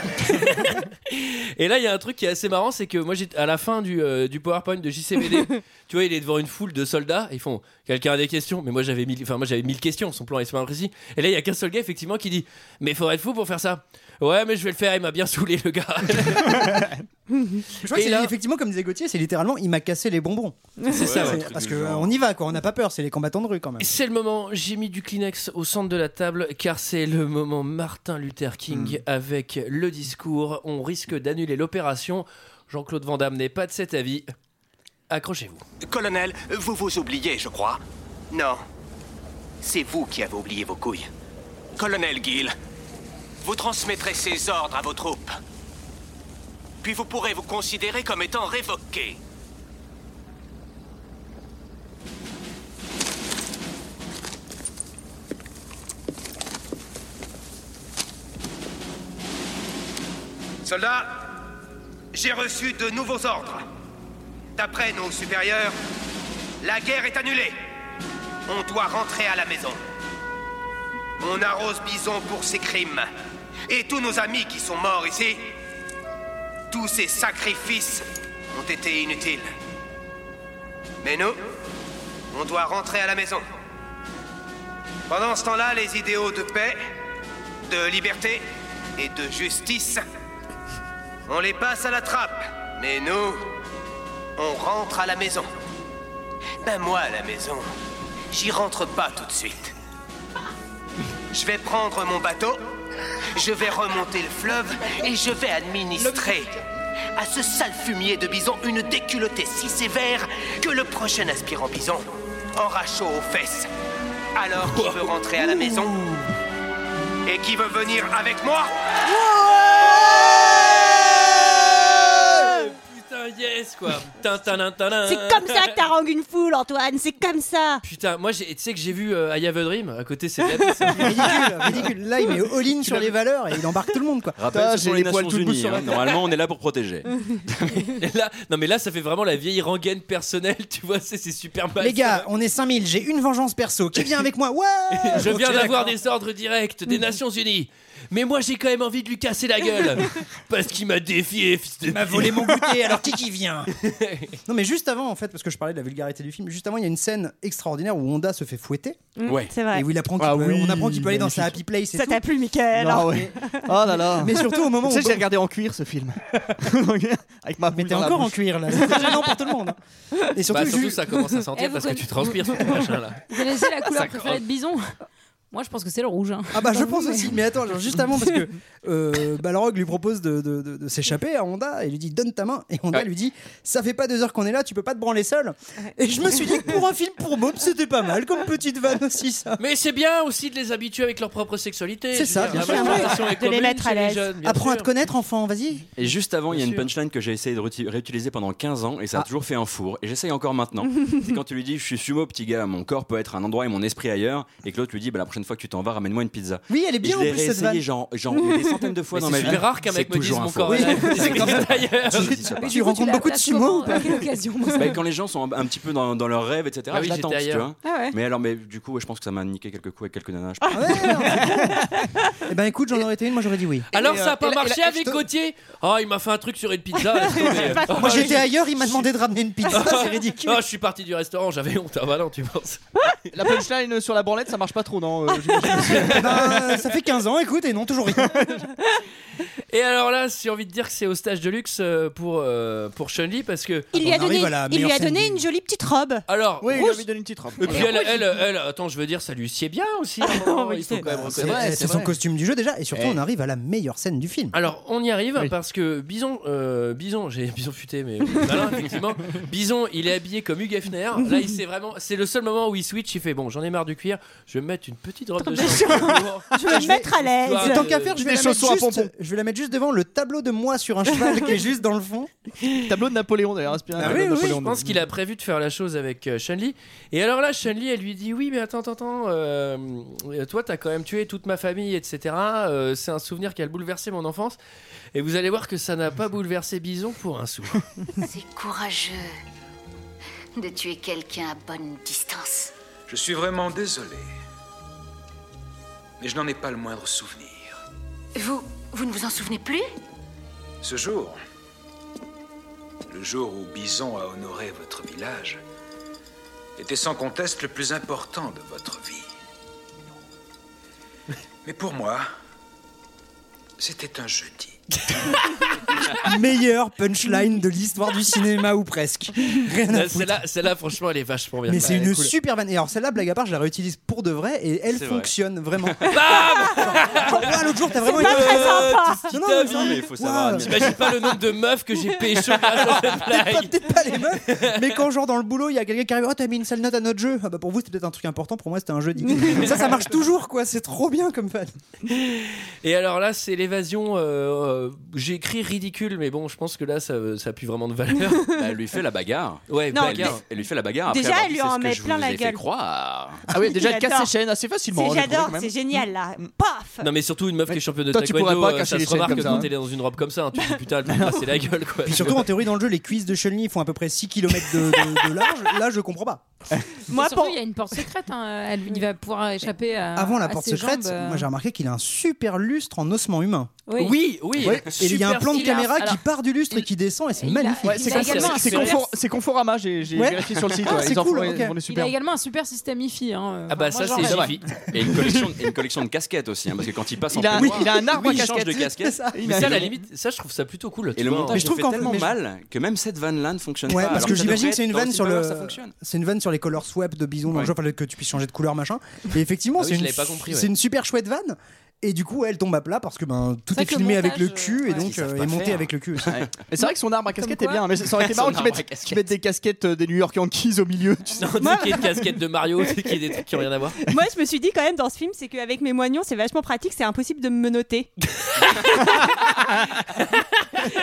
[SPEAKER 1] Et là, il y a un truc qui est assez marrant, c'est que moi, j'ai- à la fin du, euh, du PowerPoint de [laughs] JCVD, tu vois, il est devant une foule de soldats, et ils font Quelqu'un a des questions Mais moi, j'avais mille, enfin, moi, j'avais mille questions, son plan est super précis. Et là, il y a qu'un seul gars, effectivement, qui dit Mais faudrait être fou pour faire ça. Ouais, mais je vais le faire, il m'a bien saoulé, le gars. [laughs]
[SPEAKER 9] Je crois que
[SPEAKER 1] Et
[SPEAKER 9] c'est
[SPEAKER 1] là-
[SPEAKER 9] effectivement, comme disait Gauthier, c'est littéralement il m'a cassé les bonbons.
[SPEAKER 1] C'est ça, ouais.
[SPEAKER 9] Parce que euh, on y va, quoi, on n'a pas peur, c'est les combattants de rue quand même.
[SPEAKER 1] C'est le moment, j'ai mis du Kleenex au centre de la table car c'est le moment Martin Luther King
[SPEAKER 9] Hmm.
[SPEAKER 1] avec le discours. On risque d'annuler l'opération. Jean-Claude Van Damme n'est pas de cet avis. Accrochez-vous.
[SPEAKER 2] Colonel, vous vous oubliez, je crois. Non. C'est vous qui avez oublié vos couilles. Colonel Gill, vous transmettrez ces ordres à vos troupes. Puis vous pourrez vous considérer comme étant révoqué.
[SPEAKER 11] Soldats, j'ai reçu de nouveaux ordres. D'après nos supérieurs, la guerre est annulée. On doit rentrer à la maison. On arrose Bison pour ses crimes. Et tous nos amis qui sont morts ici, tous ces sacrifices ont été inutiles. Mais nous, on doit rentrer à la maison. Pendant ce temps-là, les idéaux de paix, de liberté et de justice on les passe à la trappe, mais nous, on rentre à la maison. Ben moi, à la maison, j'y rentre pas tout de suite. Je vais prendre mon bateau, je vais remonter le fleuve et je vais administrer à ce sale fumier de bison une déculottée si sévère que le prochain aspirant bison aura chaud aux fesses. Alors qui veut rentrer à la maison et qui veut venir avec moi
[SPEAKER 1] Putain, yes quoi. Tintinintinin.
[SPEAKER 6] C'est comme ça que t'arranges une foule, Antoine, c'est comme ça.
[SPEAKER 1] Putain, moi j'ai- tu sais que j'ai vu euh, I Have a Dream à côté, c'est bien, c'est-
[SPEAKER 6] [laughs]
[SPEAKER 9] Ridicule, ridicule. Là, il met all-in sur les valeurs et il embarque tout le monde, quoi. Ah,
[SPEAKER 10] Rappel,
[SPEAKER 8] Putain,
[SPEAKER 10] ce
[SPEAKER 8] j'ai
[SPEAKER 10] sont
[SPEAKER 8] les
[SPEAKER 10] les
[SPEAKER 8] poils
[SPEAKER 10] Nations
[SPEAKER 8] tout le bout
[SPEAKER 10] Unies.
[SPEAKER 8] sur la
[SPEAKER 10] hein. Normalement, on est là pour protéger.
[SPEAKER 1] Et là, non mais là ça fait vraiment la vieille rengaine personnelle, tu vois, c'est c'est super mal.
[SPEAKER 9] Les gars, on est 5000, j'ai une vengeance perso. Qui vient avec moi Ouais
[SPEAKER 1] Je
[SPEAKER 9] Ok,
[SPEAKER 1] viens d'avoir
[SPEAKER 9] d'accord.
[SPEAKER 1] des ordres directs des Nations Unies. Mais moi j'ai quand même envie de lui casser la gueule. Parce qu'il m'a défié, fils de
[SPEAKER 9] Il m'a volé mon goûter, alors qui
[SPEAKER 1] [laughs]
[SPEAKER 9] qui vient Non, mais juste avant, en fait, parce que je parlais de la vulgarité du film, juste avant, il y a une scène extraordinaire où Honda se fait fouetter
[SPEAKER 10] Ouais.
[SPEAKER 6] Mm, C'est vrai.
[SPEAKER 9] et où il apprend qu'il
[SPEAKER 8] Ah
[SPEAKER 9] peut,
[SPEAKER 8] oui,
[SPEAKER 9] on apprend qu'il peut aller dans sa
[SPEAKER 8] magnifique.
[SPEAKER 9] happy place et
[SPEAKER 6] Ça
[SPEAKER 9] tout.
[SPEAKER 6] t'a plu, Michael
[SPEAKER 1] hein.
[SPEAKER 8] Ah [laughs] ouais. Oh là là.
[SPEAKER 9] Mais surtout au moment où.
[SPEAKER 8] Tu sais,
[SPEAKER 9] on-
[SPEAKER 8] j'ai regardé en cuir ce film. [laughs] Avec ma
[SPEAKER 9] Mais
[SPEAKER 8] boule
[SPEAKER 9] t'es
[SPEAKER 8] dans la
[SPEAKER 9] encore en
[SPEAKER 8] bouche.
[SPEAKER 9] cuir là, c'est gênant pour tout le monde. hein. Et surtout,
[SPEAKER 1] Bah, surtout
[SPEAKER 9] ju-
[SPEAKER 1] ça commence à sentir
[SPEAKER 7] Eh,
[SPEAKER 1] parce
[SPEAKER 7] vous
[SPEAKER 1] que tu transpires sur ton machin là.
[SPEAKER 7] Vous connaissez
[SPEAKER 9] [laughs]
[SPEAKER 7] la couleur
[SPEAKER 1] Ça
[SPEAKER 7] préférée
[SPEAKER 1] croque.
[SPEAKER 7] de bison Moi, je pense que c'est le rouge. hein.
[SPEAKER 9] Ah bah je pense aussi, mais attends, genre, juste avant parce que euh, Balrog lui propose de, de- de- de s'échapper à Honda et lui dit donne ta main et Honda
[SPEAKER 10] Ouais.
[SPEAKER 9] lui dit ça fait pas deux heures qu'on est là, tu peux pas te branler seul. Et je me suis dit que pour un film pour Bob c'était pas mal comme petite vanne aussi ça.
[SPEAKER 1] Mais c'est bien aussi de les habituer avec leur propre sexualité.
[SPEAKER 9] C'est
[SPEAKER 1] je
[SPEAKER 9] ça,
[SPEAKER 1] veux dire,
[SPEAKER 9] bien
[SPEAKER 1] la
[SPEAKER 9] sûr.
[SPEAKER 1] masturbation est
[SPEAKER 6] De les
[SPEAKER 1] commune
[SPEAKER 6] mettre à
[SPEAKER 1] chez les
[SPEAKER 6] l'aise.
[SPEAKER 1] jeunes, bien
[SPEAKER 9] Apprends à
[SPEAKER 1] sûr.
[SPEAKER 9] te connaître enfant, vas-y.
[SPEAKER 10] Et juste avant, il y a
[SPEAKER 1] Bien
[SPEAKER 10] une
[SPEAKER 1] sûr.
[SPEAKER 10] punchline que j'ai essayé de réuti- réutiliser pendant 15 ans et ça a toujours fait un four. Et j'essaye encore maintenant. c'est quand tu lui dis Je suis sumo, petit gars, mon corps peut être un endroit et mon esprit ailleurs. Et que l'autre lui dit bah, La prochaine fois que tu t'en vas, ramène-moi une pizza.
[SPEAKER 9] Oui, elle
[SPEAKER 10] Et
[SPEAKER 9] est
[SPEAKER 10] je
[SPEAKER 9] bien en
[SPEAKER 10] l'ai
[SPEAKER 9] plus cette vanne.
[SPEAKER 10] réessayé genre, genre des centaines de fois
[SPEAKER 1] Mais
[SPEAKER 10] dans ma
[SPEAKER 1] c'est
[SPEAKER 10] vie.
[SPEAKER 1] super rare qu'un mec
[SPEAKER 10] C'est
[SPEAKER 1] me dise
[SPEAKER 10] toujours un
[SPEAKER 1] mon
[SPEAKER 10] four.
[SPEAKER 1] corps est
[SPEAKER 9] Oui,
[SPEAKER 1] là.
[SPEAKER 9] c'est comme ça.
[SPEAKER 1] D'ailleurs.
[SPEAKER 10] Je dis ça pas.
[SPEAKER 7] Mais
[SPEAKER 9] Tu
[SPEAKER 7] du coup,
[SPEAKER 9] rencontres
[SPEAKER 7] l'as-
[SPEAKER 9] beaucoup de
[SPEAKER 7] l'as
[SPEAKER 9] sumo,
[SPEAKER 7] comment
[SPEAKER 9] ou pas
[SPEAKER 7] À
[SPEAKER 9] [laughs]
[SPEAKER 7] quelle occasion moi, ça
[SPEAKER 10] Bah,
[SPEAKER 7] me-
[SPEAKER 10] quand les gens sont un, un petit peu dans, dans leurs rêves, etc.,
[SPEAKER 1] Ah oui,
[SPEAKER 10] je l'attends,
[SPEAKER 1] j'étais
[SPEAKER 10] tu
[SPEAKER 1] ailleurs.
[SPEAKER 10] vois.
[SPEAKER 7] Ah ouais.
[SPEAKER 10] Mais alors, mais du coup, ouais, je pense que ça m'a niqué quelques coups et quelques nanas.
[SPEAKER 9] Ah ouais, non, c'est bon. [laughs] Eh ben écoute, j'en aurais été une, moi j'aurais dit oui.
[SPEAKER 1] Alors
[SPEAKER 8] Et,
[SPEAKER 1] ça a
[SPEAKER 8] euh,
[SPEAKER 1] pas
[SPEAKER 8] et la- et
[SPEAKER 1] marché
[SPEAKER 8] la-
[SPEAKER 1] avec
[SPEAKER 8] je te-
[SPEAKER 1] Gauthier Ah, il m'a fait un truc sur une pizza. laisse tomber. Ah,
[SPEAKER 9] Moi
[SPEAKER 1] oui.
[SPEAKER 9] j'étais ailleurs, il m'a demandé de ramener une [laughs] pizza, c'est ridicule.
[SPEAKER 1] Ah, je suis parti du restaurant, j'avais honte. Ah bah non, tu penses
[SPEAKER 8] La punchline sur la branlette, ça marche pas trop, non euh, j'imagine.
[SPEAKER 9] Eh ben, euh, ça fait 15 ans, écoute, et non, toujours rien.
[SPEAKER 1] Et alors là, j'ai envie de dire que c'est au stage de luxe euh, pour euh, pour Chun-Li parce que
[SPEAKER 6] Il lui
[SPEAKER 9] On
[SPEAKER 6] a
[SPEAKER 9] arrive
[SPEAKER 6] donné,
[SPEAKER 9] à la
[SPEAKER 6] il lui
[SPEAKER 9] meilleure
[SPEAKER 6] a
[SPEAKER 9] scène
[SPEAKER 6] donné
[SPEAKER 9] du-
[SPEAKER 6] une jolie petite robe.
[SPEAKER 1] alors
[SPEAKER 8] Oui, il
[SPEAKER 1] rouge.
[SPEAKER 8] a lui donné une petite robe.
[SPEAKER 1] Et puis elle, elle, elle- attends, je veux dire, ça lui sied bien aussi. à un moment, il faut quand même
[SPEAKER 9] C'est
[SPEAKER 1] reconnaître.
[SPEAKER 9] c'est son costume du jeu déjà, et
[SPEAKER 10] Eh.
[SPEAKER 9] surtout on arrive à la meilleure scène du film.
[SPEAKER 1] Alors, on y arrive
[SPEAKER 8] Oui.
[SPEAKER 1] parce que Bison, euh, Bison, j'ai [laughs] Bison futé, mais malin, effectivement. Bison, il est habillé comme Hugh Hefner. Là, il s'est vraiment, c'est le seul moment où il switch. Il fait bon, j'en ai marre du cuir, je vais me mettre une petite petite robe de
[SPEAKER 9] Des
[SPEAKER 1] chambre.
[SPEAKER 6] [laughs]
[SPEAKER 9] choses-
[SPEAKER 1] Je vais me mettre à l'aise.
[SPEAKER 9] Et Tant qu'à
[SPEAKER 1] Euh,
[SPEAKER 9] faire, Ah, je vais,
[SPEAKER 1] des
[SPEAKER 9] la mettre
[SPEAKER 1] chaussons à
[SPEAKER 9] juste,
[SPEAKER 1] pompons.
[SPEAKER 9] je vais la mettre juste devant le tableau de moi sur un cheval qui est juste dans
[SPEAKER 1] [laughs]
[SPEAKER 9] le fond.
[SPEAKER 8] Tableau de Napoléon d'ailleurs, inspiré
[SPEAKER 1] Ah
[SPEAKER 8] d'un
[SPEAKER 1] oui,
[SPEAKER 8] tableau de
[SPEAKER 1] oui,
[SPEAKER 8] Napoléon.
[SPEAKER 1] je pense qu'il a prévu de faire la chose avec euh, Chun-Li. Et alors là, Chun-Li, elle lui dit Oui, mais attends, attends, attends, euh, toi, t'as quand même tué toute ma famille, etc. Euh, c'est un souvenir qui a bouleversé mon enfance. Et vous allez voir que ça n'a pas bouleversé Bison pour un sou.
[SPEAKER 12] C'est courageux de tuer quelqu'un à bonne distance.
[SPEAKER 13] Je suis vraiment désolé. Mais je n'en ai pas le moindre souvenir.
[SPEAKER 12] Vous, vous ne vous en souvenez plus
[SPEAKER 13] Ce jour, le jour où Bison a honoré votre village, était sans conteste le plus important de votre vie. Mais pour moi, c'était un jeudi.
[SPEAKER 9] Meilleure punchline de l'histoire du cinéma ou presque. Rien à
[SPEAKER 1] Là,
[SPEAKER 9] foutre.
[SPEAKER 1] Euh, Celle-là, celle-là, franchement, elle est vachement bien.
[SPEAKER 9] Ah, Mais c'est
[SPEAKER 1] Ouais, elle
[SPEAKER 9] une
[SPEAKER 1] est Bah, cool.
[SPEAKER 9] super vanne. Et alors celle-là, blague à part, je la réutilise pour de vrai et elle
[SPEAKER 1] C'est vrai. Bah,
[SPEAKER 9] fonctionne
[SPEAKER 1] [laughs]
[SPEAKER 9] vraiment. Genre, genre, l'autre jour, t'as vraiment
[SPEAKER 1] C'est pas
[SPEAKER 9] été-
[SPEAKER 1] très sympa.
[SPEAKER 9] Non, non,
[SPEAKER 1] Ta
[SPEAKER 9] mais ça-
[SPEAKER 1] vie.
[SPEAKER 9] Waouh.
[SPEAKER 1] T'imagines pas le nombre de meufs que j'ai pécho grâce à
[SPEAKER 9] [laughs]
[SPEAKER 1] cette blague.
[SPEAKER 9] Mais quand, genre, dans le boulot, il y a quelqu'un qui arrive, oh, t'as mis une sale note à notre jeu. Ah bah, pour vous, c'était peut-être un truc important, pour moi, c'était un jeudi.
[SPEAKER 1] [laughs]
[SPEAKER 9] ça, ça marche toujours, quoi. C'est trop bien comme fan.
[SPEAKER 1] Et alors là, c'est l'évasion. euh, euh, J'ai écrit ridicule, mais bon, je pense que là, ça, ça pue vraiment de
[SPEAKER 9] [laughs]
[SPEAKER 1] valeur.
[SPEAKER 10] elle lui fait la bagarre.
[SPEAKER 1] Ouais, hein.
[SPEAKER 10] Non,
[SPEAKER 1] bagarre.
[SPEAKER 10] elle lui- elle lui fait la bagarre. après
[SPEAKER 6] Déjà,
[SPEAKER 10] avoir
[SPEAKER 6] elle
[SPEAKER 10] dit,
[SPEAKER 6] lui
[SPEAKER 10] c'est
[SPEAKER 6] en
[SPEAKER 10] ce que
[SPEAKER 6] met
[SPEAKER 10] je
[SPEAKER 6] plein
[SPEAKER 10] vous
[SPEAKER 6] la
[SPEAKER 10] ai fait
[SPEAKER 6] guelle.
[SPEAKER 10] croire.
[SPEAKER 8] Ah oui, déjà, elle casse
[SPEAKER 6] J'adore.
[SPEAKER 8] ses chaînes assez facilement.
[SPEAKER 6] C'est-
[SPEAKER 8] je trouve,
[SPEAKER 6] J'adore,
[SPEAKER 8] quand même.
[SPEAKER 6] c'est génial là.
[SPEAKER 9] Mm.
[SPEAKER 6] Paf
[SPEAKER 1] Non mais surtout une meuf qui est championne de
[SPEAKER 8] Toi, tu
[SPEAKER 1] taekwondo,
[SPEAKER 8] pourrais pas
[SPEAKER 1] euh,
[SPEAKER 8] cacher
[SPEAKER 1] ça
[SPEAKER 8] les
[SPEAKER 1] se
[SPEAKER 8] chaînes
[SPEAKER 1] remarque
[SPEAKER 8] comme ça,
[SPEAKER 1] quand
[SPEAKER 8] hein.
[SPEAKER 1] elle est dans une robe comme ça, hein, tu te dis
[SPEAKER 9] [laughs]
[SPEAKER 1] putain, elle va casser la gueule quoi.
[SPEAKER 9] Puis surtout, en théorie, dans le jeu, les cuisses de Chun-Li font à peu près 6 km de, de- de large. Là, je comprends pas.
[SPEAKER 7] Moi, surtout, il y a une porte secrète. hein. Elle, il va pouvoir échapper à.
[SPEAKER 9] Avant la
[SPEAKER 7] à
[SPEAKER 9] porte
[SPEAKER 7] ses
[SPEAKER 9] secrète,
[SPEAKER 7] Ah, jambes, euh.
[SPEAKER 9] moi, j'ai remarqué qu'il a un super lustre en ossement humain.
[SPEAKER 7] Oui. Oui, oui,
[SPEAKER 9] Ouais. Et il y a un
[SPEAKER 7] super
[SPEAKER 9] plan de
[SPEAKER 7] stylé.
[SPEAKER 9] caméra qui
[SPEAKER 7] Alors-
[SPEAKER 9] part du lustre et qui descend, et c'est magnifique.
[SPEAKER 8] Ouais, c'est
[SPEAKER 7] Il a également
[SPEAKER 8] confort-
[SPEAKER 7] un
[SPEAKER 8] c'est
[SPEAKER 7] super-
[SPEAKER 8] confort- c'est Conforama, j'ai j'ai
[SPEAKER 9] Ouais.
[SPEAKER 8] vérifié sur le site.
[SPEAKER 9] Ah,
[SPEAKER 8] ouais,
[SPEAKER 9] c'est
[SPEAKER 8] ils en font-
[SPEAKER 9] cool,
[SPEAKER 8] ils
[SPEAKER 9] ok.
[SPEAKER 8] en font des
[SPEAKER 7] Il a
[SPEAKER 8] super.
[SPEAKER 7] également un super système IFI. hein.
[SPEAKER 10] Ah bah ça
[SPEAKER 7] Enfin, moi,
[SPEAKER 10] c'est
[SPEAKER 7] j'en rêve.
[SPEAKER 10] Jiffy. Et une collection, et une collection de casquettes aussi, hein, parce que quand il passe en
[SPEAKER 8] Il a-
[SPEAKER 10] peignoir,
[SPEAKER 8] oui, il a un arbre
[SPEAKER 10] il
[SPEAKER 8] à
[SPEAKER 10] change de
[SPEAKER 8] casquettes.
[SPEAKER 10] casquette.
[SPEAKER 8] C'est ça, il
[SPEAKER 10] Mais
[SPEAKER 8] a-
[SPEAKER 10] ça, à la
[SPEAKER 1] la
[SPEAKER 10] limite,
[SPEAKER 1] limite, ça je trouve ça plutôt cool.
[SPEAKER 10] Et le montage,
[SPEAKER 9] Mais
[SPEAKER 10] mais
[SPEAKER 9] je trouve qu'en-
[SPEAKER 10] tellement
[SPEAKER 9] mais je-
[SPEAKER 10] mal que même cette vanne-là ne fonctionne
[SPEAKER 9] Ouais,
[SPEAKER 10] pas.
[SPEAKER 9] parce
[SPEAKER 10] alors
[SPEAKER 9] que
[SPEAKER 10] ça
[SPEAKER 9] j'imagine
[SPEAKER 10] devrait
[SPEAKER 9] que c'est une
[SPEAKER 10] être dans le
[SPEAKER 9] vanne sur
[SPEAKER 10] cinéma,
[SPEAKER 9] le,
[SPEAKER 10] ça fonctionne.
[SPEAKER 9] c'est une vanne sur les colors swap de Bison dans
[SPEAKER 10] Ouais.
[SPEAKER 9] le jeu, fallait que tu puisses changer de couleur machin. Et effectivement,
[SPEAKER 1] Ah oui,
[SPEAKER 9] c'est
[SPEAKER 1] je
[SPEAKER 9] une,
[SPEAKER 1] l'avais pas compris, ouais.
[SPEAKER 9] c'est une super chouette vanne. Et du coup, elle tombe à plat parce que ben tout
[SPEAKER 7] C'est
[SPEAKER 9] est,
[SPEAKER 7] vrai que le
[SPEAKER 9] filmé
[SPEAKER 7] montage,
[SPEAKER 9] avec le
[SPEAKER 7] euh,
[SPEAKER 9] cul
[SPEAKER 7] ouais.
[SPEAKER 9] et donc
[SPEAKER 10] Ils savent
[SPEAKER 9] euh,
[SPEAKER 10] pas
[SPEAKER 9] est monté
[SPEAKER 10] faire.
[SPEAKER 9] avec le cul. aussi.
[SPEAKER 10] Ouais.
[SPEAKER 8] Mais c'est vrai que son arbre à casquette est
[SPEAKER 7] quoi
[SPEAKER 8] bien, mais ça aurait été
[SPEAKER 10] Son
[SPEAKER 8] marrant qu'ils
[SPEAKER 10] arbre à
[SPEAKER 8] mettent,
[SPEAKER 10] casquette.
[SPEAKER 8] qu'ils mettent des casquettes euh, des New York Yankees au milieu. Tu
[SPEAKER 9] [laughs]
[SPEAKER 8] sais.
[SPEAKER 1] Non, tu sais qu'il y a une casquette de Mario, tu sais qu'il y a des trucs qui ont rien à voir.
[SPEAKER 6] Moi, je me suis dit quand même dans ce film, c'est qu'avec mes moignons, c'est vachement pratique, c'est impossible de me menoter.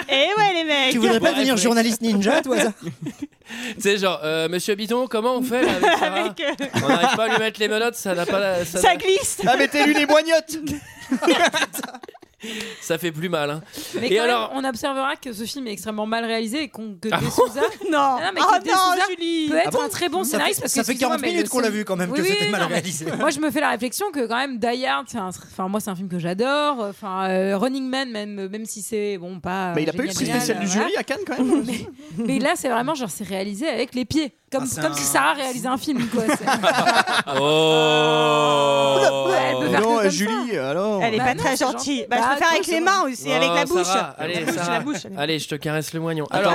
[SPEAKER 6] Et ouais, les mecs
[SPEAKER 9] Tu voudrais pas
[SPEAKER 1] Ouais,
[SPEAKER 9] devenir
[SPEAKER 1] c'est-
[SPEAKER 9] journaliste ninja, toi ça
[SPEAKER 1] Tu sais genre euh, monsieur Biton, comment on fait là,
[SPEAKER 9] [laughs]
[SPEAKER 1] avec Sarah
[SPEAKER 6] [laughs] Avec, euh,
[SPEAKER 1] On n'arrive pas à lui mettre les menottes, ça n'a pas ça,
[SPEAKER 6] Ça
[SPEAKER 1] n'a-
[SPEAKER 6] glisse
[SPEAKER 8] Ah, mettez-lui les moignottes
[SPEAKER 1] ça fait plus mal hein.
[SPEAKER 7] Mais
[SPEAKER 1] Et
[SPEAKER 7] quand
[SPEAKER 1] alors-
[SPEAKER 7] même, on observera que ce film est extrêmement mal réalisé et qu'on que
[SPEAKER 1] Ah
[SPEAKER 7] De
[SPEAKER 1] bon
[SPEAKER 7] Souza
[SPEAKER 6] Non
[SPEAKER 7] Ah non, mais
[SPEAKER 6] Oh
[SPEAKER 7] que
[SPEAKER 6] non,
[SPEAKER 7] Souza
[SPEAKER 6] Julie
[SPEAKER 7] peut être
[SPEAKER 9] Ah bon
[SPEAKER 7] un très bon
[SPEAKER 9] Ça
[SPEAKER 7] scénariste
[SPEAKER 9] fait-
[SPEAKER 7] parce
[SPEAKER 9] ça
[SPEAKER 7] que,
[SPEAKER 9] fait
[SPEAKER 7] excusez-moi,
[SPEAKER 9] 40
[SPEAKER 7] mais le
[SPEAKER 9] minutes qu'on l'a
[SPEAKER 7] scén-
[SPEAKER 9] vu quand même
[SPEAKER 7] Oui,
[SPEAKER 9] que
[SPEAKER 7] oui,
[SPEAKER 9] c'était mal
[SPEAKER 7] non, mais-
[SPEAKER 9] réalisé.
[SPEAKER 7] Moi, je me fais la réflexion que quand même Die Hard, c'est un- enfin moi, c'est un film que j'adore. Enfin, euh, Running Man, même même si c'est bon pas.
[SPEAKER 8] Mais il a pas eu le
[SPEAKER 7] génial,
[SPEAKER 8] prix
[SPEAKER 7] génial,
[SPEAKER 8] spécial du
[SPEAKER 7] voilà.
[SPEAKER 8] jury à Cannes quand même.
[SPEAKER 7] Mais là, c'est vraiment genre c'est réalisé avec les pieds, comme
[SPEAKER 9] Ah, c'est
[SPEAKER 7] comme
[SPEAKER 9] un-
[SPEAKER 7] si Sarah réalisait un film quoi.
[SPEAKER 9] [laughs]
[SPEAKER 7] C'est-
[SPEAKER 9] Ah.
[SPEAKER 1] Oh
[SPEAKER 7] Ouais, elle peut faire
[SPEAKER 8] Non,
[SPEAKER 9] euh,
[SPEAKER 7] que comme
[SPEAKER 8] Julie, alors.
[SPEAKER 6] Elle est
[SPEAKER 7] Bah
[SPEAKER 6] pas
[SPEAKER 7] non,
[SPEAKER 6] très
[SPEAKER 7] c'est gentil.
[SPEAKER 6] gentille. Bah,
[SPEAKER 7] Bah,
[SPEAKER 6] je peux faire
[SPEAKER 7] toi,
[SPEAKER 6] avec
[SPEAKER 7] c'est
[SPEAKER 6] les
[SPEAKER 7] bon.
[SPEAKER 6] mains aussi, avec
[SPEAKER 1] Oh,
[SPEAKER 6] la bouche.
[SPEAKER 1] Sarah, allez,
[SPEAKER 6] la bouche,
[SPEAKER 1] Sarah.
[SPEAKER 6] la bouche.
[SPEAKER 1] Allez, je te caresse le moignon. Alors,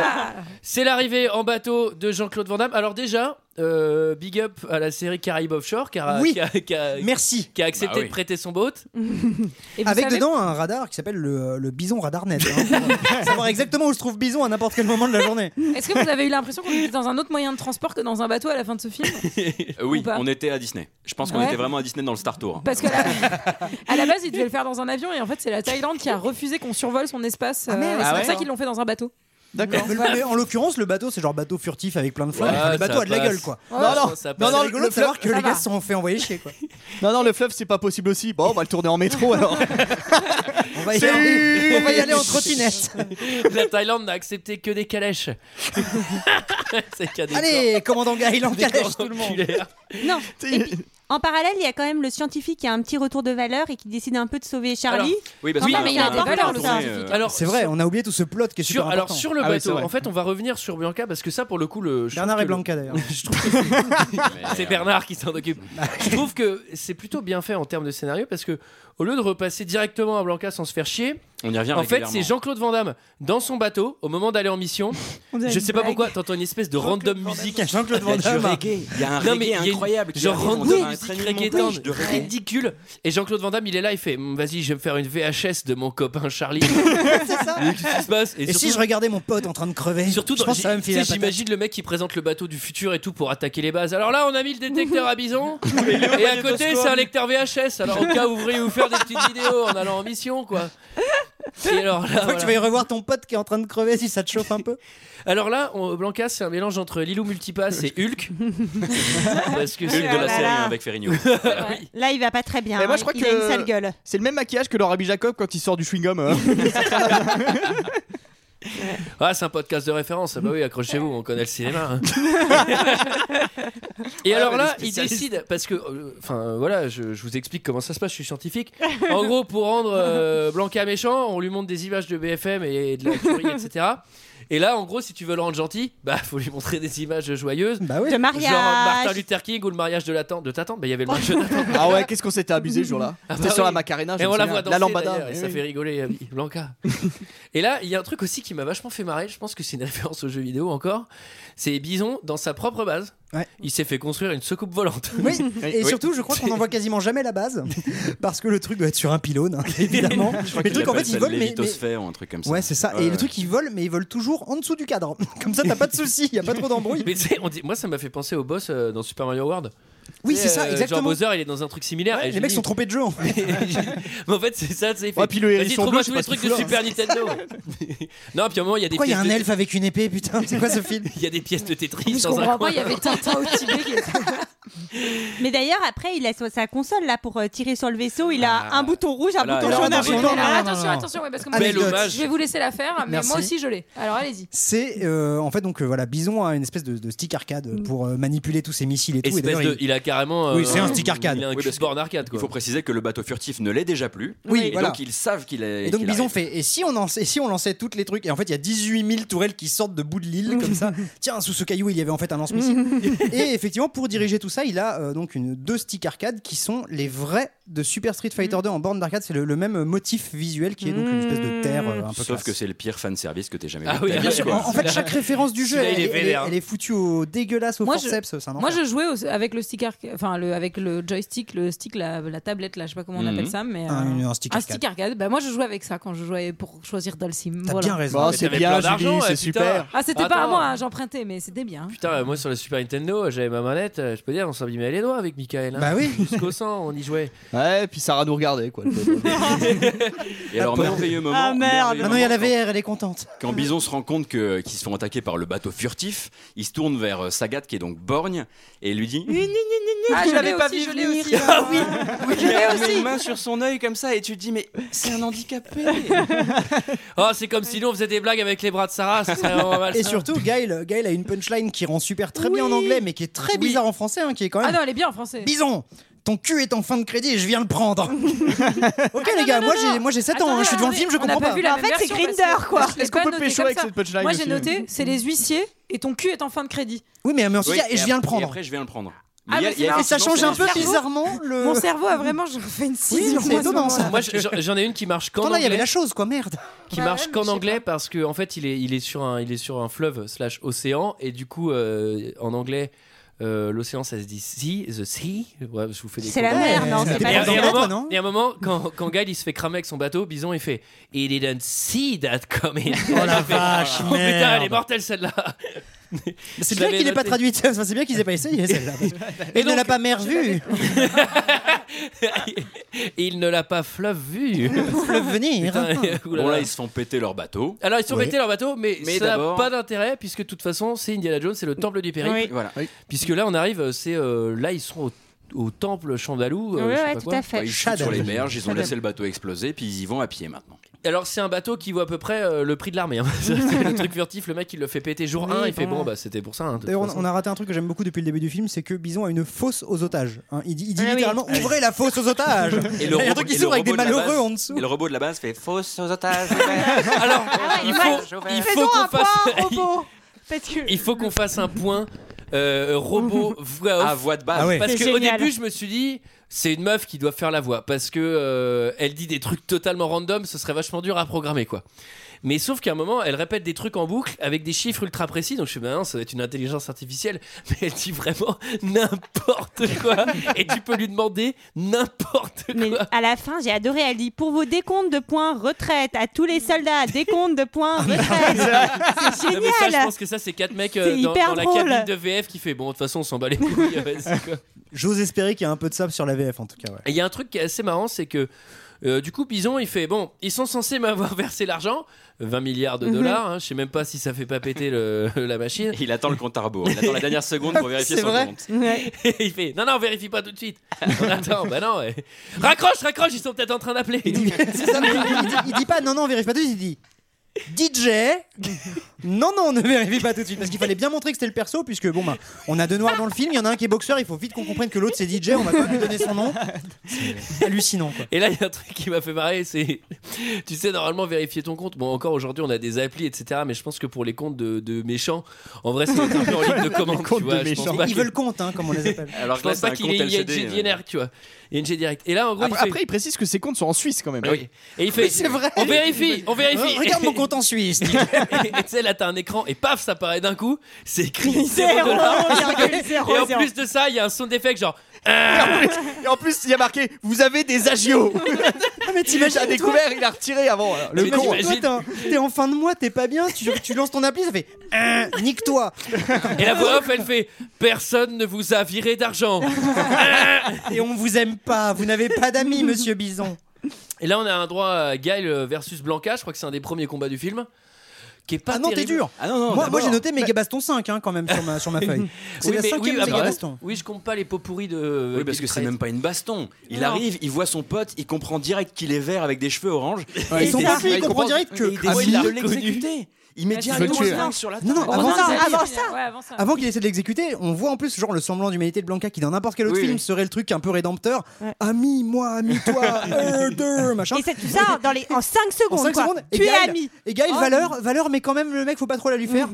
[SPEAKER 1] c'est l'arrivée en bateau de Jean-Claude Van Damme. Alors déjà, euh, big up à la série Caraïbes Offshore qui a,
[SPEAKER 9] Oui.
[SPEAKER 1] qui a- qui a-
[SPEAKER 9] Merci.
[SPEAKER 1] qui a accepté
[SPEAKER 10] Bah oui.
[SPEAKER 1] de prêter son
[SPEAKER 9] [laughs]
[SPEAKER 1] boat.
[SPEAKER 7] Et vous
[SPEAKER 9] Avec
[SPEAKER 7] savez-
[SPEAKER 9] dedans un radar qui s'appelle le, le bison radarnet. [laughs] Hein, pour savoir exactement où se trouve bison à n'importe quel moment de la journée.
[SPEAKER 7] Est-ce que vous avez eu l'impression qu'on était dans un autre moyen de transport que dans un bateau à la fin de ce film
[SPEAKER 10] Euh, oui,
[SPEAKER 7] Ou pas
[SPEAKER 10] on était à Disney. Je pense qu'on
[SPEAKER 7] Ouais.
[SPEAKER 10] était vraiment à Disney dans le Star Tour.
[SPEAKER 7] Parce qu'à la...
[SPEAKER 9] [laughs]
[SPEAKER 7] à la base, ils devaient le faire dans un avion et en fait, c'est la Thaïlande qui a refusé qu'on survole son espace.
[SPEAKER 9] Ah, merde,
[SPEAKER 7] euh, et c'est
[SPEAKER 8] ah
[SPEAKER 7] pour
[SPEAKER 8] ouais
[SPEAKER 7] ça qu'ils l'ont fait dans un bateau.
[SPEAKER 8] D'accord.
[SPEAKER 9] Mais- mais en l'occurrence, le bateau, c'est genre bateau furtif avec plein de flammes.
[SPEAKER 1] Ouais,
[SPEAKER 9] Enfin,
[SPEAKER 1] ça
[SPEAKER 9] le bateau a de la
[SPEAKER 1] passe.
[SPEAKER 9] gueule, quoi.
[SPEAKER 7] Ouais.
[SPEAKER 8] Non, non,
[SPEAKER 1] Ça passe.
[SPEAKER 8] non, non,
[SPEAKER 9] C'est
[SPEAKER 8] le,
[SPEAKER 9] rigolo de
[SPEAKER 8] le fleuve,
[SPEAKER 9] savoir que
[SPEAKER 7] ça
[SPEAKER 9] les
[SPEAKER 7] va.
[SPEAKER 9] gars se sont fait envoyer chier, quoi.
[SPEAKER 8] non, non, le fleuve, c'est pas possible aussi. Bon, on va le tourner en métro alors.
[SPEAKER 9] [laughs] On va y
[SPEAKER 8] Salut
[SPEAKER 9] aller, on va y [laughs] aller en trottinette.
[SPEAKER 1] La Thaïlande n'a accepté que des
[SPEAKER 9] [laughs]
[SPEAKER 1] calèches. c'est qu'il y a des
[SPEAKER 9] Allez, commandant Guy, il en
[SPEAKER 1] corps- des
[SPEAKER 9] calèche
[SPEAKER 1] corps
[SPEAKER 9] tout le monde.
[SPEAKER 1] oculaires.
[SPEAKER 6] Non.
[SPEAKER 8] Tu sais,
[SPEAKER 6] En parallèle, il y a quand même le scientifique qui a un petit retour de valeur et qui décide un peu de sauver Charlie.
[SPEAKER 10] Oui, parce
[SPEAKER 7] Oui,
[SPEAKER 10] qu'on
[SPEAKER 7] mais il
[SPEAKER 10] on
[SPEAKER 7] a des
[SPEAKER 10] pas
[SPEAKER 7] valeurs, le
[SPEAKER 10] tourné,
[SPEAKER 7] scientifique.
[SPEAKER 1] Alors,
[SPEAKER 9] C'est vrai, on a oublié tout ce plot qui est super
[SPEAKER 1] sur, alors
[SPEAKER 9] important.
[SPEAKER 1] sur le
[SPEAKER 8] Ah oui, c'est
[SPEAKER 1] bateau,
[SPEAKER 8] vrai.
[SPEAKER 1] en fait, on va revenir sur Bianca parce que ça, pour le coup, le je
[SPEAKER 9] Bernard
[SPEAKER 1] trouve
[SPEAKER 9] et
[SPEAKER 1] que le- [laughs]
[SPEAKER 9] Blanca d'ailleurs.
[SPEAKER 1] je trouve que
[SPEAKER 10] euh, [laughs]
[SPEAKER 1] C'est Bernard qui s'en occupe. Je trouve que c'est plutôt bien fait en termes de scénario parce que au lieu de repasser directement à Blanca sans se faire chier,
[SPEAKER 10] On y revient
[SPEAKER 1] en fait,
[SPEAKER 10] régulièrement.
[SPEAKER 1] c'est Jean-Claude Van Damme dans son bateau au moment d'aller en
[SPEAKER 10] [laughs]
[SPEAKER 1] mission.
[SPEAKER 10] On dirait
[SPEAKER 1] je
[SPEAKER 10] une
[SPEAKER 1] sais pas
[SPEAKER 10] blague.
[SPEAKER 1] pourquoi, t'entends une espèce de random musique.
[SPEAKER 10] Jean-Claude Van Damme. Il y a un
[SPEAKER 1] Non, mais
[SPEAKER 10] reggae
[SPEAKER 1] il y a une-
[SPEAKER 10] incroyable qui
[SPEAKER 1] Genre
[SPEAKER 10] arrive, on
[SPEAKER 1] random
[SPEAKER 10] dirait un
[SPEAKER 1] musique
[SPEAKER 10] training
[SPEAKER 1] reggae down,
[SPEAKER 10] montage de reggae.
[SPEAKER 1] ridicule. Et Jean-Claude Van Damme, il est là, il fait Hum, Vas-y, je vais me faire une VHS de mon copain
[SPEAKER 10] [laughs]
[SPEAKER 1] Charlie.
[SPEAKER 9] C'est ça.
[SPEAKER 1] Mais Qu'est-ce qui se passe
[SPEAKER 9] Et, si
[SPEAKER 1] surtout-
[SPEAKER 9] je regardais mon pote en train de crever,
[SPEAKER 1] Surtout
[SPEAKER 9] je
[SPEAKER 1] dans,
[SPEAKER 9] pense que ça va me
[SPEAKER 1] tu sais,
[SPEAKER 9] filer la patate.
[SPEAKER 1] j'imagine le mec qui présente le bateau du futur et tout pour attaquer les bases. Alors là, on a mis le détecteur à
[SPEAKER 10] [laughs]
[SPEAKER 1] bison et à côté, c'est un lecteur VHS. Alors au cas où vous voulez vous faire des petites vidéos en allant en mission, quoi. Et alors là,
[SPEAKER 9] Faut que
[SPEAKER 1] voilà.
[SPEAKER 9] tu vas y revoir ton pote qui est en train de crever si ça te chauffe un peu.
[SPEAKER 1] Alors là, on- Blanca, c'est un mélange entre Lilou Multipass et
[SPEAKER 10] [laughs]
[SPEAKER 1] Hulk. Parce que
[SPEAKER 10] Hulk
[SPEAKER 1] c'est-
[SPEAKER 10] de la
[SPEAKER 6] Voilà.
[SPEAKER 10] série hein, avec Ferrigno.
[SPEAKER 6] Là, il va pas très bien.
[SPEAKER 8] Et moi,
[SPEAKER 6] hein.
[SPEAKER 8] je crois
[SPEAKER 6] il
[SPEAKER 8] que-
[SPEAKER 6] a une sale gueule.
[SPEAKER 8] C'est le même maquillage que le Rabbi Jacob quand il sort du
[SPEAKER 1] [laughs]
[SPEAKER 8] chewing-gum. euh.
[SPEAKER 1] Ah, c'est un podcast de référence. Ah bah oui, accrochez-vous, on connaît le cinéma.
[SPEAKER 8] [laughs]
[SPEAKER 1] hein. Et alors
[SPEAKER 8] mais
[SPEAKER 1] là,
[SPEAKER 8] les
[SPEAKER 1] il
[SPEAKER 8] spécialistes.
[SPEAKER 1] décide, parce que, euh, enfin euh, voilà, je, je vous explique comment ça se passe, je suis
[SPEAKER 8] [laughs]
[SPEAKER 1] scientifique. En gros, pour rendre euh, Blanca méchant, on lui montre des images de BFM et de la
[SPEAKER 8] [laughs]
[SPEAKER 1] curie, etc. Et là, en gros, si tu veux le rendre gentil, bah faut lui montrer des images joyeuses.
[SPEAKER 9] Bah oui.
[SPEAKER 6] De mariage.
[SPEAKER 1] Genre Martin Luther King ou le mariage de la tante. De ta tante, bah il y avait le mariage de ta tante.
[SPEAKER 8] ah ouais, qu'est-ce qu'on s'était abusé ce jour-là
[SPEAKER 1] Ah
[SPEAKER 8] C'était
[SPEAKER 1] bah
[SPEAKER 8] sur
[SPEAKER 1] oui.
[SPEAKER 8] la Macarena, je
[SPEAKER 1] et
[SPEAKER 8] me
[SPEAKER 1] on la
[SPEAKER 8] souviens.
[SPEAKER 1] voit danser,
[SPEAKER 8] la lambada.
[SPEAKER 1] d'ailleurs, et
[SPEAKER 8] eh
[SPEAKER 1] ça
[SPEAKER 8] oui.
[SPEAKER 1] fait rigoler euh, Blanca. et là, il y a un truc aussi qui m'a vachement fait marrer. Je pense que c'est une [laughs] référence au jeu vidéo encore. C'est Bison dans sa propre base.
[SPEAKER 9] Ouais.
[SPEAKER 1] Il s'est fait construire une secoupe volante.
[SPEAKER 9] Oui, et
[SPEAKER 1] Oui.
[SPEAKER 9] surtout, je crois qu'on en voit quasiment jamais la base parce que le truc doit être sur un pylône, hein, évidemment.
[SPEAKER 10] Je crois
[SPEAKER 9] Mais
[SPEAKER 10] qu'il
[SPEAKER 9] le truc, en
[SPEAKER 10] appelle
[SPEAKER 9] fait,
[SPEAKER 10] ça
[SPEAKER 9] ils volent,
[SPEAKER 10] le
[SPEAKER 9] mais. mais-
[SPEAKER 10] lévitosphère ou un truc comme ça.
[SPEAKER 9] Ouais, c'est ça.
[SPEAKER 10] Ouais,
[SPEAKER 9] et
[SPEAKER 10] ouais.
[SPEAKER 9] le truc, ils volent, mais ils volent toujours en dessous du cadre. [laughs] Comme ça, t'as pas de soucis, y a pas trop d'embrouille.
[SPEAKER 1] [laughs] Mais tu sais, on dit- moi ça m'a fait penser au boss euh, dans Super Mario World.
[SPEAKER 9] Oui,
[SPEAKER 1] Tu sais,
[SPEAKER 9] c'est ça,
[SPEAKER 1] euh,
[SPEAKER 9] exactement.
[SPEAKER 1] Genre Bowser, il est dans un truc similaire. et je
[SPEAKER 9] Les mecs
[SPEAKER 1] dis-
[SPEAKER 9] sont trompés de jeu en fait.
[SPEAKER 1] [laughs] Mais en fait, c'est ça, tu sais. il fait,
[SPEAKER 9] Ouais, puis le
[SPEAKER 1] Vas-y,
[SPEAKER 9] hérisson
[SPEAKER 1] trouve-moi
[SPEAKER 9] bleu, je
[SPEAKER 1] tous
[SPEAKER 9] sais
[SPEAKER 1] les
[SPEAKER 9] pas
[SPEAKER 1] trucs
[SPEAKER 9] ce
[SPEAKER 1] de
[SPEAKER 9] que tu
[SPEAKER 1] Super Nintendo.
[SPEAKER 9] [laughs]
[SPEAKER 1] non, puis à un moment, il y a des
[SPEAKER 9] Pourquoi il y a
[SPEAKER 1] pièces
[SPEAKER 9] un
[SPEAKER 1] de-
[SPEAKER 9] elfe avec une épée, putain C'est quoi ce film
[SPEAKER 1] [laughs] Il y a des pièces de Tetris
[SPEAKER 7] Je
[SPEAKER 1] dans un
[SPEAKER 7] comprends pas,
[SPEAKER 1] coin.
[SPEAKER 7] il y avait Tintin au Tibet. qui était-
[SPEAKER 6] Mais d'ailleurs, après, il laisse sa console là pour euh, tirer sur le vaisseau. Il a
[SPEAKER 1] Ah.
[SPEAKER 6] un bouton rouge, un
[SPEAKER 1] Voilà,
[SPEAKER 6] bouton
[SPEAKER 1] alors,
[SPEAKER 6] jaune, un
[SPEAKER 1] on arrive-
[SPEAKER 6] bouton
[SPEAKER 7] Alors,
[SPEAKER 6] vert.
[SPEAKER 7] attention,
[SPEAKER 9] non, non.
[SPEAKER 7] attention, ouais, parce que
[SPEAKER 1] Bel
[SPEAKER 7] moi,
[SPEAKER 1] hommage.
[SPEAKER 7] je vais vous laisser la faire, mais
[SPEAKER 9] Merci.
[SPEAKER 7] moi aussi je l'ai. Alors allez-y.
[SPEAKER 9] C'est euh, en fait donc euh, voilà, Bison a une espèce de, de stick
[SPEAKER 1] Mm.
[SPEAKER 9] arcade pour euh, manipuler tous ses missiles et tout. Et
[SPEAKER 1] Espèce
[SPEAKER 9] d'ailleurs,
[SPEAKER 1] de,
[SPEAKER 9] il-
[SPEAKER 1] il a carrément. euh,
[SPEAKER 9] Oui, c'est un stick arcade.
[SPEAKER 1] Il a un
[SPEAKER 10] Oui, parce que-
[SPEAKER 1] cube-borne arcade, quoi.
[SPEAKER 10] Il faut préciser que le bateau furtif ne l'est déjà plus.
[SPEAKER 9] Oui,
[SPEAKER 10] et
[SPEAKER 9] voilà.
[SPEAKER 10] donc ils savent qu'il est.
[SPEAKER 9] Et donc
[SPEAKER 10] qu'il
[SPEAKER 9] Bison
[SPEAKER 10] arrive.
[SPEAKER 9] fait. Et si on lançait, et si on lançait toutes les trucs Et en fait, il y a 18 000 tourelles qui sortent de bout de l'île comme
[SPEAKER 7] [laughs]
[SPEAKER 9] ça. Tiens, sous ce caillou, il y avait en fait un lance-missile. et effectivement, pour diriger tout ça, il a euh, donc une deux sticks arcade qui sont les vrais de Super Street
[SPEAKER 7] Mm.
[SPEAKER 9] Fighter 2 en borne d'arcade. C'est le, le même motif visuel qui est donc une espèce de terre euh, un peu.
[SPEAKER 10] Sauf
[SPEAKER 9] classe.
[SPEAKER 10] que c'est le pire fanservice que t'aies jamais vu.
[SPEAKER 1] Ah
[SPEAKER 10] de
[SPEAKER 1] oui,
[SPEAKER 10] ta vie,
[SPEAKER 1] bien sûr.
[SPEAKER 10] quoi.
[SPEAKER 9] En, en fait, chaque référence du jeu,
[SPEAKER 1] Celui-là,
[SPEAKER 9] elle,
[SPEAKER 1] il est
[SPEAKER 9] elle-
[SPEAKER 1] vénère.
[SPEAKER 9] elle est foutue au dégueulasse au
[SPEAKER 7] Moi, je-
[SPEAKER 9] forceps. c'est un
[SPEAKER 7] Moi
[SPEAKER 9] enfer.
[SPEAKER 7] je jouais au- avec le stick arc- enfin le, avec le joystick, le stick, la, la tablette là, je sais pas comment on
[SPEAKER 10] Mhm.
[SPEAKER 7] appelle ça, mais
[SPEAKER 9] Un-
[SPEAKER 7] euh,
[SPEAKER 9] un stick
[SPEAKER 7] un
[SPEAKER 9] arcade.
[SPEAKER 7] stick arcade. Bah, moi je jouais avec ça quand je jouais pour choisir Dalsim.
[SPEAKER 9] T'as
[SPEAKER 7] Voilà.
[SPEAKER 9] bien raison.
[SPEAKER 10] Bah,
[SPEAKER 8] Bon,
[SPEAKER 1] Mais
[SPEAKER 8] Oh, c'est
[SPEAKER 1] t'avais
[SPEAKER 8] bien,
[SPEAKER 1] plein d'argent,
[SPEAKER 8] Julie,
[SPEAKER 1] eh,
[SPEAKER 8] c'est
[SPEAKER 1] putain.
[SPEAKER 8] super.
[SPEAKER 7] Ah c'était pas à
[SPEAKER 1] Attends.
[SPEAKER 7] moi, hein, j'empruntais, mais c'était bien.
[SPEAKER 1] Putain, euh, moi sur la Super Nintendo, euh, j'avais ma manette, euh, je peux dire, on s'en abîmait les doigts avec Michael. hein.
[SPEAKER 9] Bah oui.
[SPEAKER 1] Jusqu'au sang, on y jouait.
[SPEAKER 8] Ouais, puis Sarah nous regardait
[SPEAKER 1] [laughs]
[SPEAKER 8] quoi.
[SPEAKER 10] Et alors,
[SPEAKER 9] pauvre.
[SPEAKER 10] merveilleux moment.
[SPEAKER 6] Ah, merde.
[SPEAKER 10] merveilleux
[SPEAKER 9] Ah non, il y a la
[SPEAKER 10] moment quand-
[SPEAKER 9] VR, elle
[SPEAKER 10] [laughs]
[SPEAKER 9] est
[SPEAKER 7] [laughs]
[SPEAKER 9] contente.
[SPEAKER 10] Quand Bison se rend compte que- qu'ils se font attaquer par le bateau furtif, il se tourne vers euh, Sagat qui est donc borgne et lui dit
[SPEAKER 7] Ah,
[SPEAKER 10] je
[SPEAKER 7] je
[SPEAKER 10] l'avais
[SPEAKER 7] l'ai
[SPEAKER 10] pas
[SPEAKER 7] aussi,
[SPEAKER 10] vu
[SPEAKER 7] je l'ai
[SPEAKER 10] venir.
[SPEAKER 7] aussi.
[SPEAKER 10] Ah oui,
[SPEAKER 7] je l'ai
[SPEAKER 10] Il met
[SPEAKER 7] aussi.
[SPEAKER 10] une main sur son œil comme ça et tu te dis mais c'est un handicapé.
[SPEAKER 1] Oh, c'est comme si nous on faisait des blagues avec les bras de Sarah, ça serait
[SPEAKER 9] [laughs]
[SPEAKER 1] vraiment mal.
[SPEAKER 9] Et
[SPEAKER 7] Ah.
[SPEAKER 1] ça.
[SPEAKER 9] surtout, Gail, Gail a une punchline qui rend super très bien en anglais, mais qui est très bizarre en français, hein, qui est quand
[SPEAKER 7] Ah
[SPEAKER 9] même.
[SPEAKER 7] non, elle est bien en français.
[SPEAKER 9] Bison, ton cul est en fin de crédit et je viens le
[SPEAKER 7] [laughs]
[SPEAKER 9] prendre. [laughs] ok, les
[SPEAKER 7] Ah non,
[SPEAKER 9] gars,
[SPEAKER 7] non,
[SPEAKER 9] moi
[SPEAKER 7] non.
[SPEAKER 9] j'ai moi j'ai 7 ans, hein,
[SPEAKER 7] Attendez,
[SPEAKER 9] je suis devant le
[SPEAKER 7] attendez,
[SPEAKER 9] film, je
[SPEAKER 7] on a
[SPEAKER 9] comprends
[SPEAKER 7] pas
[SPEAKER 9] pas.
[SPEAKER 7] vu la
[SPEAKER 6] En fait,
[SPEAKER 7] même
[SPEAKER 6] c'est
[SPEAKER 7] version,
[SPEAKER 6] Grindr,
[SPEAKER 7] parce que
[SPEAKER 6] quoi.
[SPEAKER 7] je l'ai
[SPEAKER 8] Est-ce qu'on
[SPEAKER 7] pas
[SPEAKER 8] peut
[SPEAKER 7] noté
[SPEAKER 8] pécho
[SPEAKER 7] comme
[SPEAKER 8] avec
[SPEAKER 7] ça.
[SPEAKER 8] cette punchline
[SPEAKER 7] Moi j'ai
[SPEAKER 8] aussi hein
[SPEAKER 7] noté, c'est les huissiers et ton cul est en fin de crédit.
[SPEAKER 9] Oui, mais mais en tout
[SPEAKER 10] Oui,
[SPEAKER 9] cas, et je viens
[SPEAKER 10] ap-
[SPEAKER 9] le prendre.
[SPEAKER 10] après je viens le prendre. Mais
[SPEAKER 7] Ah,
[SPEAKER 10] il y a-
[SPEAKER 7] mais
[SPEAKER 10] il y a
[SPEAKER 7] c'est
[SPEAKER 9] Et ça
[SPEAKER 10] sinon,
[SPEAKER 9] change
[SPEAKER 10] c'est
[SPEAKER 9] un
[SPEAKER 10] un
[SPEAKER 9] peu
[SPEAKER 10] cerveau.
[SPEAKER 9] bizarrement le.
[SPEAKER 7] Mon cerveau a vraiment, je fais une
[SPEAKER 9] Oui,
[SPEAKER 7] scisure.
[SPEAKER 9] c'est
[SPEAKER 7] moi, à ce
[SPEAKER 9] étonnant, ça.
[SPEAKER 7] moment-là.
[SPEAKER 1] Moi, je- j'en j'en ai une qui marche qu'en
[SPEAKER 9] Attends, là, il y avait
[SPEAKER 1] anglais.
[SPEAKER 9] la chose, quoi, merde.
[SPEAKER 1] Qui
[SPEAKER 7] Ouais,
[SPEAKER 1] marche
[SPEAKER 7] ouais, mais
[SPEAKER 1] qu'en
[SPEAKER 7] je sais
[SPEAKER 1] anglais
[SPEAKER 7] pas.
[SPEAKER 1] parce que en fait, il est, il est sur un, il est sur un fleuve slash océan et du coup, euh, en anglais. euh, L'océan, ça se dit sea, the sea. Ouais, je vous fais des
[SPEAKER 6] C'est la
[SPEAKER 1] cours.
[SPEAKER 6] mer, non
[SPEAKER 9] Ouais,
[SPEAKER 6] C'est
[SPEAKER 9] c'est
[SPEAKER 1] Et
[SPEAKER 6] pas
[SPEAKER 1] à-
[SPEAKER 6] la
[SPEAKER 9] pas
[SPEAKER 1] et
[SPEAKER 9] dans
[SPEAKER 1] à
[SPEAKER 6] mer.
[SPEAKER 1] un
[SPEAKER 9] lettres,
[SPEAKER 1] moment,
[SPEAKER 9] non
[SPEAKER 1] et à un moment, quand, quand Guy il se fait cramer avec son bateau, Bison il fait He didn't see that coming.
[SPEAKER 9] [laughs] Oh la
[SPEAKER 1] Je fais,
[SPEAKER 9] vache,
[SPEAKER 1] Oh putain,
[SPEAKER 9] merde.
[SPEAKER 1] elle est mortelle celle-là. [laughs]
[SPEAKER 9] C'est
[SPEAKER 1] Je
[SPEAKER 9] bien
[SPEAKER 1] l'avais
[SPEAKER 9] qu'il n'ait pas
[SPEAKER 1] noté.
[SPEAKER 9] traduite, enfin, c'est bien qu'ils aient pas
[SPEAKER 7] [laughs]
[SPEAKER 9] essayé celle-là. Et ne
[SPEAKER 1] donc-
[SPEAKER 9] l'a pas mer vue,
[SPEAKER 1] Il ne l'a pas fleuve vu.
[SPEAKER 9] le venir.
[SPEAKER 1] Putain, oulala.
[SPEAKER 10] Bon là ils se font péter leur bateau.
[SPEAKER 1] Alors ils se sont
[SPEAKER 9] Ouais.
[SPEAKER 1] pétés leur bateau, mais,
[SPEAKER 10] Mais
[SPEAKER 1] ça n'a
[SPEAKER 10] d'abord-
[SPEAKER 1] pas d'intérêt puisque de toute façon c'est Indiana Jones, c'est le temple du périple.
[SPEAKER 6] Oui.
[SPEAKER 10] Voilà.
[SPEAKER 1] Puisque là on arrive, c'est euh, là ils sont au, au temple Chandalou. euh,
[SPEAKER 6] Ouais,
[SPEAKER 1] je sais
[SPEAKER 6] ouais,
[SPEAKER 1] pas
[SPEAKER 6] tout
[SPEAKER 1] quoi.
[SPEAKER 6] à
[SPEAKER 10] Bah,
[SPEAKER 6] fait.
[SPEAKER 10] ils chutent sur les
[SPEAKER 9] Shadow.
[SPEAKER 10] berges, ils ont laissé le bateau exploser puis ils y vont à pied maintenant.
[SPEAKER 1] Alors c'est un bateau qui vaut à peu près euh, le prix de l'armée. hein. [laughs]
[SPEAKER 6] [laughs]
[SPEAKER 1] C'est le truc furtif, le mec il le fait péter jour
[SPEAKER 6] Oui,
[SPEAKER 1] 1, il fait
[SPEAKER 6] bon.
[SPEAKER 1] bon bah c'était pour ça. hein, de toute
[SPEAKER 9] D'ailleurs, on-
[SPEAKER 1] façon.
[SPEAKER 9] on a raté un truc que j'aime beaucoup depuis le début du film, c'est que Bison a une fosse aux otages. hein. Il dit, il dit
[SPEAKER 6] Ah oui.
[SPEAKER 9] littéralement Ouvrez la fosse
[SPEAKER 6] [laughs]
[SPEAKER 9] aux otages
[SPEAKER 10] Et
[SPEAKER 9] Il
[SPEAKER 10] le
[SPEAKER 9] y a un
[SPEAKER 10] robot-
[SPEAKER 9] truc
[SPEAKER 10] et
[SPEAKER 9] qui
[SPEAKER 10] le
[SPEAKER 9] s'ouvre avec des
[SPEAKER 10] robot de la
[SPEAKER 9] malheureux
[SPEAKER 10] base-
[SPEAKER 9] en dessous.
[SPEAKER 10] Et le robot de la base fait fausse aux otages.
[SPEAKER 1] Alors il
[SPEAKER 6] Ah ouais,
[SPEAKER 1] faut, il faut
[SPEAKER 6] Faisons
[SPEAKER 1] qu'on
[SPEAKER 6] un point,
[SPEAKER 1] fasse,
[SPEAKER 6] robot. Oh, Parce que-
[SPEAKER 1] [laughs] il faut qu'on fasse un point euh, robot voix
[SPEAKER 10] à
[SPEAKER 1] off.
[SPEAKER 6] [laughs]
[SPEAKER 10] voix de base.
[SPEAKER 9] Ah ouais.
[SPEAKER 1] Parce
[SPEAKER 6] C'est
[SPEAKER 1] qu'au
[SPEAKER 6] génial.
[SPEAKER 1] début, je me suis dit, c'est une meuf qui doit faire la voix parce que euh, elle dit des trucs totalement random, ce serait vachement dur à programmer quoi. Mais sauf qu'à un moment, elle répète des trucs en boucle avec des chiffres ultra précis. Donc je fais, ben non, ça doit être une intelligence artificielle. [laughs] Mais elle dit vraiment n'importe quoi.
[SPEAKER 6] [laughs]
[SPEAKER 1] Et tu peux lui demander n'importe quoi.
[SPEAKER 6] Mais à la fin, j'ai adoré. Elle dit pour vos décomptes de points retraite à tous les soldats, décompte de points retraite. c'est
[SPEAKER 1] Non, Ah, mais ça,
[SPEAKER 6] génial.
[SPEAKER 1] je pense que ça, c'est 4 mecs euh,
[SPEAKER 6] C'est
[SPEAKER 1] dans,
[SPEAKER 6] hyper
[SPEAKER 1] dans la
[SPEAKER 6] drôle.
[SPEAKER 1] cabine de VF qui fait bon, de toute façon, on s'en bat les couilles. vas-y, quoi.
[SPEAKER 9] J'ose espérer qu'il y a un peu de ça sur la VF en tout cas. ouais.
[SPEAKER 1] Et il y a un truc qui est assez marrant, c'est que euh, du coup, Bison, il fait bon, ils sont censés m'avoir [laughs] versé l'argent, 20 milliards de
[SPEAKER 10] Mhm.
[SPEAKER 1] dollars. hein, je sais même pas si ça fait pas péter le- [laughs] la
[SPEAKER 10] [laughs]
[SPEAKER 1] machine.
[SPEAKER 10] Il attend le compte à rebours. Il attend la dernière seconde [laughs] pour vérifier
[SPEAKER 1] C'est
[SPEAKER 10] son
[SPEAKER 1] vrai.
[SPEAKER 10] compte.
[SPEAKER 1] Et il fait non, non, vérifie pas tout de suite. [laughs] On attend, bah non. ouais. Raccroche, raccroche, ils sont peut-être en train d'appeler. [laughs]
[SPEAKER 9] [laughs] C'est ça, mais il, il dit, il dit pas non, non, on vérifie pas tout de suite, il dit DJ. Non, non, on ne vérifie pas tout de suite parce qu'il fallait bien montrer que c'était le perso. Puisque bon, bah, on a deux noirs dans le film, il y en a un qui est boxeur, il faut vite qu'on comprenne que l'autre c'est DJ, on va pas lui donner son nom. C'est hallucinant quoi.
[SPEAKER 1] Et là, il y a un truc qui m'a fait marrer, c'est, [laughs] tu sais, normalement vérifier ton compte. Bon, encore aujourd'hui, on a des applis, etc. Mais je pense que pour les comptes de, de méchants, en vrai, c'est un peu en ligne de commande. tu vois, je pense pas
[SPEAKER 9] Ils
[SPEAKER 1] que-
[SPEAKER 9] veulent compte, hein, comme on les appelle.
[SPEAKER 1] Alors je pense pas qu'il ait une ING direct, tu vois. ING direct. Et là, en gros,
[SPEAKER 8] Après,
[SPEAKER 1] il fait...
[SPEAKER 8] après, il précise que ses comptes sont en Suisse quand même.
[SPEAKER 1] Ah oui. Et il fait.
[SPEAKER 8] Oui, c'est vrai.
[SPEAKER 1] On vérifie, on vérifie.
[SPEAKER 8] Euh, regarde mon
[SPEAKER 9] compte en
[SPEAKER 6] [laughs]
[SPEAKER 9] Suisse.
[SPEAKER 1] et [laughs] et tu sais, là, t'as un écran et paf, ça paraît d'un coup. C'est écrit
[SPEAKER 8] Zéro,
[SPEAKER 1] 0
[SPEAKER 9] oh,
[SPEAKER 8] virgule, zéro,
[SPEAKER 1] Et en
[SPEAKER 8] zéro.
[SPEAKER 1] plus de ça, il y a un son d'effet que genre.
[SPEAKER 8] Et en plus, il y a marqué Vous avez des agios
[SPEAKER 9] mais t'imagines,
[SPEAKER 8] J'ai découvert, il a retiré avant. alors, Le
[SPEAKER 9] Mais
[SPEAKER 8] con.
[SPEAKER 9] t'imagines, toi, t'es- T'es en fin de mois, t'es pas bien, tu, tu lances ton appli, ça fait Euh, nique-toi.
[SPEAKER 1] Et la voix off, elle fait Personne ne vous a viré d'argent.
[SPEAKER 9] Et on vous aime pas, vous n'avez pas d'amis, monsieur Bison.
[SPEAKER 1] Et là, on a un droit à Gail versus Blanca. Je crois que c'est un des premiers combats du film. Qui est pas
[SPEAKER 9] Ah non, t'es
[SPEAKER 1] terrible. Bah-
[SPEAKER 9] dur. moi, moi, j'ai noté méga baston 5 hein, quand même sur ma, sur ma feuille. C'est
[SPEAKER 1] Oui,
[SPEAKER 9] la
[SPEAKER 1] mais-
[SPEAKER 9] cinquième
[SPEAKER 1] oui, ah bah
[SPEAKER 9] méga
[SPEAKER 1] ouais.
[SPEAKER 9] baston.
[SPEAKER 1] Oui, je compte pas les pots pourris de.
[SPEAKER 10] Oui, parce que c'est même pas une baston. Il
[SPEAKER 1] Non.
[SPEAKER 10] arrive, il voit son pote, il comprend direct qu'il est vert avec des cheveux oranges.
[SPEAKER 1] bah,
[SPEAKER 9] Ouais,
[SPEAKER 10] Et
[SPEAKER 9] ils sont
[SPEAKER 10] il
[SPEAKER 9] pas
[SPEAKER 10] décide-
[SPEAKER 9] pris, il
[SPEAKER 10] il
[SPEAKER 9] comprend
[SPEAKER 10] comprend-
[SPEAKER 9] direct que
[SPEAKER 10] et il décide
[SPEAKER 9] Camille-
[SPEAKER 10] de l'exécuter. Il met
[SPEAKER 9] Ah, tu
[SPEAKER 10] direct
[SPEAKER 9] veux tuer,
[SPEAKER 10] une
[SPEAKER 9] hein.
[SPEAKER 10] main sur la table.
[SPEAKER 9] Non, non, avant ça, avant ça.
[SPEAKER 7] Ouais, avant ça.
[SPEAKER 9] Avant qu'il essaie de l'exécuter, on voit en plus genre le semblant d'humanité de Blanca qui dans n'importe quel autre
[SPEAKER 10] Oui,
[SPEAKER 9] film
[SPEAKER 10] oui.
[SPEAKER 9] serait le truc un peu rédempteur. Ami, moi, ami,
[SPEAKER 1] [laughs]
[SPEAKER 9] toi, euh, deux, machin.
[SPEAKER 6] Et c'est tout ça dans les- en 5 secondes.
[SPEAKER 9] En cinq
[SPEAKER 6] quoi.
[SPEAKER 9] secondes,
[SPEAKER 6] tu es
[SPEAKER 9] Gaël-
[SPEAKER 6] ami.
[SPEAKER 9] Et Gaël,
[SPEAKER 6] Oh,
[SPEAKER 9] valeur, valeur, mais quand même, le mec, faut pas trop la lui faire.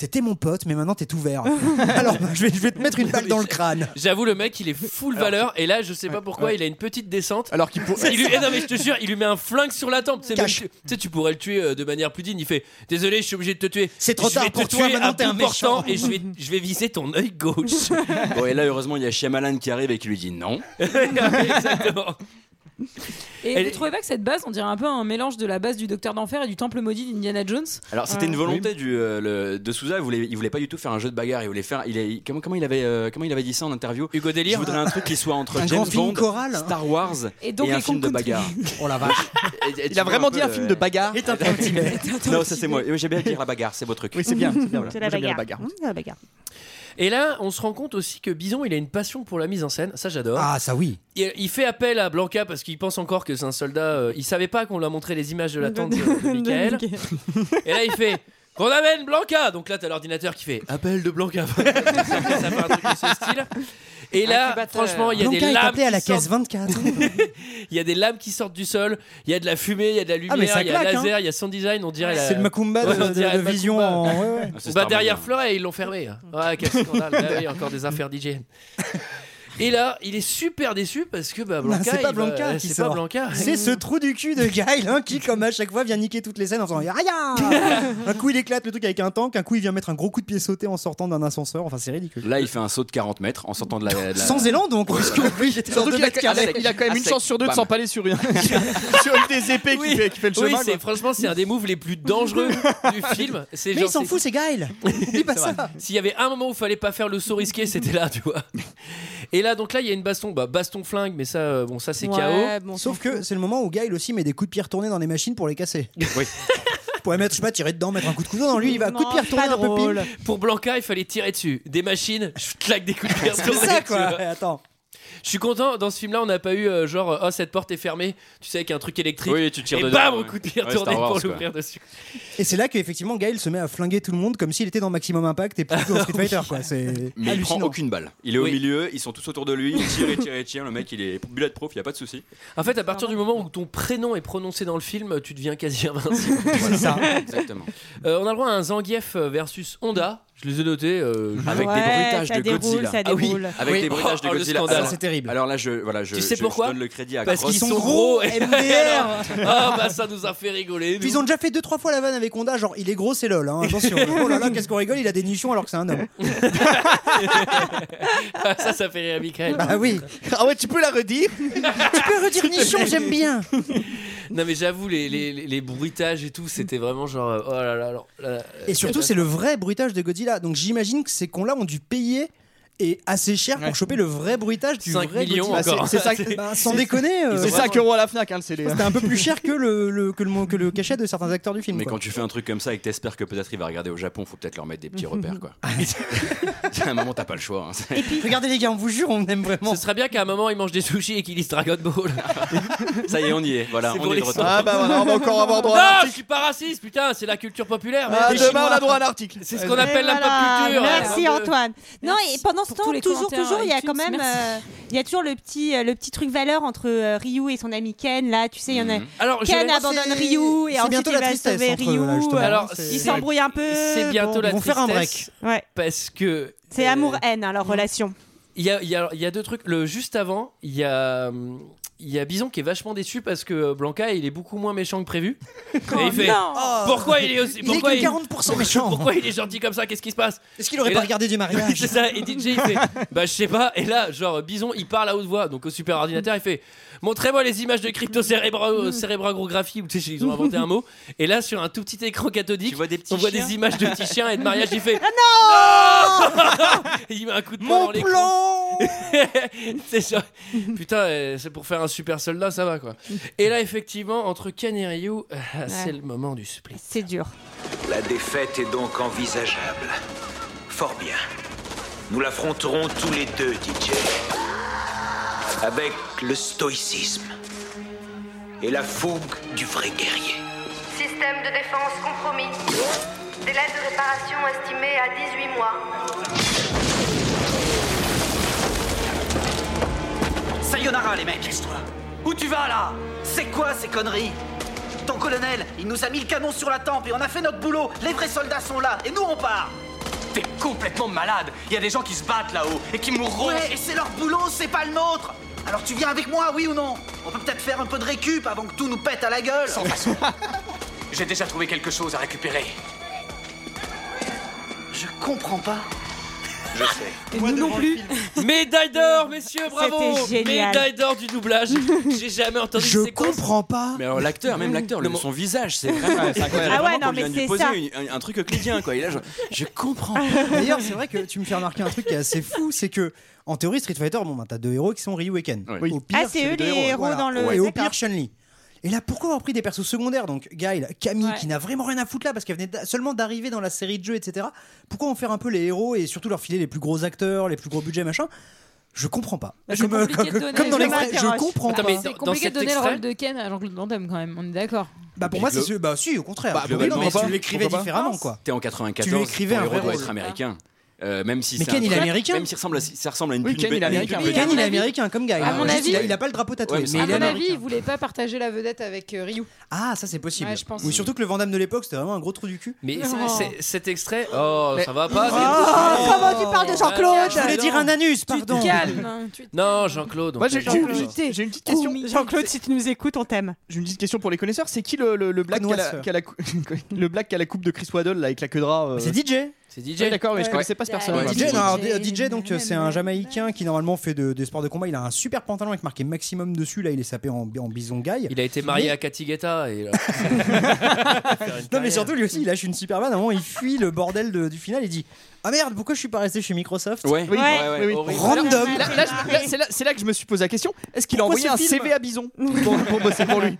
[SPEAKER 9] T'étais mon pote, mais maintenant t'es
[SPEAKER 6] [laughs]
[SPEAKER 9] ouvert. Alors, bah, je vais, je vais te mettre une balle dans le crâne.
[SPEAKER 1] J'avoue, le mec, il est full valeur. Et là, je sais pas pourquoi, il a une petite descente.
[SPEAKER 8] Alors qu'il
[SPEAKER 9] [laughs]
[SPEAKER 8] pourrait.
[SPEAKER 1] Il lui... eh, non, mais je te jure, il lui met un flingue sur la tempe. Tu sais, même tu- tu sais, tu pourrais le tuer euh, de manière plus digne. Il fait Désolé, je suis obligé de te tuer.
[SPEAKER 9] C'est trop
[SPEAKER 1] Je
[SPEAKER 9] tard
[SPEAKER 1] vais te
[SPEAKER 9] pour toi,
[SPEAKER 1] tuer
[SPEAKER 9] maintenant,
[SPEAKER 1] à
[SPEAKER 9] t'es un
[SPEAKER 1] bout portant
[SPEAKER 9] méchant.
[SPEAKER 1] Et je vais, je vais viser ton œil
[SPEAKER 9] [laughs]
[SPEAKER 1] gauche. [laughs]
[SPEAKER 10] Bon, et là, heureusement, il y a Shyamalan qui arrive et qui lui dit non.
[SPEAKER 1] Exactement.
[SPEAKER 7] Et
[SPEAKER 10] Elle-
[SPEAKER 7] vous trouvez pas que cette base, on dirait un peu un mélange de la base du Docteur d'Enfer et du Temple Maudit d'Indiana Jones
[SPEAKER 10] Alors c'était
[SPEAKER 7] Ouais.
[SPEAKER 10] une volonté du, euh, le- de Souza, il voulait, il voulait pas du tout faire un jeu de bagarre, il voulait faire, il est- comment, comment il avait, euh, comment il avait dit ça en interview
[SPEAKER 1] Hugo Délire
[SPEAKER 10] Je voudrais un truc qui soit entre
[SPEAKER 9] Un grand
[SPEAKER 10] James
[SPEAKER 9] film
[SPEAKER 10] Bond,
[SPEAKER 9] choral, hein.
[SPEAKER 10] Star Wars
[SPEAKER 7] Et
[SPEAKER 10] et,
[SPEAKER 7] donc
[SPEAKER 10] un
[SPEAKER 7] les
[SPEAKER 10] film de
[SPEAKER 7] concours-
[SPEAKER 10] bagarre.
[SPEAKER 9] Oh la vache. [laughs]
[SPEAKER 10] Et- et tu
[SPEAKER 8] Il a
[SPEAKER 10] vois
[SPEAKER 8] vraiment
[SPEAKER 10] peu
[SPEAKER 8] dit un
[SPEAKER 10] le-
[SPEAKER 8] film de bagarre.
[SPEAKER 9] Et un Tibet.
[SPEAKER 10] Non, ça c'est moi. Oui, J'aime bien dire la bagarre, c'est votre truc.
[SPEAKER 8] Oui, c'est
[SPEAKER 1] [laughs]
[SPEAKER 8] bien. c'est bien, voilà.
[SPEAKER 6] C'est
[SPEAKER 8] Moi,
[SPEAKER 6] la
[SPEAKER 8] j'aime bien
[SPEAKER 6] bagarre. Mmh, c'est la bagarre.
[SPEAKER 1] Et là, on se rend compte aussi que Bison, il a une passion pour la mise en scène. Ça, j'adore.
[SPEAKER 9] Ah, ça oui.
[SPEAKER 1] Il, il fait appel à Blanca parce qu'il pense encore que c'est un soldat. euh, il savait pas qu'on lui a montré les images de la tente de, de Michael. Et là, il fait qu'on amène Blanca. Donc là, t'as l'ordinateur qui fait appel de Blanca. [laughs] ça fait un truc de ce style. Et là, franchement, il y a
[SPEAKER 9] Blanca
[SPEAKER 1] des
[SPEAKER 9] est
[SPEAKER 1] lames.
[SPEAKER 9] appelé à la
[SPEAKER 1] qui sortent-
[SPEAKER 9] caisse 24.
[SPEAKER 1] Il y a des lames qui sortent du sol. Il y a de la fumée, il y a de la lumière,
[SPEAKER 9] Ah, mais ça
[SPEAKER 1] il y a le
[SPEAKER 9] claque,
[SPEAKER 1] laser, il y a son design. On dirait. la-
[SPEAKER 9] C'est le Macumba de,
[SPEAKER 1] Ouais, on
[SPEAKER 9] de-
[SPEAKER 1] dirait
[SPEAKER 9] de
[SPEAKER 1] le Macumba.
[SPEAKER 9] Vision en. ouais, ouais.
[SPEAKER 1] Bah derrière Fleuret, ils l'ont fermé. hein. Ouais, quel scandale. Ah oui, encore des affaires DJ. Et là, il est super déçu parce que bah, Blanca.
[SPEAKER 9] Non, c'est pas
[SPEAKER 1] il va-
[SPEAKER 9] Blanca qui
[SPEAKER 1] c'est pas
[SPEAKER 9] sort. [laughs]
[SPEAKER 1] Blanca.
[SPEAKER 9] C'est ce trou du cul de Gaël hein, qui, comme à chaque fois, vient niquer toutes les scènes en faisant Aïe Un coup, il éclate le truc avec un tank, un coup, il vient mettre un gros coup de pied sauté en sortant d'un ascenseur. Enfin, c'est ridicule.
[SPEAKER 10] Là, il fait un saut de 40 mètres en sortant de la. de la-
[SPEAKER 9] Sans élan, donc, parce que lui, il était sur
[SPEAKER 8] Surtout
[SPEAKER 9] deux
[SPEAKER 8] qu'il a,
[SPEAKER 9] mètres carrés.
[SPEAKER 8] il a quand même une
[SPEAKER 10] Assez.
[SPEAKER 8] chance sur deux de
[SPEAKER 10] Bam.
[SPEAKER 8] s'empaler
[SPEAKER 1] [laughs]
[SPEAKER 8] sur une sur une des épées qui, fait, qui fait le
[SPEAKER 1] Ah, Oui,
[SPEAKER 8] chemin.
[SPEAKER 1] c'est-
[SPEAKER 8] quoi.
[SPEAKER 1] franchement, c'est un des moves les plus
[SPEAKER 9] [laughs]
[SPEAKER 1] dangereux du film. C'est
[SPEAKER 9] Mais
[SPEAKER 1] genre,
[SPEAKER 9] il s'en
[SPEAKER 1] c'est-
[SPEAKER 9] fout,
[SPEAKER 1] [laughs]
[SPEAKER 9] c'est Gaël Dis pas
[SPEAKER 1] c'est
[SPEAKER 9] ça
[SPEAKER 1] vrai. S'il y avait un moment où fallait pas faire le saut
[SPEAKER 9] [laughs]
[SPEAKER 1] risqué, c'était là, tu vois. Et là, donc là, il y a une baston, bah, baston flingue, mais ça, euh, bon, ça c'est
[SPEAKER 6] Ouais,
[SPEAKER 1] KO.
[SPEAKER 6] bon,
[SPEAKER 9] Sauf que c'est le moment où Gaël aussi met des coups de pied retournés dans les machines pour les casser.
[SPEAKER 10] Oui.
[SPEAKER 9] [laughs] Pour mettre, je sais pas, tirer dedans, mettre un coup de couteau. Non, lui, il va
[SPEAKER 6] Non,
[SPEAKER 9] coup de pied retourné
[SPEAKER 6] pas
[SPEAKER 9] un peu
[SPEAKER 6] drôle.
[SPEAKER 9] pile.
[SPEAKER 1] Pour Blanca, il fallait tirer dessus. Des machines, [laughs] je claque des coups de pied.
[SPEAKER 9] C'est
[SPEAKER 1] retournés,
[SPEAKER 9] ça,
[SPEAKER 1] tu
[SPEAKER 9] quoi
[SPEAKER 1] vois.
[SPEAKER 9] Attends.
[SPEAKER 1] Je suis content, dans ce film-là, on n'a pas eu euh, genre, euh, oh, cette porte est fermée, tu sais, avec un truc électrique.
[SPEAKER 10] Oui, tu tires
[SPEAKER 1] et
[SPEAKER 10] dedans,
[SPEAKER 1] bam,
[SPEAKER 10] ouais.
[SPEAKER 1] au coup de pied
[SPEAKER 10] Ouais, Star
[SPEAKER 1] retourné
[SPEAKER 10] Wars,
[SPEAKER 1] pour
[SPEAKER 10] quoi.
[SPEAKER 1] l'ouvrir dessus.
[SPEAKER 9] Et c'est là qu'effectivement, Gaël se met à flinguer tout le monde comme s'il était dans Maximum Impact et plus dans Street Fighter, quoi. C'est
[SPEAKER 10] Mais il prend
[SPEAKER 9] hallucinant.
[SPEAKER 10] aucune balle. Il est
[SPEAKER 1] Oui.
[SPEAKER 10] au milieu, ils sont tous autour de lui, il tire, il tire, il tire. Le mec, il est bulletproof, il y a pas
[SPEAKER 1] [laughs]
[SPEAKER 10] de souci.
[SPEAKER 1] En fait, à partir du moment où ton prénom est prononcé dans le film,
[SPEAKER 9] [laughs]
[SPEAKER 1] tu deviens quasi invincible.
[SPEAKER 9] C'est ça.
[SPEAKER 10] Exactement.
[SPEAKER 1] Euh, on a le droit à un Zangief euh, versus Honda. Je les ai notés. euh,
[SPEAKER 9] Ah,
[SPEAKER 1] je-
[SPEAKER 10] Avec des bruitages de Godzilla.
[SPEAKER 1] Ah oui,
[SPEAKER 10] Avec
[SPEAKER 1] oui.
[SPEAKER 10] des bruitages de
[SPEAKER 1] Oh, le
[SPEAKER 10] Godzilla.
[SPEAKER 9] Ah,
[SPEAKER 1] scandale.
[SPEAKER 10] Alors- Alors là, je, voilà, je,
[SPEAKER 1] tu sais
[SPEAKER 10] je- je
[SPEAKER 1] pourquoi
[SPEAKER 10] donne le crédit à
[SPEAKER 1] Parce
[SPEAKER 10] Cross.
[SPEAKER 1] qu'ils sont gros,
[SPEAKER 9] gros,
[SPEAKER 1] et-
[SPEAKER 9] MDR.
[SPEAKER 1] ah bah ça nous a fait rigoler.
[SPEAKER 9] Puis
[SPEAKER 1] nous.
[SPEAKER 9] ils ont déjà fait deux trois fois la vanne avec Honda, genre il est gros, c'est lol. hein, Attention, oh là là, qu'est-ce qu'on rigole, il a des nichons alors que c'est un homme.
[SPEAKER 1] Ah, [laughs] ça, ça fait rire à Michael.
[SPEAKER 9] Bah oui. Ah ouais, tu peux la redire Tu peux redire nichon, j'aime bien.
[SPEAKER 1] Non mais j'avoue, les, les, les- les bruitages et tout, c'était vraiment genre euh, oh là là. là, là, là,
[SPEAKER 9] Et surtout, c'est le vrai bruitage de Godzilla. Donc j'imagine que ces cons-là ont dû payer. Et assez cher pour choper le vrai bruitage du
[SPEAKER 1] 5
[SPEAKER 9] vrai
[SPEAKER 1] millions
[SPEAKER 9] Godzilla.
[SPEAKER 1] encore.
[SPEAKER 8] [laughs]
[SPEAKER 9] C'est- c'est ça-
[SPEAKER 1] [laughs] C'est-
[SPEAKER 9] bah, sans
[SPEAKER 1] c'est-
[SPEAKER 9] déconner.
[SPEAKER 1] Ils ont
[SPEAKER 8] C'est 5 euros à la Fnac, hein, le CD.
[SPEAKER 9] C'était un peu plus cher que le, le- que, le, mo- que le cachet de certains acteurs du film.
[SPEAKER 10] Mais
[SPEAKER 9] quoi.
[SPEAKER 10] quand tu fais un truc comme ça et que t'espères que peut-être il va regarder au Japon, faut peut-être leur mettre des petits
[SPEAKER 1] Mm-hmm. [laughs]
[SPEAKER 10] repères quoi.
[SPEAKER 1] Ah,
[SPEAKER 10] [laughs] à un moment, t'as pas le choix. hein. C'est-
[SPEAKER 9] Regardez les gars, on vous jure, on aime vraiment.
[SPEAKER 1] Ce serait bien qu'à un moment, ils mangent des sushis et qu'ils lisent Dragon Ball.
[SPEAKER 10] Ça y est, on y est. Voilà,
[SPEAKER 1] C'est
[SPEAKER 10] on
[SPEAKER 1] pour
[SPEAKER 10] est de
[SPEAKER 1] les
[SPEAKER 10] retour.
[SPEAKER 1] sens.
[SPEAKER 8] Ah bah voilà, on va encore avoir
[SPEAKER 9] Oh,
[SPEAKER 8] droit à un
[SPEAKER 1] Non, je
[SPEAKER 8] article.
[SPEAKER 1] suis pas raciste, putain, c'est la culture populaire.
[SPEAKER 8] Ah,
[SPEAKER 1] mais-
[SPEAKER 8] demain, on a droit à un article.
[SPEAKER 1] C'est ce qu'on appelle la pop
[SPEAKER 6] Voilà,
[SPEAKER 1] culture.
[SPEAKER 6] Eh
[SPEAKER 1] Euh,
[SPEAKER 6] Merci
[SPEAKER 1] Voilà.
[SPEAKER 6] Antoine. Non et pendant ce
[SPEAKER 7] pour tous
[SPEAKER 6] temps,
[SPEAKER 7] les
[SPEAKER 6] toujours,
[SPEAKER 7] commentaires
[SPEAKER 6] toujours, il y a
[SPEAKER 7] iTunes,
[SPEAKER 6] quand même,
[SPEAKER 7] merci.
[SPEAKER 6] euh, il y a toujours le petit, euh, le petit truc valeur entre euh, Ryu et son ami Ken. Là, tu sais, il y en a.
[SPEAKER 1] Alors, je-
[SPEAKER 6] Ken
[SPEAKER 1] c'est-
[SPEAKER 6] abandonne Ryu et
[SPEAKER 9] c'est
[SPEAKER 6] ensuite
[SPEAKER 9] bientôt
[SPEAKER 6] il
[SPEAKER 9] la
[SPEAKER 6] va
[SPEAKER 9] tristesse
[SPEAKER 6] sauver
[SPEAKER 9] entre eux,
[SPEAKER 6] Ryu.
[SPEAKER 9] là, justement.
[SPEAKER 1] Alors,
[SPEAKER 9] C'est-
[SPEAKER 6] Ils
[SPEAKER 8] Oh,
[SPEAKER 6] s'embrouillent un peu.
[SPEAKER 1] C'est bientôt
[SPEAKER 6] Bon,
[SPEAKER 1] la Mhm.
[SPEAKER 6] bon.
[SPEAKER 9] vont faire un
[SPEAKER 1] tristesse, Parce que euh,
[SPEAKER 6] C'est amour-haine, hein, leur relation.
[SPEAKER 1] il y a, il y a- il y a deux trucs. Le juste avant, il y a. hum, Il y a Bison qui est vachement déçu parce que Blanca il est beaucoup moins méchant que
[SPEAKER 6] [laughs]
[SPEAKER 1] prévu.
[SPEAKER 6] Oh,
[SPEAKER 1] Et il fait
[SPEAKER 7] non.
[SPEAKER 14] Oh.
[SPEAKER 1] pourquoi il est aussi
[SPEAKER 9] Ah. Oh. Il est
[SPEAKER 1] pourquoi
[SPEAKER 9] que
[SPEAKER 8] [laughs]
[SPEAKER 9] 40% méchant.
[SPEAKER 1] Pourquoi il est gentil comme ça Qu'est-ce qui se passe
[SPEAKER 9] Est-ce qu'il aurait
[SPEAKER 1] Et
[SPEAKER 9] pas
[SPEAKER 1] là-
[SPEAKER 9] regardé du
[SPEAKER 1] Oui,
[SPEAKER 8] [laughs]
[SPEAKER 1] [laughs]
[SPEAKER 9] mariage
[SPEAKER 1] c'est ça. Et DJ, il fait
[SPEAKER 9] [laughs]
[SPEAKER 1] Bah, je sais pas. Et là, genre, Bison, il parle à haute voix. Donc, au super ordinateur, il fait Montrez-moi les images de
[SPEAKER 9] [laughs]
[SPEAKER 1] crypto-cérébragographie. Ou tu sais, ils ont inventé un mot. Et là, sur un tout petit écran cathodique, on voit
[SPEAKER 10] chiens
[SPEAKER 1] des images de petits chiens et de mariage. Il
[SPEAKER 9] [laughs]
[SPEAKER 1] fait [laughs] Il met un coup de poing
[SPEAKER 9] Ah Mon
[SPEAKER 1] dans les
[SPEAKER 9] plan
[SPEAKER 1] c'est genre,
[SPEAKER 9] [laughs]
[SPEAKER 1] Putain, euh, c'est pour faire un super soldat, ça va quoi. Et là, effectivement, entre Ken et Ryu, euh, c'est le moment du split.
[SPEAKER 6] C'est dur.
[SPEAKER 13] [laughs] La défaite est donc envisageable. Fort bien. Nous l'affronterons tous les deux, DJ. Avec le stoïcisme et la fougue du vrai guerrier.
[SPEAKER 14] Système de défense compromis. Délai de réparation estimé à 18 mois.
[SPEAKER 4] Sayonara, les mecs Laisse-toi Où tu vas, là C'est quoi ces conneries Ton colonel, il nous a mis le canon sur la tempe et on a fait notre boulot Les vrais soldats sont là et nous, on part
[SPEAKER 2] T'es complètement malade. Il y a des gens qui se battent là-haut et qui mourront.
[SPEAKER 4] Ouais, et c'est leur boulot, c'est pas le nôtre Alors tu viens avec moi, oui ou non On peut peut-être faire un peu de récup avant que tout nous pète à la gueule
[SPEAKER 2] Sans
[SPEAKER 4] [laughs]
[SPEAKER 2] façon. J'ai déjà trouvé quelque chose à récupérer.
[SPEAKER 4] Je comprends pas.
[SPEAKER 2] Je sais.
[SPEAKER 7] Et nous non plus.
[SPEAKER 1] Médaille d'or, messieurs, bravo
[SPEAKER 6] C'était génial.
[SPEAKER 1] Médaille d'or du doublage. J'ai jamais entendu
[SPEAKER 9] Je
[SPEAKER 1] ces séquence.
[SPEAKER 9] comprends pas.
[SPEAKER 10] Mais alors l'acteur, même l'acteur, le- son visage, c'est vraiment,
[SPEAKER 8] Ouais, c'est incroyable.
[SPEAKER 10] on dirait
[SPEAKER 6] Ah ouais,
[SPEAKER 10] vraiment
[SPEAKER 6] non,
[SPEAKER 10] qu'on
[SPEAKER 6] mais
[SPEAKER 10] vient de lui
[SPEAKER 6] c'est
[SPEAKER 10] poser
[SPEAKER 6] ça. Ah.
[SPEAKER 10] une- un, un truc euclidien quoi. Et là, je, je comprends.
[SPEAKER 9] D'ailleurs, c'est vrai que tu me fais remarquer un truc qui est assez fou c'est que. En théorie, Street Fighter, bon, ben, t'as deux héros qui sont Ryu et Ken.
[SPEAKER 10] Ouais.
[SPEAKER 9] Au pire,
[SPEAKER 6] Ah, c'est eux
[SPEAKER 9] deux
[SPEAKER 6] les héros dans le-
[SPEAKER 9] Et au
[SPEAKER 6] D'accord.
[SPEAKER 9] pire, Chun-Li. Et là, pourquoi avoir pris des persos secondaires Donc, Guile, Camille,
[SPEAKER 7] Ouais.
[SPEAKER 9] qui n'a vraiment rien à foutre là, parce qu'elle venait d'a- seulement d'arriver dans la série de jeux, etc. Pourquoi en faire un peu les héros et surtout leur filer les plus gros acteurs, les plus gros budgets, machin Je comprends pas.
[SPEAKER 7] Bah, c'est
[SPEAKER 9] Comme, euh,
[SPEAKER 7] compliqué de
[SPEAKER 9] comme-
[SPEAKER 7] donner-
[SPEAKER 9] comme dans
[SPEAKER 7] je
[SPEAKER 9] les frais, je
[SPEAKER 7] m'interroge.
[SPEAKER 9] comprends
[SPEAKER 1] Attends,
[SPEAKER 9] pas.
[SPEAKER 1] mais
[SPEAKER 7] C'est
[SPEAKER 1] dans- dans
[SPEAKER 7] compliqué
[SPEAKER 1] cet
[SPEAKER 7] de donner le
[SPEAKER 1] extrait-
[SPEAKER 7] rôle de Ken à Jean-Claude Van Damme, quand même, on est d'accord.
[SPEAKER 9] Bah pour moi,
[SPEAKER 10] Glo-
[SPEAKER 9] c'est ce- bah si, au contraire.
[SPEAKER 10] Bah,
[SPEAKER 9] Oui, non,
[SPEAKER 10] globalement,
[SPEAKER 9] mais tu
[SPEAKER 10] pas.
[SPEAKER 9] l'écrivais
[SPEAKER 10] Pourquoi pas
[SPEAKER 9] différemment, quoi.
[SPEAKER 10] T'es en
[SPEAKER 9] Tu
[SPEAKER 10] 94.
[SPEAKER 9] lui écrivais
[SPEAKER 10] ton
[SPEAKER 9] un
[SPEAKER 10] héros
[SPEAKER 9] vrai
[SPEAKER 10] doit
[SPEAKER 9] rôle.
[SPEAKER 10] être américain. Euh, même si
[SPEAKER 9] Mais
[SPEAKER 10] c'est un
[SPEAKER 9] Ken, il est
[SPEAKER 10] truc-
[SPEAKER 9] américain.
[SPEAKER 10] Même s'il ressemble à, ça ressemble à une
[SPEAKER 8] Oui,
[SPEAKER 10] pub-
[SPEAKER 8] Ken, il est
[SPEAKER 10] à une
[SPEAKER 8] américain.
[SPEAKER 10] pub-
[SPEAKER 9] Ken, il est
[SPEAKER 7] avis-
[SPEAKER 9] américain comme Guy.
[SPEAKER 7] à mon avis-
[SPEAKER 9] il a, il a pas le drapeau
[SPEAKER 10] Ouais,
[SPEAKER 9] tatoué.
[SPEAKER 10] mais
[SPEAKER 9] mais
[SPEAKER 7] à
[SPEAKER 9] il est
[SPEAKER 7] mon avis,
[SPEAKER 9] américain.
[SPEAKER 7] il voulait pas partager la vedette avec euh, Ryu.
[SPEAKER 9] Ah, ça c'est possible.
[SPEAKER 7] Ouais, je pense.
[SPEAKER 9] Ou surtout que le Vandame de l'époque, c'était vraiment un gros trou du cul.
[SPEAKER 1] Mais
[SPEAKER 7] Non.
[SPEAKER 1] c'est- c'est- cet extrait, oh, ça va pas.
[SPEAKER 9] Oh,
[SPEAKER 6] comment tu parles de Jean-Claude
[SPEAKER 9] Je voulais dire un anus, pardon.
[SPEAKER 7] Calme. hein, tu-
[SPEAKER 1] c'est- Non, Jean-Claude. on
[SPEAKER 8] Moi, j'ai
[SPEAKER 1] peut-
[SPEAKER 8] j'ai-
[SPEAKER 1] Jean-Claude.
[SPEAKER 8] j'ai- j'ai une petite question.
[SPEAKER 6] Jean-Claude, si tu nous écoutes, on t'aime.
[SPEAKER 8] J'ai une petite question pour les connaisseurs. C'est qui le, le, le black qui a la,
[SPEAKER 9] Connoisseur.
[SPEAKER 8] qui a la cou- [laughs] le black qui a la coupe de Chris Waddle là, avec la queue de rat euh,
[SPEAKER 9] C'est DJ.
[SPEAKER 1] C'est
[SPEAKER 8] Ouais,
[SPEAKER 1] DJ.
[SPEAKER 8] Ah, D'accord, mais je
[SPEAKER 7] Ouais.
[SPEAKER 8] connaissais pas ce personnage.
[SPEAKER 7] Ouais.
[SPEAKER 9] DJ, non, alors, D-
[SPEAKER 7] DJ,
[SPEAKER 9] DJ, donc euh, c'est un Jamaïcain qui normalement fait de- des sports de combat. Il a un super pantalon avec marqué maximum dessus. Là, il est sapé en, en bison guy.
[SPEAKER 1] Il a été marié
[SPEAKER 9] Mais-
[SPEAKER 1] à Cathy Guetta. Et, euh, là-
[SPEAKER 9] Non, mais surtout lui aussi, il lâche une super vanne. À un moment, il fuit le bordel de- du final. Il dit Ah merde, pourquoi je suis pas resté chez Microsoft
[SPEAKER 10] Ouais.
[SPEAKER 8] Oui,
[SPEAKER 6] Ouais.
[SPEAKER 8] oui, oui.
[SPEAKER 1] horrible.
[SPEAKER 9] Random.
[SPEAKER 8] Là, là, je- là, c'est là, c'est là que je me suis posé la question. Est-ce qu'il a
[SPEAKER 9] Pourquoi
[SPEAKER 8] envoyé un
[SPEAKER 9] ce film
[SPEAKER 8] CV à
[SPEAKER 9] [laughs]
[SPEAKER 8] Bison pour, pour bosser pour lui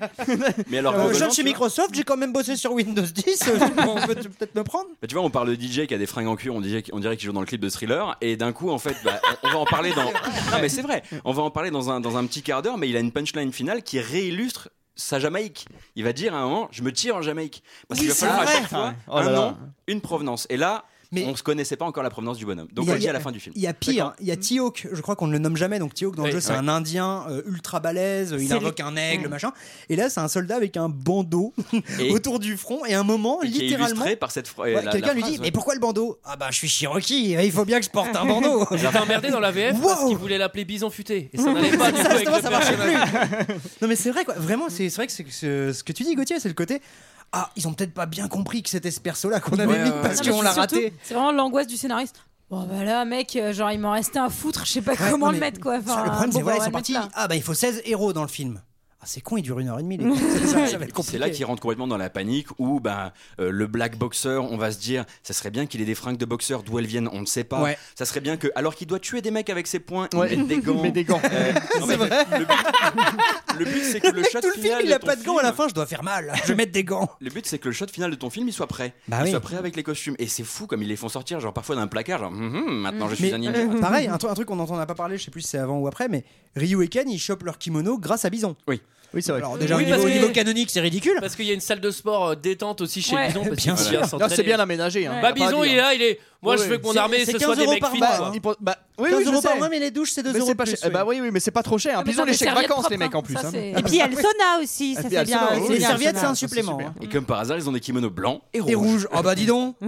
[SPEAKER 10] Mais alors,
[SPEAKER 9] Euh, je
[SPEAKER 10] globalement,
[SPEAKER 9] viens de chez
[SPEAKER 10] tu vois-
[SPEAKER 9] Microsoft, j'ai quand même bossé sur Windows 10. euh, on peut tu peux peut-être me prendre
[SPEAKER 10] Bah, tu vois, on parle de DJ qui a des fringues en cuir, on, disait qu'- on dirait qu'il joue dans le clip de Thriller, et d'un coup, en fait, bah, on, on va en parler
[SPEAKER 9] [laughs]
[SPEAKER 10] dans. Non, mais c'est vrai, on va en parler dans un, dans un petit quart d'heure, mais il a une punchline finale qui réillustre sa Jamaïque. Il va dire à un moment, je me tire en Jamaïque. Parce qu'il va
[SPEAKER 9] c'est
[SPEAKER 10] falloir à
[SPEAKER 9] vrai. Ah
[SPEAKER 10] chaque fois
[SPEAKER 8] Oh là
[SPEAKER 10] un
[SPEAKER 8] là.
[SPEAKER 10] nom, une provenance. Et là, on ne connaissait pas encore la provenance du bonhomme. Donc
[SPEAKER 9] Il y
[SPEAKER 10] on
[SPEAKER 9] a-
[SPEAKER 10] le dit à la fin du film.
[SPEAKER 9] Il y a pire, il y a T-Hawk, je crois qu'on ne le nomme jamais. Donc T-Hawk dans
[SPEAKER 10] Mm. Oui.
[SPEAKER 9] le jeu, c'est
[SPEAKER 10] Ouais.
[SPEAKER 9] un indien euh, ultra balèze, il
[SPEAKER 10] C'est
[SPEAKER 9] invoque
[SPEAKER 10] le-
[SPEAKER 9] un aigle,
[SPEAKER 10] Mm.
[SPEAKER 9] machin. Et là, c'est un soldat avec un bandeau
[SPEAKER 10] Et-
[SPEAKER 9] [laughs] autour du front. Et à un moment,
[SPEAKER 10] Et qui est
[SPEAKER 9] littéralement.
[SPEAKER 10] illustré par cette fra-
[SPEAKER 9] Ouais,
[SPEAKER 10] la- la
[SPEAKER 9] Quelqu'un lui dit
[SPEAKER 10] phrase, ouais.
[SPEAKER 9] Mais pourquoi le bandeau Ah bah, je suis Cherokee, il faut bien que je porte
[SPEAKER 10] [laughs]
[SPEAKER 9] un bandeau.
[SPEAKER 1] J'étais emmerdé dans la VF parce qu'ils voulaient l'appeler Bison Futé. Et ça
[SPEAKER 8] [laughs]
[SPEAKER 1] n'allait pas du tout
[SPEAKER 9] Ça,
[SPEAKER 1] avec
[SPEAKER 9] ça,
[SPEAKER 1] le
[SPEAKER 9] ça marchait
[SPEAKER 1] personnage.
[SPEAKER 9] non mais c'est vrai quoi,
[SPEAKER 10] Mm.
[SPEAKER 9] vraiment c'est c'est vrai que c'est- c'est- ce que tu dis Gauthier, c'est le côté ah ils ont peut-être pas bien compris que c'était ce perso là qu'on avait
[SPEAKER 10] Ouais,
[SPEAKER 9] mis
[SPEAKER 10] ouais,
[SPEAKER 9] parce
[SPEAKER 10] ouais.
[SPEAKER 9] qu'on
[SPEAKER 10] Non,
[SPEAKER 9] l'a
[SPEAKER 10] mais
[SPEAKER 7] Surtout,
[SPEAKER 9] raté.
[SPEAKER 7] C'est vraiment l'angoisse du scénariste. Bon, bah là, mec, euh, genre, il m'en restait un foutre, je sais pas
[SPEAKER 9] Ouais,
[SPEAKER 7] comment
[SPEAKER 9] non,
[SPEAKER 7] le
[SPEAKER 9] mais
[SPEAKER 7] mettre, quoi. Enfin,
[SPEAKER 9] le problème
[SPEAKER 7] bon,
[SPEAKER 9] c'est
[SPEAKER 7] bah,
[SPEAKER 9] voilà
[SPEAKER 7] on
[SPEAKER 9] ils sont
[SPEAKER 7] va le mettre
[SPEAKER 9] partis.
[SPEAKER 7] là.
[SPEAKER 9] Ah bah il faut 16 héros dans le film. Ah c'est con il dure une heure et
[SPEAKER 10] [laughs]
[SPEAKER 9] demie. les gars. Ça, ça va être
[SPEAKER 10] C'est là
[SPEAKER 9] compliqué.
[SPEAKER 10] qu'ils rentrent complètement dans la panique où ben, euh, le black boxer, on va se dire, ça serait bien qu'il ait des fringues de boxeur, d'où elles viennent, on ne sait pas.
[SPEAKER 9] Ouais.
[SPEAKER 10] Ça serait bien que, alors qu'il doit tuer des mecs avec ses poings,
[SPEAKER 8] Ouais.
[SPEAKER 10] il mette des
[SPEAKER 9] [laughs]
[SPEAKER 10] gants.
[SPEAKER 8] Il met des gants.
[SPEAKER 10] Euh, non, mais Le but, le but, c'est que [laughs] le shot
[SPEAKER 9] [laughs] Tout le film
[SPEAKER 10] final
[SPEAKER 9] il a
[SPEAKER 10] ton
[SPEAKER 9] pas de gants à la fin je dois faire mal. Je vais mettre des gants.
[SPEAKER 10] Le but c'est que le shot final de ton film il soit prêt,
[SPEAKER 9] Bah
[SPEAKER 10] il
[SPEAKER 9] oui.
[SPEAKER 10] soit prêt avec les costumes et c'est fou comme ils les font sortir genre parfois d'un placard genre hum, hum, maintenant je suis
[SPEAKER 9] Mais,
[SPEAKER 10] un ninja.
[SPEAKER 9] euh, pareil, un, tru- un truc qu'on n'entend pas parler, je sais plus si c'est avant ou après, mais Ryu et Ken ils chopent leur kimono grâce à Bison.
[SPEAKER 10] Oui,
[SPEAKER 9] oui c'est vrai. Alors déjà
[SPEAKER 1] Oui,
[SPEAKER 9] au niveau,
[SPEAKER 1] parce
[SPEAKER 9] au
[SPEAKER 1] que-
[SPEAKER 9] niveau canonique c'est ridicule.
[SPEAKER 1] Parce qu'il y a une salle de sport euh, détente aussi chez
[SPEAKER 9] Ouais.
[SPEAKER 1] Bison. parce
[SPEAKER 9] Bien
[SPEAKER 1] qu'il
[SPEAKER 9] sûr.
[SPEAKER 1] vient
[SPEAKER 9] Là,
[SPEAKER 1] s'entraîner.
[SPEAKER 8] c'est bien aménagé,
[SPEAKER 1] bah,
[SPEAKER 8] hein, y a pas à
[SPEAKER 1] Bison, il
[SPEAKER 8] dire.
[SPEAKER 1] est là, il est. Moi, je
[SPEAKER 8] Ouais.
[SPEAKER 1] veux que mon
[SPEAKER 8] C'est-
[SPEAKER 1] armée,
[SPEAKER 8] c'est
[SPEAKER 1] ce soit
[SPEAKER 8] 15
[SPEAKER 1] des
[SPEAKER 8] euros
[SPEAKER 1] mecs
[SPEAKER 8] par
[SPEAKER 1] fit.
[SPEAKER 8] mois.
[SPEAKER 1] quoi.
[SPEAKER 8] Il pense- bah, oui,
[SPEAKER 9] 15
[SPEAKER 8] oui, je
[SPEAKER 9] euros par
[SPEAKER 8] sais.
[SPEAKER 9] mois, mais les douches, c'est 2
[SPEAKER 8] Mais
[SPEAKER 9] euros
[SPEAKER 8] c'est pas
[SPEAKER 9] de plus,
[SPEAKER 8] cher. Eh Bah oui, oui, mais c'est pas trop cher. hein.
[SPEAKER 9] Ah,
[SPEAKER 8] Puis
[SPEAKER 9] mais
[SPEAKER 8] ils ont
[SPEAKER 9] attends,
[SPEAKER 8] les
[SPEAKER 9] des
[SPEAKER 8] chèques
[SPEAKER 9] serviettes
[SPEAKER 8] vacances, les
[SPEAKER 9] propres,
[SPEAKER 8] mecs, en plus.
[SPEAKER 9] ça,
[SPEAKER 8] hein.
[SPEAKER 9] c'est-
[SPEAKER 6] Et puis il y a le sauna aussi, ça
[SPEAKER 8] puis,
[SPEAKER 6] c'est
[SPEAKER 8] le sauna,
[SPEAKER 6] bien.
[SPEAKER 8] oui.
[SPEAKER 6] Ah, c'est
[SPEAKER 8] Les
[SPEAKER 6] bien, le
[SPEAKER 9] Ah, serviettes,
[SPEAKER 6] sauna.
[SPEAKER 9] c'est un supplément. hein.
[SPEAKER 10] Et comme par hasard ils ont des kimonos blancs et rouges.
[SPEAKER 9] Et rouge. Ah bah dis donc. non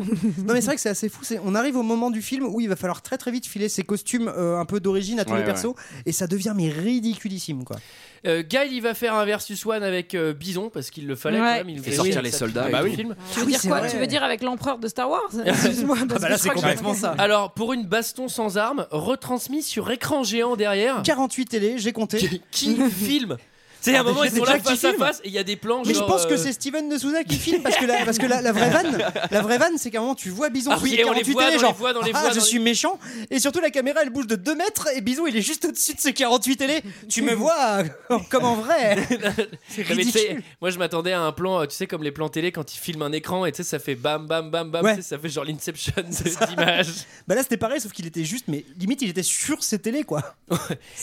[SPEAKER 9] mais c'est vrai que c'est assez fou. C'est on arrive au moment du film où il va falloir très très vite filer ses costumes euh, un peu d'origine à tous
[SPEAKER 10] Ouais,
[SPEAKER 9] les persos
[SPEAKER 10] ouais.
[SPEAKER 9] et ça devient mais ridiculissime quoi.
[SPEAKER 1] Euh, Guile, il va faire un versus one avec euh, Bison parce qu'il le fallait
[SPEAKER 10] Ouais.
[SPEAKER 1] quand même. Il
[SPEAKER 10] Et
[SPEAKER 1] faisait
[SPEAKER 10] sortir
[SPEAKER 1] ça
[SPEAKER 10] les
[SPEAKER 1] depuis
[SPEAKER 10] soldats
[SPEAKER 1] le
[SPEAKER 10] et tout.
[SPEAKER 1] film.
[SPEAKER 9] Ah
[SPEAKER 7] Tu veux dire quoi Tu veux dire avec l'empereur de Star Wars [laughs] Excuse-moi.
[SPEAKER 1] Ah,
[SPEAKER 7] parce
[SPEAKER 9] bah
[SPEAKER 1] bah
[SPEAKER 7] que je crois que-
[SPEAKER 9] Ah
[SPEAKER 1] Alors, pour une baston sans armes, retransmise sur écran géant derrière.
[SPEAKER 9] 48 télé,
[SPEAKER 1] [laughs]
[SPEAKER 9] j'ai compté.
[SPEAKER 1] Qui
[SPEAKER 9] [laughs]
[SPEAKER 1] filme C'est à un
[SPEAKER 9] Ah,
[SPEAKER 1] moment,
[SPEAKER 9] mais
[SPEAKER 1] ils
[SPEAKER 9] je
[SPEAKER 1] sont
[SPEAKER 9] sais
[SPEAKER 1] là
[SPEAKER 9] pas qui
[SPEAKER 1] face à
[SPEAKER 9] filme.
[SPEAKER 1] face et il y a des plans.
[SPEAKER 9] Mais je
[SPEAKER 1] genre,
[SPEAKER 9] pense que
[SPEAKER 1] euh,
[SPEAKER 9] c'est Steven de Souza qui filme parce que la, parce que la, la vraie
[SPEAKER 1] [laughs]
[SPEAKER 9] vanne, la vraie vanne, c'est qu'à un moment tu vois Bison
[SPEAKER 1] Ah
[SPEAKER 9] sur
[SPEAKER 1] oui,
[SPEAKER 9] ses
[SPEAKER 1] et on les
[SPEAKER 9] 48
[SPEAKER 1] voit
[SPEAKER 9] télé,
[SPEAKER 1] dans les
[SPEAKER 9] genre
[SPEAKER 1] voix, dans les
[SPEAKER 9] ah,
[SPEAKER 1] voix,
[SPEAKER 9] je
[SPEAKER 1] dans les-
[SPEAKER 9] suis méchant et surtout la caméra elle bouge de 2 mètres et Bison il est juste au-dessus de ses 48 télé. Tu me vois euh, comme
[SPEAKER 1] [laughs]
[SPEAKER 9] en vrai. c'est
[SPEAKER 1] Non, mais tu sais,
[SPEAKER 9] ridicule.
[SPEAKER 1] moi je m'attendais à un plan, euh, tu sais, comme les plans télé quand ils filment un écran et tu sais, ça fait bam bam bam bam,
[SPEAKER 9] Ouais.
[SPEAKER 1] tu sais, ça fait genre l'inception de-
[SPEAKER 9] [laughs]
[SPEAKER 1] d'images.
[SPEAKER 9] Bah là c'était pareil sauf qu'il était juste mais limite il était sur ses télés quoi.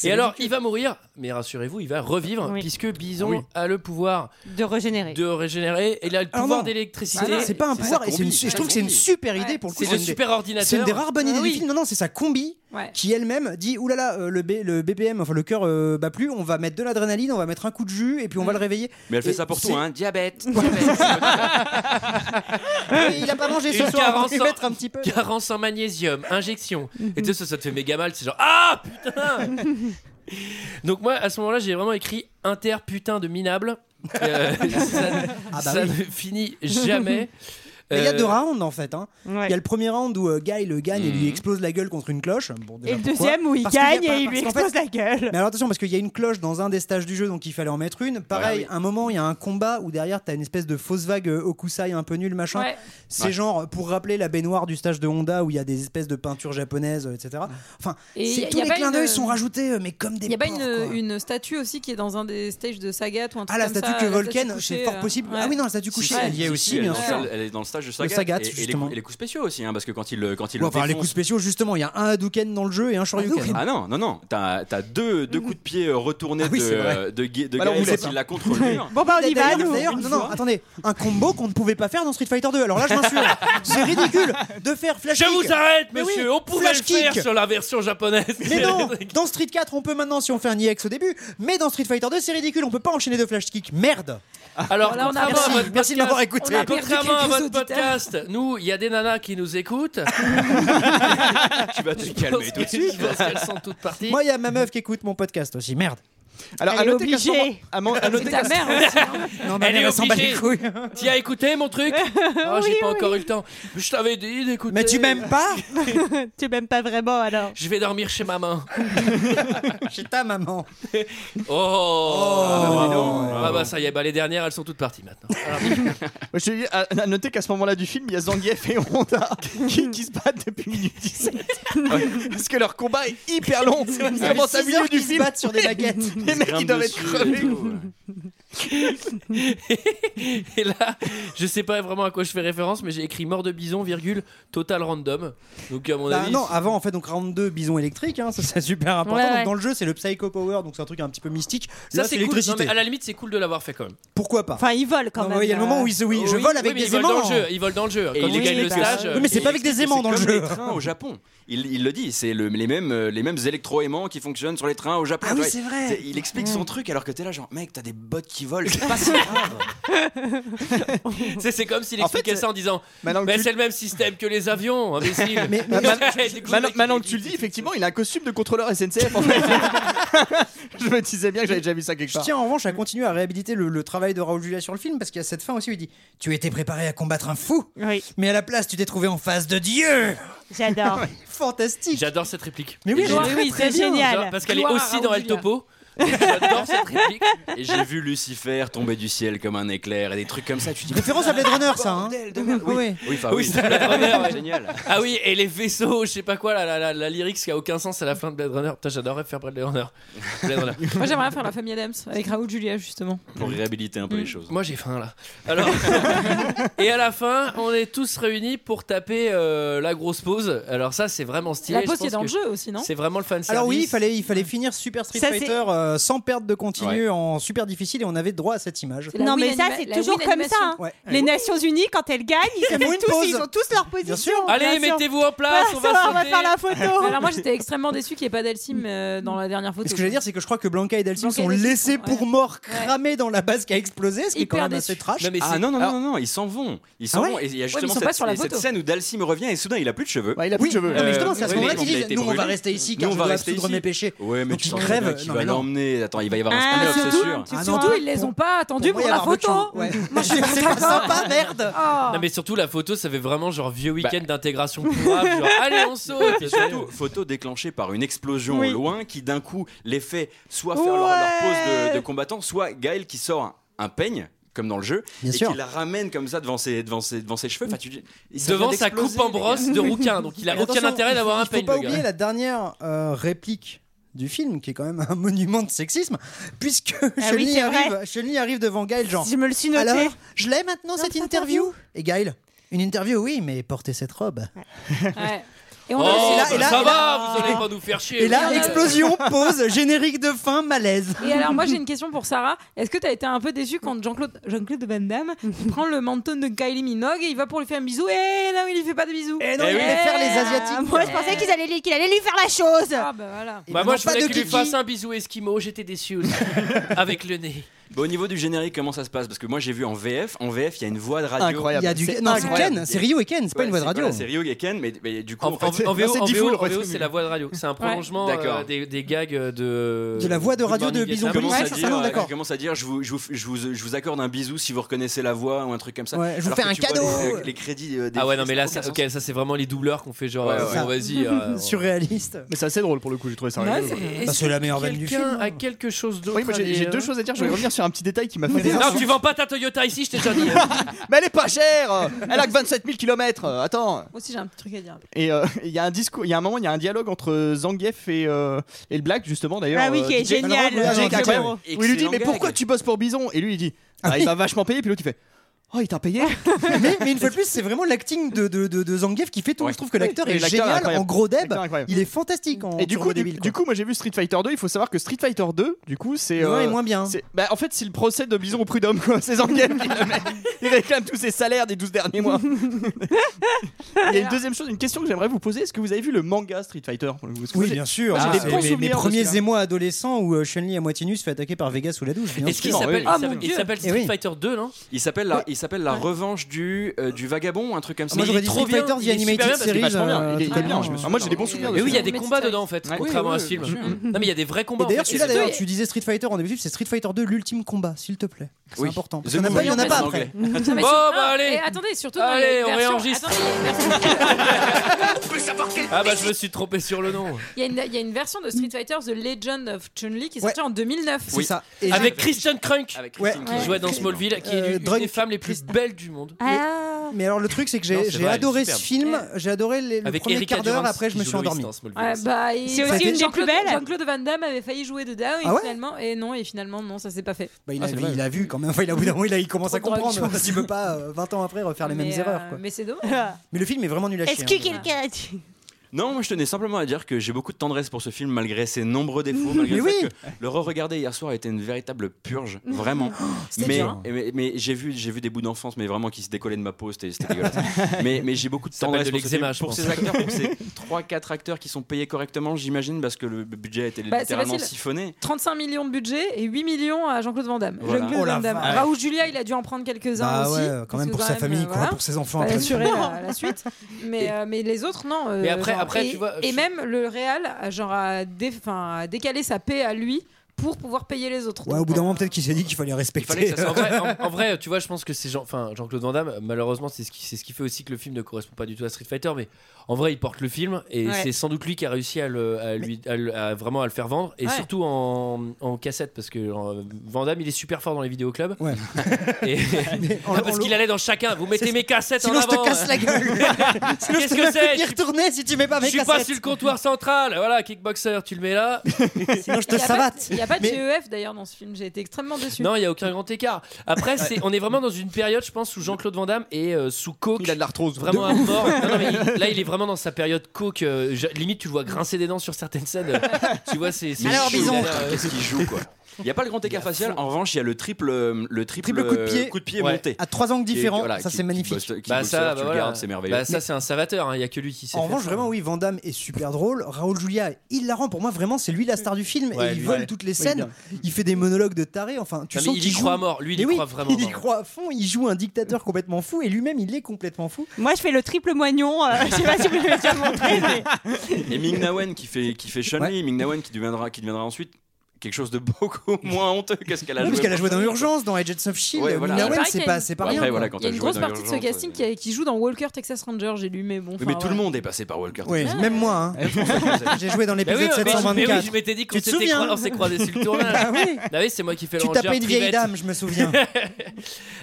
[SPEAKER 1] Et alors il va mourir, mais rassurez-vous, il va revivre puisque
[SPEAKER 10] Ah
[SPEAKER 1] Bison
[SPEAKER 9] Oui.
[SPEAKER 1] a le pouvoir
[SPEAKER 6] de régénérer.
[SPEAKER 1] De régénérer, et il a le
[SPEAKER 9] Ah
[SPEAKER 1] pouvoir
[SPEAKER 9] non.
[SPEAKER 1] d'électricité.
[SPEAKER 9] C'est pas un pouvoir, et c'est une- je trouve que c'est une super idée pour le coup.
[SPEAKER 1] C'est le
[SPEAKER 9] une des-
[SPEAKER 1] super ordinateur. Ah
[SPEAKER 9] C'est une des rares bonnes idées
[SPEAKER 1] Oui.
[SPEAKER 9] du film. Non, non, c'est sa combi qui elle-même dit oulala, là là, euh, le, B- le BPM, enfin le cœur euh, bat plus, on va mettre de l'adrénaline, on va mettre un coup de jus et puis on va le réveiller.
[SPEAKER 10] Mais elle fait
[SPEAKER 9] Et
[SPEAKER 10] ça pour
[SPEAKER 9] c'est-
[SPEAKER 10] tout hein, diabète.
[SPEAKER 9] Et Il a pas mangé ce
[SPEAKER 1] Une
[SPEAKER 9] soir, on
[SPEAKER 1] carence
[SPEAKER 9] peut lui
[SPEAKER 1] en-
[SPEAKER 9] mettre un petit peu.
[SPEAKER 1] Carence en magnésium, injection.
[SPEAKER 9] Mhm.
[SPEAKER 1] Et tu sais, ça, ça te fait méga mal. C'est genre Ah
[SPEAKER 9] [laughs]
[SPEAKER 1] putain Donc, moi, à ce moment-là, j'ai vraiment écrit Inter putain de minable.
[SPEAKER 9] [laughs]
[SPEAKER 1] Euh, ça ne-
[SPEAKER 9] Ah bah
[SPEAKER 1] ça
[SPEAKER 9] oui.
[SPEAKER 1] ne finit jamais.
[SPEAKER 9] [laughs] Mais il y a
[SPEAKER 1] Euh,
[SPEAKER 9] deux rounds en fait. hein. Il y a le premier round où euh, Guy le gagne et lui explose la gueule contre une cloche. Bon, déjà,
[SPEAKER 6] Et le
[SPEAKER 9] pourquoi
[SPEAKER 6] deuxième où il
[SPEAKER 9] Parce qu'il y a
[SPEAKER 6] gagne
[SPEAKER 9] pas-
[SPEAKER 6] et il
[SPEAKER 9] parce
[SPEAKER 6] lui
[SPEAKER 9] qu'en fait-
[SPEAKER 6] explose la
[SPEAKER 9] [laughs]
[SPEAKER 6] gueule.
[SPEAKER 9] Mais alors attention, parce qu'il y a une cloche dans un des stages du jeu, donc il fallait en mettre une. Pareil,
[SPEAKER 6] Ouais, oui.
[SPEAKER 9] à un moment, il y a un combat où derrière, t'as une espèce de fausse vague euh, Okusai un peu nul, machin.
[SPEAKER 6] Ouais.
[SPEAKER 9] C'est
[SPEAKER 10] Ouais.
[SPEAKER 9] genre, pour rappeler la baignoire du stage de Honda où il y a des espèces de peintures japonaises, euh, etc. Enfin,
[SPEAKER 7] Et
[SPEAKER 9] c'est-
[SPEAKER 7] y a-
[SPEAKER 9] tous
[SPEAKER 7] y a
[SPEAKER 9] les
[SPEAKER 7] pas
[SPEAKER 9] clins
[SPEAKER 7] une-
[SPEAKER 9] d'œil sont rajoutés, euh, mais comme des.
[SPEAKER 7] Il n'y a pas
[SPEAKER 9] porcs,
[SPEAKER 7] une,
[SPEAKER 9] quoi.
[SPEAKER 7] une statue aussi qui est dans un des stages de Sagat ou un truc
[SPEAKER 9] Ah, la
[SPEAKER 7] comme
[SPEAKER 9] statue
[SPEAKER 7] ça,
[SPEAKER 9] que
[SPEAKER 7] la
[SPEAKER 9] Volken,
[SPEAKER 7] couchée,
[SPEAKER 9] c'est fort
[SPEAKER 7] euh,
[SPEAKER 9] possible.
[SPEAKER 7] ouais.
[SPEAKER 9] Ah oui, non, la statue couchée, elle y est aussi,
[SPEAKER 10] elle est euh,
[SPEAKER 9] bien
[SPEAKER 10] dans-
[SPEAKER 9] sûr.
[SPEAKER 10] Elle est dans le stage de
[SPEAKER 9] Le
[SPEAKER 10] Sagat.
[SPEAKER 9] Sagat,
[SPEAKER 10] et, et les
[SPEAKER 9] justement.
[SPEAKER 10] coups- Et, les, coups spéciaux aussi, hein, parce que quand il le quand il
[SPEAKER 9] Ouais,
[SPEAKER 10] le
[SPEAKER 9] enfin, les coups
[SPEAKER 10] défonce-
[SPEAKER 9] spéciaux, justement, il y a un Hadouken dans le jeu et un Shoryuken. Hein.
[SPEAKER 10] Ah non, non, non, t'as t'as deux, deux coups de pied euh, retournés
[SPEAKER 9] Mmh. Ah oui, c'est
[SPEAKER 10] de,
[SPEAKER 9] vrai.
[SPEAKER 10] de, Gu- de
[SPEAKER 9] Alors,
[SPEAKER 10] Gaël
[SPEAKER 9] on sait
[SPEAKER 10] quand
[SPEAKER 9] pas.
[SPEAKER 10] il l'a contre
[SPEAKER 9] [laughs]
[SPEAKER 10] le mur.
[SPEAKER 9] Bon
[SPEAKER 6] bah, on y va, nous.
[SPEAKER 9] D'ailleurs,
[SPEAKER 6] Une
[SPEAKER 9] non, non,
[SPEAKER 6] fois.
[SPEAKER 9] attendez, un combo qu'on ne pouvait pas faire dans Street Fighter 2. Alors là, je m'insure. C'est ridicule de faire flash
[SPEAKER 1] Je
[SPEAKER 9] kick.
[SPEAKER 1] vous arrête,
[SPEAKER 9] Mais oui,
[SPEAKER 1] monsieur. On pouvait
[SPEAKER 9] flash
[SPEAKER 1] le faire
[SPEAKER 9] kick.
[SPEAKER 1] sur la version japonaise.
[SPEAKER 9] Mais non, dans Street 4, on peut maintenant si on fait un IX au début, mais dans Street Fighter 2, c'est ridicule, on peut pas enchaîner de flash kick. Merde.
[SPEAKER 1] [laughs] Alors,
[SPEAKER 9] Voilà, on a
[SPEAKER 1] contrairement
[SPEAKER 9] perdu-
[SPEAKER 1] à votre
[SPEAKER 9] merci de
[SPEAKER 1] podcast-
[SPEAKER 9] m'avoir écouté. On a perdu
[SPEAKER 1] Contrairement à
[SPEAKER 9] quelques
[SPEAKER 1] votre
[SPEAKER 9] auditeurs. Ah,
[SPEAKER 1] podcast, nous, il y a des nanas qui nous écoutent.
[SPEAKER 10] Bah, tu vas te
[SPEAKER 1] calmer tout de suite. Je pense qu'elles sont toutes parties.
[SPEAKER 9] Moi, il y a ma meuf qui écoute mon podcast aussi. Merde.
[SPEAKER 8] Alors,
[SPEAKER 1] Elle à est noter qu'à ce obligée. moment-
[SPEAKER 9] [laughs]
[SPEAKER 8] à, à noter qu'à ce-
[SPEAKER 9] Non, ma
[SPEAKER 1] elle
[SPEAKER 9] mère,
[SPEAKER 1] est
[SPEAKER 9] elle s'en bat
[SPEAKER 1] obligée.
[SPEAKER 9] les couilles.
[SPEAKER 1] Tu as écouté mon truc Ah, J'ai pas encore eu le temps. Je t'avais dit d'écouter.
[SPEAKER 9] Mais tu m'aimes pas
[SPEAKER 6] tu m'aimes pas vraiment alors.
[SPEAKER 1] Je vais dormir chez
[SPEAKER 9] [laughs]
[SPEAKER 1] maman.
[SPEAKER 9] Chez ta maman.
[SPEAKER 1] Oh, Ah, bah, Ah, bah, ça y est, bah, les dernières, elles sont toutes parties
[SPEAKER 9] [laughs]
[SPEAKER 1] maintenant.
[SPEAKER 8] Moi, je te dis, à, à noter qu'à ce moment-là du film, il y a Zangief et
[SPEAKER 9] [laughs]
[SPEAKER 8] Honda qui, qui se battent depuis minute 17. Parce que leur combat est hyper long.
[SPEAKER 9] C'est vrai,
[SPEAKER 8] Ils
[SPEAKER 9] ça fait
[SPEAKER 8] commencent à
[SPEAKER 9] six
[SPEAKER 8] milieu
[SPEAKER 9] heures
[SPEAKER 8] du
[SPEAKER 9] qu'ils se
[SPEAKER 8] film.
[SPEAKER 9] battent sur des baguettes.
[SPEAKER 8] [laughs] Les mecs,
[SPEAKER 9] Ils
[SPEAKER 8] ils doivent être
[SPEAKER 9] grimpent dessus et
[SPEAKER 8] crevés.
[SPEAKER 9] tout,
[SPEAKER 1] Et là, je sais pas vraiment à quoi je fais référence, mais j'ai écrit mort de bison, virgule, total random. Donc à mon
[SPEAKER 9] Bah
[SPEAKER 1] avis,
[SPEAKER 9] non, avant en fait, donc round 2, bison électrique, hein, ça c'est [laughs] super important.
[SPEAKER 1] Ouais, ouais.
[SPEAKER 9] Donc, dans le jeu, c'est le Psycho Power, donc c'est un truc un petit peu mystique.
[SPEAKER 1] ça
[SPEAKER 9] Là,
[SPEAKER 1] c'est
[SPEAKER 9] c'est
[SPEAKER 1] cool. Non,
[SPEAKER 9] l'électricité.
[SPEAKER 1] mais à la limite, c'est cool de l'avoir fait quand même.
[SPEAKER 9] Pourquoi pas
[SPEAKER 6] Enfin, il vole quand
[SPEAKER 9] Non,
[SPEAKER 6] même.
[SPEAKER 9] Ah, ouais, il y a le moment où il se- oui, je vole avec
[SPEAKER 1] mais
[SPEAKER 9] des
[SPEAKER 1] ils volent
[SPEAKER 9] aimants.
[SPEAKER 1] dans le jeu. Ils volent dans le jeu.
[SPEAKER 10] Et
[SPEAKER 1] Quand
[SPEAKER 10] il
[SPEAKER 1] ils gagnent le
[SPEAKER 10] explique que-
[SPEAKER 1] stage.
[SPEAKER 10] Oui,
[SPEAKER 1] euh,
[SPEAKER 10] il explique que c'est comme Les trains au Japon. Il, il le dit, c'est le- les mêmes, euh, les mêmes électroaimants qui fonctionnent sur les trains au Japon.
[SPEAKER 9] Ah oui,
[SPEAKER 10] Ouais.
[SPEAKER 9] c'est vrai.
[SPEAKER 10] C'est- Il explique
[SPEAKER 9] Mm.
[SPEAKER 10] son truc alors que t'es là, genre, mec, t'as des bottes qui
[SPEAKER 9] [laughs]
[SPEAKER 10] volent, c'est pas si grave.
[SPEAKER 1] Tu sais, [laughs] c'est comme s'il
[SPEAKER 10] En
[SPEAKER 1] expliquait ça en disant Mais c'est le même système que les avions, imbécile.
[SPEAKER 8] Mais-
[SPEAKER 1] [laughs]
[SPEAKER 8] mais-
[SPEAKER 1] Du coup, le
[SPEAKER 8] Maintenant,
[SPEAKER 1] mec,
[SPEAKER 8] maintenant que tu le dis, effectivement, il a un costume de contrôleur
[SPEAKER 1] [laughs]
[SPEAKER 8] SNCF. En fait. je me disais bien que j'avais déjà vu ça quelque
[SPEAKER 9] Je
[SPEAKER 8] part.
[SPEAKER 9] tiens en revanche à continuer à réhabiliter le, le travail de Raoul Julia sur le film parce qu'il y a cette fin aussi où il dit Tu étais préparé à combattre un fou, mais à la place tu t'es trouvé en face de Dieu. [laughs]
[SPEAKER 6] J'adore.
[SPEAKER 9] Fantastique.
[SPEAKER 1] J'adore cette réplique.
[SPEAKER 9] Mais oui,
[SPEAKER 1] Et
[SPEAKER 9] mais
[SPEAKER 1] j'ai-
[SPEAKER 9] oui,
[SPEAKER 1] très
[SPEAKER 9] c'est
[SPEAKER 1] bien.
[SPEAKER 9] génial.
[SPEAKER 1] Genre, Parce qu'elle est
[SPEAKER 9] Gloire
[SPEAKER 1] aussi
[SPEAKER 9] à
[SPEAKER 1] dans El
[SPEAKER 9] Julia.
[SPEAKER 1] Topo. J'adore cette réplique.
[SPEAKER 10] Et j'ai vu Lucifer tomber du ciel comme un éclair et des trucs comme ça. Tu dis,
[SPEAKER 9] Référence à Blade Runner, ça. hein. Ouais.
[SPEAKER 10] oui, enfin,
[SPEAKER 1] Oui,
[SPEAKER 10] oui,
[SPEAKER 1] c'est Blade Runner, ouais.
[SPEAKER 10] génial.
[SPEAKER 1] Ah oui, et les vaisseaux, je sais pas quoi, la, la, la, la lyrics qui a aucun sens à la fin de Blade Runner. Putain, j'adorerais faire Blade Runner. Blade Runner.
[SPEAKER 7] Moi, j'aimerais faire la famille Adams avec Raoul Julia, justement.
[SPEAKER 10] Pour réhabiliter un peu les
[SPEAKER 9] Mm.
[SPEAKER 10] choses.
[SPEAKER 1] Moi j'ai faim là. Alors, [laughs] et à la fin, on est tous réunis pour taper euh, la grosse pause. Alors, ça, c'est vraiment stylé.
[SPEAKER 7] La
[SPEAKER 1] Je
[SPEAKER 7] pause
[SPEAKER 1] pense
[SPEAKER 7] qui est dans le
[SPEAKER 1] que
[SPEAKER 7] jeu aussi, non
[SPEAKER 1] C'est vraiment le fanservice.
[SPEAKER 9] Alors oui, il fallait, il fallait finir Super Street
[SPEAKER 1] Ça, c'est-
[SPEAKER 9] Fighter euh, sans perte de continu
[SPEAKER 1] Ouais.
[SPEAKER 9] en super difficile et on avait droit à cette image.
[SPEAKER 6] Non, mais ça, c'est toujours comme ça. hein.
[SPEAKER 9] Ouais.
[SPEAKER 6] Les Nations Unies, quand elles gagnent,
[SPEAKER 9] [laughs]
[SPEAKER 6] ils, se
[SPEAKER 9] font
[SPEAKER 6] mettent
[SPEAKER 9] une
[SPEAKER 6] tous,
[SPEAKER 9] pause.
[SPEAKER 6] ils ont tous leur position.
[SPEAKER 9] sûr.
[SPEAKER 1] Allez,
[SPEAKER 6] bien sûr. [laughs]
[SPEAKER 1] mettez-vous en place,
[SPEAKER 6] Voilà,
[SPEAKER 1] on va
[SPEAKER 6] ça, on va
[SPEAKER 1] sauter.
[SPEAKER 6] faire la photo.
[SPEAKER 9] [laughs]
[SPEAKER 7] Alors, moi, j'étais extrêmement déçu qu'il n'y ait pas d'Alcim euh, dans la dernière photo.
[SPEAKER 9] Ce que j'allais dire, c'est que je crois que Blanca et Delsim
[SPEAKER 7] Blanca et
[SPEAKER 9] sont
[SPEAKER 7] Delsim,
[SPEAKER 9] laissés pour morts, cramés dans la base qui a explosé, ce qui est quand
[SPEAKER 7] Hyper
[SPEAKER 9] même assez
[SPEAKER 7] déçu.
[SPEAKER 9] trash.
[SPEAKER 1] Non, mais
[SPEAKER 10] ah
[SPEAKER 1] c'est-
[SPEAKER 10] non, non,
[SPEAKER 1] alors-
[SPEAKER 10] non, non, non, ils s'en vont. Ils s'en
[SPEAKER 9] Ah ouais
[SPEAKER 10] vont. Et il y
[SPEAKER 9] Ouais,
[SPEAKER 10] a
[SPEAKER 9] mais
[SPEAKER 10] justement
[SPEAKER 9] ils sont
[SPEAKER 10] cette,
[SPEAKER 9] pas sur la
[SPEAKER 10] cette
[SPEAKER 9] photo.
[SPEAKER 10] scène où Dalsim revient et soudain il a plus de cheveux.
[SPEAKER 8] il a plus de cheveux.
[SPEAKER 9] Non, mais justement, c'est à ce moment-là
[SPEAKER 10] oui,
[SPEAKER 9] qu'ils
[SPEAKER 10] il a
[SPEAKER 9] disent,
[SPEAKER 10] été
[SPEAKER 9] Nous, on va
[SPEAKER 10] brûlé.
[SPEAKER 9] rester ici,
[SPEAKER 10] Nous,
[SPEAKER 9] car
[SPEAKER 10] on
[SPEAKER 9] je
[SPEAKER 10] va
[SPEAKER 9] dois
[SPEAKER 10] rester
[SPEAKER 9] absoudre
[SPEAKER 10] ici.
[SPEAKER 9] mes péchés.
[SPEAKER 10] Ouais, mais
[SPEAKER 9] Donc
[SPEAKER 10] tu
[SPEAKER 9] ils
[SPEAKER 10] sens bien
[SPEAKER 9] crèvent.
[SPEAKER 10] qu'il
[SPEAKER 9] Non,
[SPEAKER 10] va
[SPEAKER 9] mais non.
[SPEAKER 10] l'emmener. Attends, il va y avoir un
[SPEAKER 7] Ah,
[SPEAKER 10] spin-off, c'est
[SPEAKER 7] surtout,
[SPEAKER 10] sûr.
[SPEAKER 7] tu- surtout, ils les ont pas attendus pour,
[SPEAKER 9] Ah moi, il y
[SPEAKER 7] la
[SPEAKER 9] avait un peu de
[SPEAKER 7] photo.
[SPEAKER 9] Ouais.
[SPEAKER 7] Moi, je suis
[SPEAKER 9] [laughs] C'est pas sympa, merde
[SPEAKER 7] Ah.
[SPEAKER 1] Non mais surtout la photo ça fait vraiment genre vieux week-end d'intégration courable genre allez on saute
[SPEAKER 10] Et surtout, photo déclenchée par une explosion
[SPEAKER 1] Oui.
[SPEAKER 10] au loin qui d'un coup les fait soit faire leur, leur pose de, de combattant, soit Gaël qui sort un, un peigne comme dans le jeu
[SPEAKER 9] Bien
[SPEAKER 10] et
[SPEAKER 9] sûr.
[SPEAKER 10] qui la ramène comme ça devant ses, devant ses, devant ses cheveux. Enfin, tu dis- ça
[SPEAKER 1] devant
[SPEAKER 10] vient
[SPEAKER 1] sa
[SPEAKER 10] d'exploser,
[SPEAKER 1] coupe en
[SPEAKER 10] les gars.
[SPEAKER 1] brosse de rouquin donc il a
[SPEAKER 9] Mais
[SPEAKER 1] aucun
[SPEAKER 9] attention,
[SPEAKER 1] intérêt
[SPEAKER 9] il faut-
[SPEAKER 1] d'avoir un
[SPEAKER 9] Il
[SPEAKER 1] peigne
[SPEAKER 9] faut pas
[SPEAKER 1] le gars.
[SPEAKER 9] oublier la dernière euh, réplique du film qui est quand même un [laughs] monument de sexisme puisque Chun-Li
[SPEAKER 6] oui, c'est
[SPEAKER 9] arrive,
[SPEAKER 6] vrai.
[SPEAKER 9] Chun-Li arrive devant Gaël genre
[SPEAKER 6] Je me le suis noté.
[SPEAKER 9] alors je l'ai maintenant cette interview et Gaël une interview oui mais portez cette robe
[SPEAKER 7] Ouais. Et on
[SPEAKER 1] Oh,
[SPEAKER 7] a aussi-
[SPEAKER 1] bah, ça va vous allez pas nous faire chier
[SPEAKER 9] et là
[SPEAKER 7] on a-
[SPEAKER 9] explosion pause générique de fin malaise
[SPEAKER 7] Et alors moi j'ai
[SPEAKER 9] [laughs]
[SPEAKER 7] une question pour Sarah. Est-ce que t'as été un peu déçu quand Jean-Claude Jean-Claude Van Damme
[SPEAKER 9] Mm.
[SPEAKER 7] [laughs] prend le manteau de Kylie Minogue et il va pour lui faire un bisou et non il lui fait pas de bisous.
[SPEAKER 9] et non
[SPEAKER 1] Eh
[SPEAKER 9] il
[SPEAKER 1] oui.
[SPEAKER 9] voulait faire les
[SPEAKER 6] Ah,
[SPEAKER 9] asiatiques
[SPEAKER 6] moi, je pensais qu'ils allaient, qu'il allait lui faire la chose.
[SPEAKER 7] Ah bah voilà.
[SPEAKER 1] bah moi
[SPEAKER 9] non,
[SPEAKER 1] je
[SPEAKER 9] pas
[SPEAKER 1] voulais
[SPEAKER 9] de
[SPEAKER 1] qu'il lui
[SPEAKER 9] kiki.
[SPEAKER 1] fasse un bisou esquimau j'étais déçu aussi avec le nez
[SPEAKER 10] Bah, au niveau du générique, comment ça se passe Parce que moi j'ai vu en VF, en VF il y a une voix de radio.
[SPEAKER 9] il y a du
[SPEAKER 10] C'est
[SPEAKER 9] non c'est
[SPEAKER 10] incroyable.
[SPEAKER 9] Ken c'est Ryu et Ken c'est pas
[SPEAKER 10] Ouais,
[SPEAKER 9] une voix de radio
[SPEAKER 10] voilà, c'est Rio et Ken, mais, mais du coup
[SPEAKER 1] en, en, en
[SPEAKER 10] fait,
[SPEAKER 1] VO,
[SPEAKER 10] c'est
[SPEAKER 1] en
[SPEAKER 10] diffus,
[SPEAKER 1] VO,
[SPEAKER 10] le
[SPEAKER 1] en VO,
[SPEAKER 10] retour.
[SPEAKER 1] c'est la voix de radio c'est un prolongement
[SPEAKER 10] D'accord.
[SPEAKER 1] euh, des, des gags de
[SPEAKER 9] De la voix de
[SPEAKER 1] Good
[SPEAKER 9] radio
[SPEAKER 1] Morning
[SPEAKER 9] de Bison
[SPEAKER 1] Vietnam.
[SPEAKER 10] Il commence,
[SPEAKER 9] Ouais,
[SPEAKER 10] à
[SPEAKER 9] ça,
[SPEAKER 10] dire, euh,
[SPEAKER 9] non, d'accord.
[SPEAKER 10] il commence à dire je vous, je, vous, je, vous, je vous accorde un bisou si vous reconnaissez la voix ou un truc comme ça.
[SPEAKER 9] Ouais, je vous
[SPEAKER 10] Alors
[SPEAKER 9] fais
[SPEAKER 10] que
[SPEAKER 9] un
[SPEAKER 10] tu vois
[SPEAKER 9] cadeau.
[SPEAKER 10] Les, les crédits euh, des
[SPEAKER 1] ah ouais
[SPEAKER 10] films,
[SPEAKER 1] non mais là
[SPEAKER 10] ça n'a
[SPEAKER 1] ça,
[SPEAKER 10] aucun
[SPEAKER 1] ok ça c'est vraiment les doubleurs qu'on fait genre
[SPEAKER 10] Ouais,
[SPEAKER 1] euh,
[SPEAKER 10] ouais.
[SPEAKER 1] bon, vas-y euh, on-
[SPEAKER 9] [laughs] surréaliste
[SPEAKER 8] Mais c'est assez drôle pour le coup, j'ai trouvé ça
[SPEAKER 7] Ouais,
[SPEAKER 8] rigolo.
[SPEAKER 7] c'est-
[SPEAKER 9] Bah, c'est la meilleure vanne du film
[SPEAKER 1] quelqu'un a quelque chose d'autre
[SPEAKER 8] Oui, moi
[SPEAKER 1] à
[SPEAKER 8] j'ai j'ai
[SPEAKER 1] dire
[SPEAKER 8] deux choses à dire. Je
[SPEAKER 9] euh,
[SPEAKER 8] vais revenir sur un petit détail
[SPEAKER 9] [laughs]
[SPEAKER 8] qui m'a fait. rire.
[SPEAKER 1] non tu vends pas ta Toyota ici je t'ai déjà dit
[SPEAKER 8] Mais elle est pas chère Elle a que 27 000 km Attends
[SPEAKER 7] Moi aussi j'ai un petit truc à dire.
[SPEAKER 8] Et euh, [laughs] il y a un discours, il y a un moment, il y a un dialogue entre Zangief et, euh, et le Black justement d'ailleurs.
[SPEAKER 6] Ah oui,
[SPEAKER 8] euh,
[SPEAKER 6] qui est
[SPEAKER 8] DJ
[SPEAKER 6] génial.
[SPEAKER 8] Malraux,
[SPEAKER 6] Ouais,
[SPEAKER 8] DJ
[SPEAKER 6] ouais,
[SPEAKER 8] Malraux,
[SPEAKER 10] ouais.
[SPEAKER 8] où il lui dit
[SPEAKER 10] Excellent
[SPEAKER 8] mais pourquoi
[SPEAKER 10] gag.
[SPEAKER 8] tu bosses pour Bison Et lui il dit
[SPEAKER 9] Ah
[SPEAKER 8] ah,
[SPEAKER 9] oui.
[SPEAKER 8] il va vachement payer. Puis l'autre il fait oh il t'a payé
[SPEAKER 9] [laughs] mais, mais une fois de plus, c'est vraiment l'acting de, de, de, de Zangief qui fait tout.
[SPEAKER 10] Ouais.
[SPEAKER 9] Je trouve que l'acteur
[SPEAKER 8] Oui,
[SPEAKER 9] est
[SPEAKER 8] l'acteur est
[SPEAKER 9] génial
[SPEAKER 8] incroyable.
[SPEAKER 9] en gros deb.
[SPEAKER 8] L'acteur est Eh ben, incroyable.
[SPEAKER 9] Eh ben, Il est fantastique en
[SPEAKER 8] Et du
[SPEAKER 9] sur
[SPEAKER 8] coup,
[SPEAKER 9] le
[SPEAKER 8] du,
[SPEAKER 9] débile,
[SPEAKER 8] du
[SPEAKER 9] quoi.
[SPEAKER 8] coup, moi j'ai vu Street Fighter 2. Il faut savoir que Street Fighter 2, du coup, c'est.
[SPEAKER 9] Le un
[SPEAKER 8] euh,
[SPEAKER 9] est moins bien.
[SPEAKER 8] c'est- bah, en fait, c'est le procès de Bison au prud'homme. quoi. [laughs] C'est Zangief qui le met. Il réclame tous ses salaires des 12 derniers mois. Il y a une deuxième chose, une question que j'aimerais vous poser. Est-ce que vous avez vu le manga Street Fighter pour le coup Parce que moi,
[SPEAKER 9] Oui,
[SPEAKER 8] j'ai-
[SPEAKER 9] bien sûr.
[SPEAKER 8] moi, j'ai
[SPEAKER 9] Ah,
[SPEAKER 8] des
[SPEAKER 9] c'est
[SPEAKER 8] bons
[SPEAKER 9] mes- mes,
[SPEAKER 8] souvenirs de
[SPEAKER 9] premiers
[SPEAKER 8] celui-là.
[SPEAKER 9] émois adolescents où euh, Chun-Li à moitié nus se fait attaquer par Vegas sous la douche. bien
[SPEAKER 1] est-ce qu'il
[SPEAKER 9] sûr.
[SPEAKER 1] s'appelle
[SPEAKER 10] oui.
[SPEAKER 1] il
[SPEAKER 7] Ah,
[SPEAKER 1] s'appelle-
[SPEAKER 7] mon
[SPEAKER 1] il
[SPEAKER 7] Dieu.
[SPEAKER 1] s'appelle
[SPEAKER 9] Eh oui.
[SPEAKER 1] Street Fighter 2 non
[SPEAKER 10] Il s'appelle la, il s'appelle la revanche du, euh, du vagabond, un truc comme ça.
[SPEAKER 9] Ah, Moi,
[SPEAKER 1] il
[SPEAKER 9] j'aurais
[SPEAKER 1] est
[SPEAKER 9] dit
[SPEAKER 1] trop
[SPEAKER 9] Street
[SPEAKER 1] bien,
[SPEAKER 9] Fighter
[SPEAKER 1] il est
[SPEAKER 9] The
[SPEAKER 1] super bien
[SPEAKER 9] Animated
[SPEAKER 1] parce qu'il est
[SPEAKER 9] Series.
[SPEAKER 8] vachement bien,
[SPEAKER 9] euh,
[SPEAKER 8] il est- il est
[SPEAKER 9] très
[SPEAKER 8] bien, je me souviens.
[SPEAKER 9] Et
[SPEAKER 8] moi, j'ai des bons souvenirs de
[SPEAKER 1] Mais oui, il y a des
[SPEAKER 7] Mais
[SPEAKER 1] combats
[SPEAKER 7] c'est
[SPEAKER 1] dedans en fait,
[SPEAKER 10] Ouais.
[SPEAKER 1] contrairement
[SPEAKER 10] Oui,
[SPEAKER 1] à
[SPEAKER 10] oui,
[SPEAKER 1] ce film.
[SPEAKER 10] bien sûr.
[SPEAKER 1] Non, mais il y a des vrais combats. en
[SPEAKER 9] d'ailleurs,
[SPEAKER 1] fait.
[SPEAKER 9] celui-là,
[SPEAKER 1] Et-
[SPEAKER 9] d'ailleurs, tu disais Street Fighter en début, c'est Street Fighter 2, l'ultime combat, s'il te plaît. C'est
[SPEAKER 10] Oui.
[SPEAKER 9] important.
[SPEAKER 10] The
[SPEAKER 9] Parce qu'il y en a pas, il y en a
[SPEAKER 10] Movie
[SPEAKER 9] pas
[SPEAKER 10] en
[SPEAKER 9] après.
[SPEAKER 10] anglais.
[SPEAKER 1] Bon, bah, allez.
[SPEAKER 7] Et Eh, attendez, surtout
[SPEAKER 1] Allez,
[SPEAKER 7] dans
[SPEAKER 1] on
[SPEAKER 7] les versions-
[SPEAKER 1] réenregistre.
[SPEAKER 7] attendez, il y a une version-
[SPEAKER 1] Ah bah je me suis trompé sur le nom.
[SPEAKER 7] Il y, a une- il y a une version de Street Fighter The Legend of Chun-Li qui est sortie en 2009.
[SPEAKER 9] C'est ça. Et
[SPEAKER 1] Avec Christian Crunk,
[SPEAKER 10] Avec
[SPEAKER 9] Ouais.
[SPEAKER 10] Christine
[SPEAKER 1] qui
[SPEAKER 10] Crusoe.
[SPEAKER 1] jouait dans Smallville, qui est
[SPEAKER 9] Euh,
[SPEAKER 1] une, une
[SPEAKER 9] Drunk.
[SPEAKER 1] des femmes les plus belles du monde.
[SPEAKER 6] Ah.
[SPEAKER 9] Mais alors le truc c'est que
[SPEAKER 1] Non,
[SPEAKER 9] j'ai
[SPEAKER 1] c'est
[SPEAKER 9] j'ai
[SPEAKER 1] vrai, elle est
[SPEAKER 9] adoré ce
[SPEAKER 1] superbe.
[SPEAKER 9] film, j'ai adoré les- le
[SPEAKER 1] Avec
[SPEAKER 9] premier
[SPEAKER 1] Erika
[SPEAKER 9] quart d'heure,
[SPEAKER 1] Durance
[SPEAKER 9] après je
[SPEAKER 1] qui
[SPEAKER 9] me
[SPEAKER 1] joue
[SPEAKER 9] suis endormi.
[SPEAKER 1] Lois dans Smallville.
[SPEAKER 7] Ouais, bah, il-
[SPEAKER 9] C'est aussi une des
[SPEAKER 7] Jean-Claude-
[SPEAKER 9] plus belles.
[SPEAKER 7] Jean-Claude Van Damme avait failli jouer dedans et
[SPEAKER 9] Ah ouais
[SPEAKER 7] finalement et non et finalement non ça s'est pas fait.
[SPEAKER 9] Bah, il,
[SPEAKER 1] Ah,
[SPEAKER 9] a,
[SPEAKER 1] c'est vrai.
[SPEAKER 9] il a vu quand même, enfin, il, a, au bout d'un moment, il, a- il commence à
[SPEAKER 7] Trop de
[SPEAKER 9] comprendre
[SPEAKER 7] drogue, je
[SPEAKER 9] tu peux pas euh, 20 ans après refaire les mêmes
[SPEAKER 7] Mais, euh,
[SPEAKER 9] erreurs. Quoi.
[SPEAKER 7] Mais c'est dommage.
[SPEAKER 9] Mais le film est vraiment nul à chier. hein.
[SPEAKER 6] Est-ce que quelqu'un a dit
[SPEAKER 10] Non, moi je tenais simplement à dire que j'ai beaucoup de tendresse pour ce film malgré ses nombreux
[SPEAKER 9] [laughs]
[SPEAKER 10] défauts. Malgré
[SPEAKER 6] Mais
[SPEAKER 10] le fait
[SPEAKER 6] oui.
[SPEAKER 10] que le re-regarder hier soir était une véritable purge, vraiment.
[SPEAKER 6] C'était
[SPEAKER 10] mais,
[SPEAKER 9] hein.
[SPEAKER 6] dur.
[SPEAKER 10] mais, mais j'ai vu, j'ai vu des bouts d'enfance, mais vraiment qui se décollaient de ma peau, c'était c'était dégueulasse. mais mais j'ai beaucoup de
[SPEAKER 1] Ça s'appelle
[SPEAKER 10] tendresse
[SPEAKER 1] de
[SPEAKER 10] pour, ce film,
[SPEAKER 1] l'eczéma, je
[SPEAKER 10] pour
[SPEAKER 1] pense.
[SPEAKER 10] ces acteurs,
[SPEAKER 1] [laughs]
[SPEAKER 10] pour ces 3-4 acteurs qui sont payés correctement, j'imagine, parce que le budget était
[SPEAKER 7] Bah, c'est
[SPEAKER 10] littéralement
[SPEAKER 7] facile.
[SPEAKER 10] siphonné.
[SPEAKER 7] 35 millions de budget et 8 millions à Jean-Claude Van Damme.
[SPEAKER 10] Voilà.
[SPEAKER 7] Jean-Claude
[SPEAKER 10] Oh la
[SPEAKER 7] Van Damme.
[SPEAKER 10] vache.
[SPEAKER 7] Raoul Julia, il a dû en prendre quelques-uns
[SPEAKER 9] Bah
[SPEAKER 7] aussi.
[SPEAKER 9] ouais, quand
[SPEAKER 7] parce
[SPEAKER 9] même euh, Bah,
[SPEAKER 7] que euh,
[SPEAKER 9] pour sa famille, quoi,
[SPEAKER 7] voilà.
[SPEAKER 9] pour ses enfants,
[SPEAKER 7] Fallait
[SPEAKER 9] après.
[SPEAKER 7] assurer la, la suite. Mais, euh, mais les autres, non. euh,
[SPEAKER 1] Mais après-
[SPEAKER 7] genre-
[SPEAKER 1] après,
[SPEAKER 7] et,
[SPEAKER 1] tu vois,
[SPEAKER 7] et
[SPEAKER 1] je-
[SPEAKER 7] même le Real, a genre, a, dé- 'fin, a décalé sa paix à lui pour pouvoir payer les autres. euh,
[SPEAKER 9] Ouais, au bout d'un moment, peut-être qu'il s'est dit qu'il fallait
[SPEAKER 1] Il fallait
[SPEAKER 9] respecter. euh,
[SPEAKER 1] que ça soit- en,
[SPEAKER 10] [laughs]
[SPEAKER 1] vrai, en- en vrai, tu vois, je pense que c'est Jean, enfin Jean-Claude Van Damme. Malheureusement, c'est ce qui, c'est ce qui fait aussi que le film ne correspond pas du tout à Street Fighter. Mais en vrai, il porte le film et
[SPEAKER 10] Ouais.
[SPEAKER 1] c'est sans doute lui qui a réussi à, le, à lui, à le- à vraiment à le faire vendre et
[SPEAKER 10] Ouais.
[SPEAKER 1] surtout en, en cassette parce que euh, Van Damme, il est super fort dans les vidéoclubs. [laughs]
[SPEAKER 9] [laughs]
[SPEAKER 1] Et-
[SPEAKER 9] en-
[SPEAKER 1] Ah, parce qu'il allait dans chacun. Vous mettez mes cassettes en
[SPEAKER 9] Sinon, je
[SPEAKER 1] avant. hein. euh,
[SPEAKER 9] te casse la gueule.
[SPEAKER 1] [laughs]
[SPEAKER 9] Sinon,
[SPEAKER 1] Qu'est-ce
[SPEAKER 9] je te
[SPEAKER 1] que
[SPEAKER 9] le fais
[SPEAKER 1] c'est
[SPEAKER 9] y retourner si tu mets pas
[SPEAKER 1] Je
[SPEAKER 9] mes
[SPEAKER 1] suis
[SPEAKER 9] cassettes.
[SPEAKER 1] pas sur le comptoir central. Voilà, kickboxer, tu le mets là.
[SPEAKER 9] Sinon, je
[SPEAKER 7] Il
[SPEAKER 9] te
[SPEAKER 7] y a pas-
[SPEAKER 9] savate.
[SPEAKER 7] Il n'y a pas de
[SPEAKER 9] Mais-
[SPEAKER 7] TEF d'ailleurs dans ce film, j'ai été extrêmement déçu.
[SPEAKER 1] Non, il n'y a aucun grand écart. Après, c'est, on est vraiment dans une période, je pense, où Jean-Claude Van Damme est euh, sous coke. Il a de l'arthrose. Vraiment à
[SPEAKER 8] De ouf.
[SPEAKER 1] mort. Non, non, mais il- là, il est vraiment dans sa période coke. euh, je- limite, tu le vois grincer des dents sur certaines scènes. euh, tu vois, c'est. c'est
[SPEAKER 10] Alors,
[SPEAKER 1] chaud,
[SPEAKER 10] disons,
[SPEAKER 1] là, euh,
[SPEAKER 10] qu'est-ce qu'il joue quoi il n'y a pas le grand écart facial, en revanche, il y a le triple, euh, le triple,
[SPEAKER 1] Triple coup de pied.
[SPEAKER 10] euh, coup de pied
[SPEAKER 1] Ouais.
[SPEAKER 10] monté.
[SPEAKER 9] Ah,
[SPEAKER 1] À trois angles
[SPEAKER 10] Qui est-
[SPEAKER 1] différents, ça,
[SPEAKER 10] qui-
[SPEAKER 1] c'est
[SPEAKER 10] qui
[SPEAKER 1] magnifique.
[SPEAKER 10] bosse- qui
[SPEAKER 1] Bah,
[SPEAKER 10] bosse
[SPEAKER 1] ça,
[SPEAKER 10] là,
[SPEAKER 1] bah,
[SPEAKER 10] tu le
[SPEAKER 1] voilà.
[SPEAKER 10] gardes, c'est merveilleux.
[SPEAKER 1] Bah, ça, c'est un savateur. hein, Il y a que lui qui sait.
[SPEAKER 9] En
[SPEAKER 1] faire
[SPEAKER 9] revanche,
[SPEAKER 1] ça.
[SPEAKER 9] vraiment, oui, Van Damme est super drôle. Raoul Julia, il la rend pour moi vraiment, c'est lui la star du film
[SPEAKER 1] Ouais,
[SPEAKER 9] et il
[SPEAKER 1] lui,
[SPEAKER 9] vole
[SPEAKER 1] ouais.
[SPEAKER 9] toutes les
[SPEAKER 1] Oui, il est
[SPEAKER 9] scènes.
[SPEAKER 1] bien.
[SPEAKER 9] Il fait des monologues de taré. Enfin, tu
[SPEAKER 1] Non, mais
[SPEAKER 9] sens
[SPEAKER 1] il
[SPEAKER 9] qu'il
[SPEAKER 1] y
[SPEAKER 9] joue-
[SPEAKER 1] croit à mort. Lui, il y
[SPEAKER 9] Mais oui,
[SPEAKER 1] croit vraiment
[SPEAKER 9] Il y
[SPEAKER 1] à mort.
[SPEAKER 9] croit à fond. Il joue un dictateur complètement fou et lui-même, il est complètement fou.
[SPEAKER 6] Moi, je fais le triple moignon. euh, [laughs] je sais pas si vous l'avez déjà montré. mais-
[SPEAKER 10] Et Ming Nawen qui fait, qui fait Chun-Li, Ming Nawen qui deviendra, qui deviendra ensuite quelque chose de beaucoup [laughs] moins honteux que ce qu'elle a
[SPEAKER 9] Oui,
[SPEAKER 10] joué.
[SPEAKER 9] parce qu'elle a joué dans Urgence, dans Agents of Shield.
[SPEAKER 10] Ouais,
[SPEAKER 9] Mina
[SPEAKER 10] voilà.
[SPEAKER 9] Wen,
[SPEAKER 10] Il paraît
[SPEAKER 9] c'est
[SPEAKER 10] qu'il y a
[SPEAKER 9] pas,
[SPEAKER 10] une-
[SPEAKER 9] c'est pas
[SPEAKER 10] Après,
[SPEAKER 9] rien.
[SPEAKER 10] voilà,
[SPEAKER 9] quoi.
[SPEAKER 10] quand
[SPEAKER 7] Il y a une
[SPEAKER 10] joué
[SPEAKER 7] grosse
[SPEAKER 10] dans
[SPEAKER 7] partie de ce
[SPEAKER 10] Urgence,
[SPEAKER 7] casting qui, qui joue dans Walker Texas Ranger, j'ai lu, mais bon.
[SPEAKER 10] Oui,
[SPEAKER 7] enfin,
[SPEAKER 10] mais tout
[SPEAKER 7] voilà.
[SPEAKER 10] le monde est passé par Walker.
[SPEAKER 9] Oui, même moi. hein. J'ai joué dans
[SPEAKER 1] Bah oui, mais-
[SPEAKER 9] l'épisode
[SPEAKER 1] mais oui,
[SPEAKER 9] 724.
[SPEAKER 1] je m'étais dit qu'on
[SPEAKER 9] Tu te
[SPEAKER 1] s'était
[SPEAKER 9] souviens
[SPEAKER 1] croisés- on s'est croisés sur le tournage.
[SPEAKER 9] Bah oui.
[SPEAKER 1] Bah oui, c'est moi qui fais le
[SPEAKER 9] Tu
[SPEAKER 1] ranger
[SPEAKER 9] tapais une vieille
[SPEAKER 1] private.
[SPEAKER 9] dame, je
[SPEAKER 1] [laughs]
[SPEAKER 9] me souviens.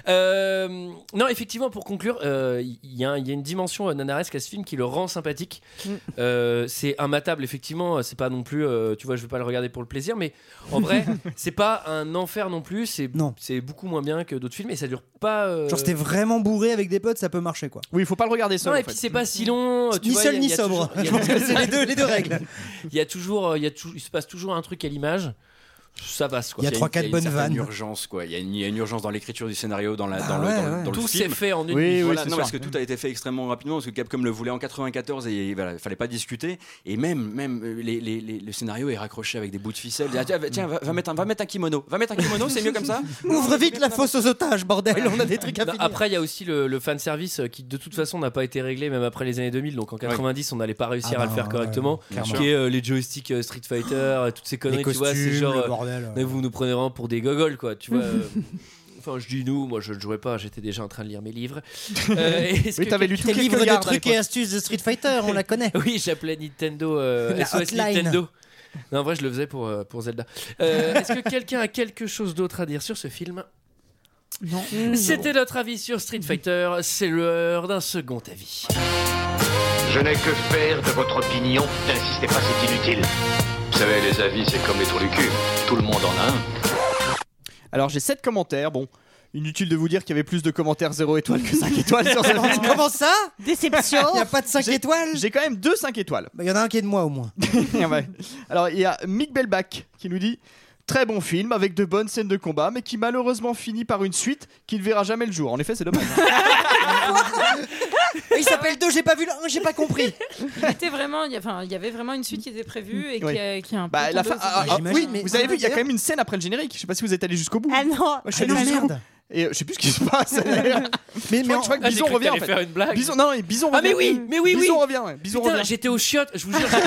[SPEAKER 1] Euh, non, effectivement, pour conclure, euh, il y, a un- il y a une dimension euh, nanaresque à ce film qui le rend sympathique. Euh, c'est immatable, effectivement. C'est pas non plus, euh, tu vois, je vais pas le regarder pour le plaisir, mais en vrai, c'est pas un enfer non plus. C'est c'est beaucoup moins bien que d'autres films et ça dure pas. euh,
[SPEAKER 9] Genre, c'était vraiment bourré avec des potes, ça peut marcher quoi. Oui, il faut pas le regarder
[SPEAKER 1] non, et puis c'est pas si long. euh, tu
[SPEAKER 9] Ni
[SPEAKER 1] vois,
[SPEAKER 9] seul
[SPEAKER 1] il y a-
[SPEAKER 9] ni
[SPEAKER 1] il y a
[SPEAKER 9] sobre. [laughs]
[SPEAKER 1] toujours- il y
[SPEAKER 9] Je
[SPEAKER 1] a-
[SPEAKER 9] pense que c'est les deux, les
[SPEAKER 1] [laughs]
[SPEAKER 9] deux règles. [laughs]
[SPEAKER 1] Il y a toujours, euh, il y a tou- il se passe toujours un truc à l'image. Ça passe quoi.
[SPEAKER 9] Il y a
[SPEAKER 10] une-
[SPEAKER 9] trois, quatre
[SPEAKER 10] une
[SPEAKER 9] bonnes
[SPEAKER 10] certaine
[SPEAKER 9] vannes.
[SPEAKER 10] urgence, quoi. Il y, a une- il y a une urgence dans l'écriture du scénario, dans la, dans le,
[SPEAKER 1] Bah ouais,
[SPEAKER 10] dans le-
[SPEAKER 1] ouais.
[SPEAKER 10] dans le
[SPEAKER 1] Tout s'est
[SPEAKER 10] film.
[SPEAKER 1] fait en une-
[SPEAKER 10] Voilà,
[SPEAKER 1] Oui, oui, c'est
[SPEAKER 10] non,
[SPEAKER 1] sûr.
[SPEAKER 10] parce que tout a été fait extrêmement rapidement, parce que Capcom le voulait en 94 et voilà, il fallait pas discuter. Et même, même euh, les, les- les- le scénario est raccroché avec des bouts de ficelle. Ah, tiens, va- tiens, va, va mettre un, va mettre un kimono. Va mettre un kimono, c'est mieux comme ça.
[SPEAKER 9] Ouvre vite la fosse aux otages, bordel, on a des trucs à
[SPEAKER 1] Non,
[SPEAKER 9] finir.
[SPEAKER 1] après, il y a aussi le, le fan service euh, qui, de toute façon, n'a pas été réglé même après les années 2000. Donc en 90, on n'allait pas réussir
[SPEAKER 9] Ah
[SPEAKER 1] à le
[SPEAKER 9] bah,
[SPEAKER 1] faire
[SPEAKER 9] ouais,
[SPEAKER 1] correctement.
[SPEAKER 9] clairement. Ah,
[SPEAKER 1] qui est euh, les joysticks euh, Street Fighter, euh, toutes ces conneries,
[SPEAKER 9] Les
[SPEAKER 1] tu vois. C'est
[SPEAKER 9] costumes,
[SPEAKER 1] genre.
[SPEAKER 9] le
[SPEAKER 1] euh,
[SPEAKER 9] bordel, ouais.
[SPEAKER 1] mais vous nous prenez vraiment pour des gogoles, quoi. Tu vois.
[SPEAKER 9] [laughs]
[SPEAKER 1] euh, Enfin, je dis nous, moi je ne jouais pas, j'étais déjà en train de lire mes
[SPEAKER 9] [laughs]
[SPEAKER 1] livres. Euh, est-ce
[SPEAKER 9] Oui,
[SPEAKER 1] que
[SPEAKER 9] t'avais lu
[SPEAKER 1] quelqu'un-
[SPEAKER 9] tous les livres de trucs et astuces de Street Fighter,
[SPEAKER 1] [laughs]
[SPEAKER 9] on la connaît.
[SPEAKER 1] Oui, j'appelais Nintendo euh,
[SPEAKER 9] La
[SPEAKER 1] SOS
[SPEAKER 9] hotline.
[SPEAKER 1] Nintendo. Non, en vrai, je le faisais pour, euh, pour Zelda. Euh, Est-ce que quelqu'un a quelque chose d'autre à dire sur ce film
[SPEAKER 7] Non.
[SPEAKER 1] C'était notre avis sur Street Fighter. C'est l'heure d'un second avis.
[SPEAKER 15] Je n'ai que faire de votre opinion. N'insistez pas, c'est inutile. Vous savez, les avis, c'est comme les trous du cul. Tout le monde en a un.
[SPEAKER 8] Alors j'ai 7 commentaires. Bon, inutile de vous dire qu'il y avait plus de commentaires 0 étoiles que 5 étoiles
[SPEAKER 9] [laughs]
[SPEAKER 8] sur cette vidéo.
[SPEAKER 9] Comment
[SPEAKER 1] [laughs]
[SPEAKER 9] ça
[SPEAKER 6] Déception.
[SPEAKER 9] Il n'y a pas de 5 étoiles Bah,
[SPEAKER 8] J'ai quand même deux 5 étoiles.
[SPEAKER 9] Il y en a un qui est de moi
[SPEAKER 1] [laughs]
[SPEAKER 9] au moins.
[SPEAKER 8] Ouais. [laughs] Alors il y a Mick Bellback qui nous dit Très bon film avec de bonnes scènes de combat, mais qui malheureusement finit par une suite qui ne verra jamais le jour. En effet, c'est dommage.
[SPEAKER 9] Il s'appelle 2, j'ai pas vu le 1, j'ai
[SPEAKER 1] [laughs]
[SPEAKER 9] pas compris.
[SPEAKER 1] Ah,
[SPEAKER 7] Il était vraiment, il y a- enfin, il y avait vraiment une suite qui était prévue et qui,
[SPEAKER 8] Oui.
[SPEAKER 7] a, qui a un peu
[SPEAKER 8] Bah, la fin-
[SPEAKER 7] tombé aussi.
[SPEAKER 8] ah, ah, oui, vous avez vu, il y a quand même une scène après le générique. Je sais pas si vous êtes allé jusqu'au bout.
[SPEAKER 6] Ah non.
[SPEAKER 8] Moi, je
[SPEAKER 6] Ah
[SPEAKER 8] suis allé
[SPEAKER 6] non,
[SPEAKER 8] jusqu'au bout.
[SPEAKER 6] merde.
[SPEAKER 8] Et euh, je sais plus ce qui se passe. d'ailleurs.
[SPEAKER 9] mais
[SPEAKER 8] je crois, que- je crois que
[SPEAKER 1] Ah, j'ai
[SPEAKER 8] Bison
[SPEAKER 1] cru que
[SPEAKER 8] revient.
[SPEAKER 1] t'allais
[SPEAKER 8] en fait.
[SPEAKER 1] faire une blague.
[SPEAKER 8] Bison, non, non, Bison
[SPEAKER 1] Ah, mais
[SPEAKER 8] revient.
[SPEAKER 1] oui, mais oui, oui.
[SPEAKER 8] Bison revient. ouais. Bison
[SPEAKER 1] Putain,
[SPEAKER 8] revient.
[SPEAKER 1] j'étais au chiottes, je vous jure. [laughs] non, non, non,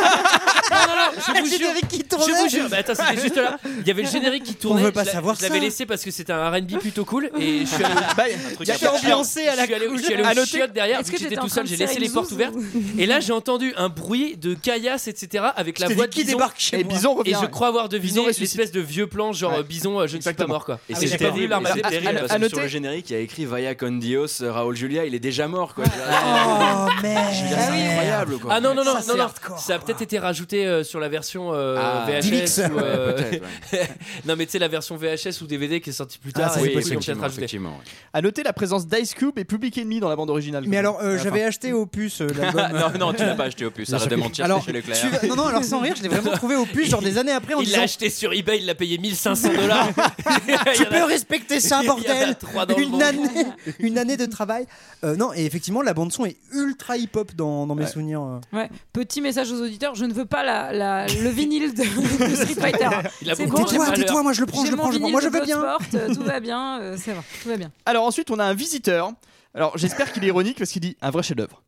[SPEAKER 1] Ah, je vous
[SPEAKER 9] J'étais
[SPEAKER 1] jure.
[SPEAKER 9] avec qui Ah, tournait
[SPEAKER 1] je vous jure. Bah, attends, c'était juste là. Il y avait le générique qui tournait.
[SPEAKER 9] veut pas
[SPEAKER 1] je l'a-
[SPEAKER 9] savoir
[SPEAKER 1] Je l'avais
[SPEAKER 9] ça.
[SPEAKER 1] laissé parce que c'était un R&B plutôt cool et je suis
[SPEAKER 8] [laughs]
[SPEAKER 1] allé.
[SPEAKER 8] Bah,
[SPEAKER 1] un truc
[SPEAKER 8] y a
[SPEAKER 1] un
[SPEAKER 8] fait
[SPEAKER 1] peu
[SPEAKER 8] ambiancer
[SPEAKER 1] chiant.
[SPEAKER 8] à la
[SPEAKER 1] Je suis allé, je suis
[SPEAKER 8] cool.
[SPEAKER 1] allé
[SPEAKER 8] À
[SPEAKER 1] au
[SPEAKER 8] noter-
[SPEAKER 1] chiottes derrière.
[SPEAKER 8] Est-ce que
[SPEAKER 1] J'étais
[SPEAKER 8] t'étais en
[SPEAKER 1] tout
[SPEAKER 8] train
[SPEAKER 1] seul,
[SPEAKER 8] de
[SPEAKER 1] j'ai
[SPEAKER 8] serrer
[SPEAKER 1] laissé les
[SPEAKER 8] une
[SPEAKER 1] portes
[SPEAKER 8] zouze
[SPEAKER 1] ouvertes. Et là, j'ai entendu un bruit de caillasse, etc. Avec la
[SPEAKER 8] t'ai
[SPEAKER 1] voix
[SPEAKER 8] dit
[SPEAKER 1] de
[SPEAKER 8] qui
[SPEAKER 1] Bison.
[SPEAKER 8] débarque chez Et moi. Bison revient,
[SPEAKER 1] Et je
[SPEAKER 8] ouais.
[SPEAKER 1] crois avoir deviné
[SPEAKER 8] ressuscite.
[SPEAKER 1] l'espèce de vieux plan, genre euh, Bison, euh, je ne suis pas mort quoi.
[SPEAKER 10] Et
[SPEAKER 1] Ah oui,
[SPEAKER 10] c'est
[SPEAKER 1] j'ai pas
[SPEAKER 10] terrible,
[SPEAKER 1] voulu la
[SPEAKER 10] c'est
[SPEAKER 1] remarquer.
[SPEAKER 10] terrible,
[SPEAKER 1] Ah,
[SPEAKER 10] parce
[SPEAKER 8] à
[SPEAKER 10] que sur
[SPEAKER 8] noter-
[SPEAKER 10] le générique, il y a écrit Vaya con Dios, Raoul Julia, il est déjà mort quoi.
[SPEAKER 1] Oh,
[SPEAKER 9] merde.
[SPEAKER 10] Je veux dire, C'est incroyable quoi.
[SPEAKER 1] Ah non, non, non,
[SPEAKER 10] Ça,
[SPEAKER 1] non,
[SPEAKER 10] c'est
[SPEAKER 1] non. Ça a peut-être été rajouté euh, sur la version euh,
[SPEAKER 10] Ah.
[SPEAKER 1] VHS.
[SPEAKER 10] Divix.
[SPEAKER 1] ou, euh,
[SPEAKER 10] Ouais, peut-être,
[SPEAKER 1] non, mais tu sais, la version VHS ou DVD qui est sortie plus
[SPEAKER 10] Ah,
[SPEAKER 1] tard.
[SPEAKER 10] ça,
[SPEAKER 1] et
[SPEAKER 10] c'est
[SPEAKER 1] du coup, ils
[SPEAKER 10] possible.
[SPEAKER 1] l'ont peut-être rajouté.
[SPEAKER 10] Effectivement,
[SPEAKER 8] À noter la présence d'Ice Cube et Public Enemy dans la bande originale.
[SPEAKER 9] Mais alors, euh,
[SPEAKER 8] À la
[SPEAKER 9] j'avais
[SPEAKER 8] fin.
[SPEAKER 9] acheté Opus euh,
[SPEAKER 1] Ah, [laughs]
[SPEAKER 9] l'album.
[SPEAKER 10] non, non, tu l'as pas acheté au plus,
[SPEAKER 9] Bien
[SPEAKER 10] arrête
[SPEAKER 9] sûr
[SPEAKER 10] de
[SPEAKER 9] que-
[SPEAKER 10] mentir,
[SPEAKER 9] Alors,
[SPEAKER 10] c'est chez Leclerc. hein,
[SPEAKER 9] tu vas- Non, non, alors sans rire, je l'ai vraiment trouvé Opus, genre des années après en
[SPEAKER 1] Il l'a
[SPEAKER 9] disant
[SPEAKER 1] acheté sur eBay, il l'a payé
[SPEAKER 9] [laughs]
[SPEAKER 1] 1500 dollars. [laughs]
[SPEAKER 9] Tu peux respecter ça,
[SPEAKER 1] il y en a
[SPEAKER 9] bordel
[SPEAKER 1] trois dans le
[SPEAKER 9] une
[SPEAKER 1] monde.
[SPEAKER 9] année, [laughs] une année de travail. Euh, non, et effectivement, la bande-son est ultra hip-hop dans, dans mes souvenirs. euh.
[SPEAKER 7] Ouais. Petit message aux auditeurs, je ne veux pas la, la- le vinyle de,
[SPEAKER 9] [laughs]
[SPEAKER 7] de Street Fighter.
[SPEAKER 9] Il a
[SPEAKER 7] C'est
[SPEAKER 9] beaucoup de
[SPEAKER 7] j'ai
[SPEAKER 9] valeur.
[SPEAKER 7] pas
[SPEAKER 9] Tais-toi, moi, je le prends,
[SPEAKER 7] J'ai
[SPEAKER 9] je le
[SPEAKER 7] mon
[SPEAKER 9] prends, je le prends.
[SPEAKER 7] vinyle
[SPEAKER 9] Moi,
[SPEAKER 7] de
[SPEAKER 9] je veux bien.
[SPEAKER 7] Bloodsport, euh, tout va bien, euh, ça va, tout va bien.
[SPEAKER 8] Alors ensuite, on a un visiteur. Alors j'espère qu'il est ironique parce qu'il dit un vrai
[SPEAKER 9] [laughs]
[SPEAKER 8] chef-d'œuvre.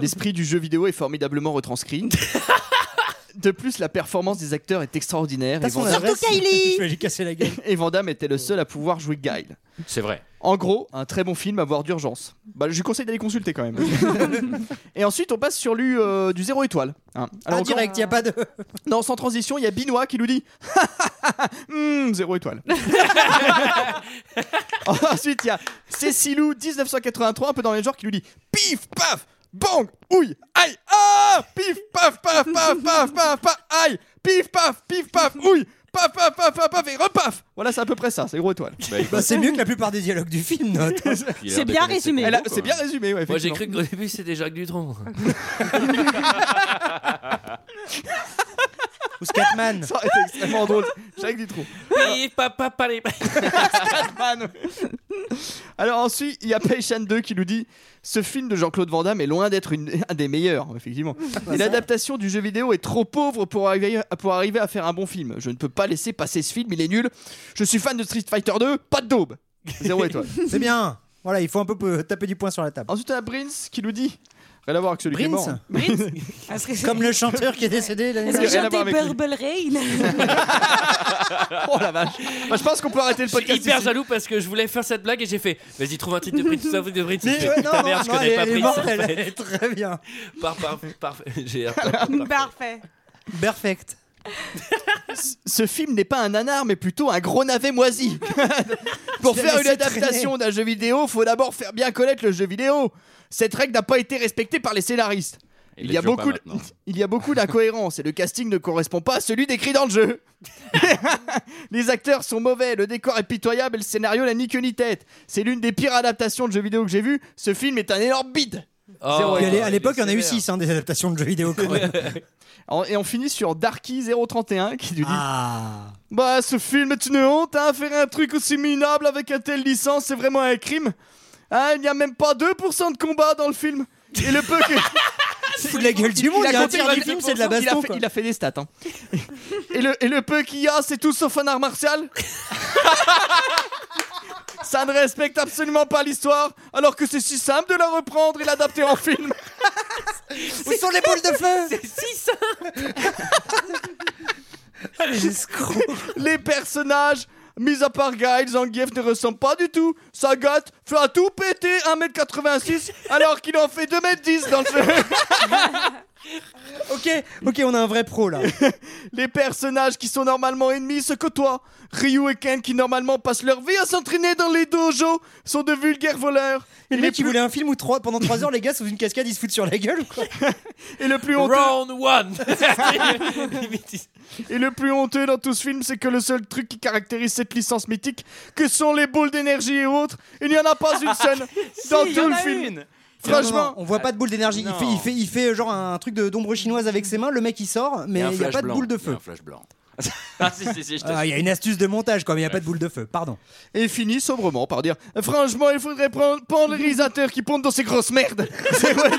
[SPEAKER 8] L'esprit du jeu vidéo est formidablement retranscrit. De plus, la performance des acteurs est extraordinaire.
[SPEAKER 9] T'as
[SPEAKER 8] et
[SPEAKER 9] son
[SPEAKER 8] Van Damme-
[SPEAKER 9] adresse Surtout [laughs] Kylie Je vais lui casser la gueule.
[SPEAKER 8] Et Van Damme était le seul à pouvoir jouer Guile.
[SPEAKER 10] C'est vrai.
[SPEAKER 8] En gros, un très bon film à voir d'urgence. Bah, je lui conseille d'aller consulter quand même.
[SPEAKER 9] [laughs]
[SPEAKER 8] et ensuite, on passe sur lui euh, du zéro étoile. hein.
[SPEAKER 9] Ah, direct, y a pas de.
[SPEAKER 8] Non, sans transition, il y a Binois qui nous dit [laughs] Hmm, zéro étoile. [laughs] Ensuite, il y a Cécilou 1983, un peu dans le même genre, qui nous dit Pif, paf, bang, ouille, aïe, ah Pif, paf, paf, paf, paf, paf, paf, aïe Pif, paf, pif, paf, ouille, paf, paf, paf, paf, paf, et repaf Voilà, c'est à peu près ça, c'est gros étoile.
[SPEAKER 9] Bah, c'est mieux que la plupart des dialogues du film, note.
[SPEAKER 8] C'est bien résumé. Elle a- c'est bien résumé, ouais,
[SPEAKER 1] Moi, j'ai
[SPEAKER 8] effectivement.
[SPEAKER 1] cru qu'au début, c'était Jacques Dutronc.
[SPEAKER 9] Ou Scatman.
[SPEAKER 8] Ça aurait été extrêmement drôle. Jacques Dutroux.
[SPEAKER 1] Et papa, pas
[SPEAKER 9] [laughs]
[SPEAKER 1] les.
[SPEAKER 8] Scatman. Alors ensuite, il y a Patient 2 qui nous dit Ce film de Jean-Claude Van Damme est loin d'être une- [laughs] un des meilleurs, effectivement. Et l'adaptation du jeu vidéo est trop pauvre pour arriver, pour arriver à faire un bon film. Je ne peux pas laisser passer ce film, il est nul. Je suis fan de Street Fighter 2, pas de daube.
[SPEAKER 1] [laughs]
[SPEAKER 8] Zéro étoile.
[SPEAKER 9] C'est bien. Voilà, il faut un peu peu taper du poing sur la table.
[SPEAKER 8] Ensuite, on a Prince qui nous dit Rien à voir avec celui qui Oh, est
[SPEAKER 9] Prince
[SPEAKER 8] mort.
[SPEAKER 9] Comme le chanteur qui est décédé l'année
[SPEAKER 8] Est-ce que
[SPEAKER 9] dernière.
[SPEAKER 8] chanter
[SPEAKER 7] Purple Rain
[SPEAKER 8] Oh la vache. Bah, je pense qu'on peut arrêter le
[SPEAKER 1] Je suis
[SPEAKER 8] podcast.
[SPEAKER 1] hyper
[SPEAKER 8] ici.
[SPEAKER 1] jaloux parce que je voulais faire cette blague et j'ai fait vas-y trouve un titre de Prince tout ça vous de Prince
[SPEAKER 9] Mais,
[SPEAKER 1] Je
[SPEAKER 9] ouais,
[SPEAKER 1] fais,
[SPEAKER 9] non,
[SPEAKER 1] ta mère
[SPEAKER 9] non,
[SPEAKER 1] je
[SPEAKER 9] non,
[SPEAKER 1] connais
[SPEAKER 9] elle-
[SPEAKER 1] pas
[SPEAKER 9] elle est
[SPEAKER 1] Prince
[SPEAKER 9] morte,
[SPEAKER 1] en
[SPEAKER 9] elle
[SPEAKER 1] fait.
[SPEAKER 9] est très bien.
[SPEAKER 1] par par parfait j'ai
[SPEAKER 9] [laughs]
[SPEAKER 6] Parfait.
[SPEAKER 9] Perfect.
[SPEAKER 8] Ce film n'est pas un nanar, mais plutôt un gros navet moisi. Pour
[SPEAKER 9] Je l'ai
[SPEAKER 8] faire une
[SPEAKER 9] laissé
[SPEAKER 8] adaptation d'un
[SPEAKER 9] traîner.
[SPEAKER 8] jeu vidéo, faut d'abord faire bien connaître le jeu vidéo. Cette règle n'a pas été respectée par les scénaristes.
[SPEAKER 10] Et
[SPEAKER 8] Il
[SPEAKER 10] les
[SPEAKER 8] y, a
[SPEAKER 10] Joe pas
[SPEAKER 8] beaucoup de-
[SPEAKER 10] maintenant.
[SPEAKER 8] il y a beaucoup d'incohérences et le casting ne correspond pas à celui décrit dans le jeu. [laughs] les acteurs sont mauvais, le décor est pitoyable et le scénario n'a ni queue ni tête. C'est l'une des pires adaptations de jeux vidéo que j'ai vues. Ce film est un énorme bide. Zéro
[SPEAKER 1] Oh,
[SPEAKER 9] Puis à l'é-
[SPEAKER 8] étoile.
[SPEAKER 9] à l'époque, il y en a eu 6 des adaptations de jeux vidéo. quand même.
[SPEAKER 8] En- Et on finit sur Darky031 qui nous dit
[SPEAKER 9] Ah.
[SPEAKER 8] Bah, ce film est une honte, hein, faire un truc aussi minable avec un telle licence, c'est vraiment un crime. Hein, il n'y a même pas 2% de combat dans le film. Et le peu que.
[SPEAKER 9] Fous de la gueule du monde, il y a un tiers
[SPEAKER 8] continué-
[SPEAKER 9] du film, c'est de la
[SPEAKER 8] Il a
[SPEAKER 9] baston.
[SPEAKER 8] fait,
[SPEAKER 9] quoi.
[SPEAKER 8] il a fait des stats. hein. [laughs] Et, le, et le peu qu'il y a, c'est tout sauf un art [laughs] martial. Ça ne respecte absolument pas l'histoire, alors que c'est si simple de la reprendre et l'adapter en film.
[SPEAKER 9] Où sont les boules de feu
[SPEAKER 1] C'est si simple
[SPEAKER 8] Les personnages, mis à part Guy, Zangief ne ressemblent pas du tout. Sagat fait à tout péter 1m86 alors qu'il en fait 2m10 dans le jeu.
[SPEAKER 9] ok, ok, on a un vrai pro là.
[SPEAKER 8] Les personnages qui sont normalement ennemis se côtoient. Ryu et Ken, qui normalement passent leur vie à s'entraîner dans les dojos, sont de vulgaires voleurs.
[SPEAKER 9] Et le
[SPEAKER 8] les
[SPEAKER 9] mec, il
[SPEAKER 8] plus-
[SPEAKER 9] voulait un film où trois- pendant 3 heures, les gars, sous une cascade, ils se foutent sur la gueule. Quoi.
[SPEAKER 8] Et le plus honteux.
[SPEAKER 1] round one
[SPEAKER 8] Et le plus honteux dans tout ce film, c'est que le seul truc qui caractérise cette licence mythique, que sont les boules d'énergie et autres, il n'y en a pas une seule dans
[SPEAKER 10] il y
[SPEAKER 8] tout
[SPEAKER 10] en
[SPEAKER 8] le
[SPEAKER 10] a
[SPEAKER 8] film.
[SPEAKER 10] une.
[SPEAKER 9] Non, non,
[SPEAKER 8] Franchement,
[SPEAKER 9] non, on voit pas de boule d'énergie. Il
[SPEAKER 10] Non.
[SPEAKER 9] fait, il, fait, il fait genre un truc de- d'ombre chinoise avec ses mains. Le mec il sort, mais
[SPEAKER 10] un
[SPEAKER 9] il n'y a
[SPEAKER 10] flash
[SPEAKER 9] pas de
[SPEAKER 10] blanc,
[SPEAKER 9] boule de
[SPEAKER 10] il y
[SPEAKER 9] feu.
[SPEAKER 10] a un flash blanc. ah si si si je te
[SPEAKER 9] Ah, Il y a une astuce de montage quand même, il n'y a pas de boule de feu. Pardon.
[SPEAKER 8] et finit sobrement par dire Franchement, il faudrait prendre, prendre les réalisateurs qui pondent dans ces grosses merdes. C'est vrai.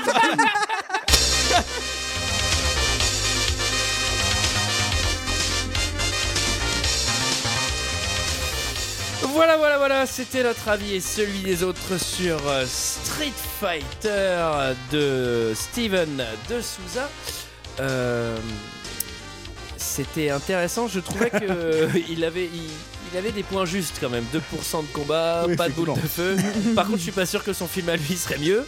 [SPEAKER 1] Voilà, voilà, voilà, c'était notre avis et celui des autres sur euh, Street Fighter de Steven de Souza. Euh, c'était intéressant, je trouvais qu'il avait, il, il avait des points justes quand même. 2% de combat,
[SPEAKER 8] Oui,
[SPEAKER 1] pas de boule de feu. Par contre, je suis pas sûr que son film à lui serait mieux.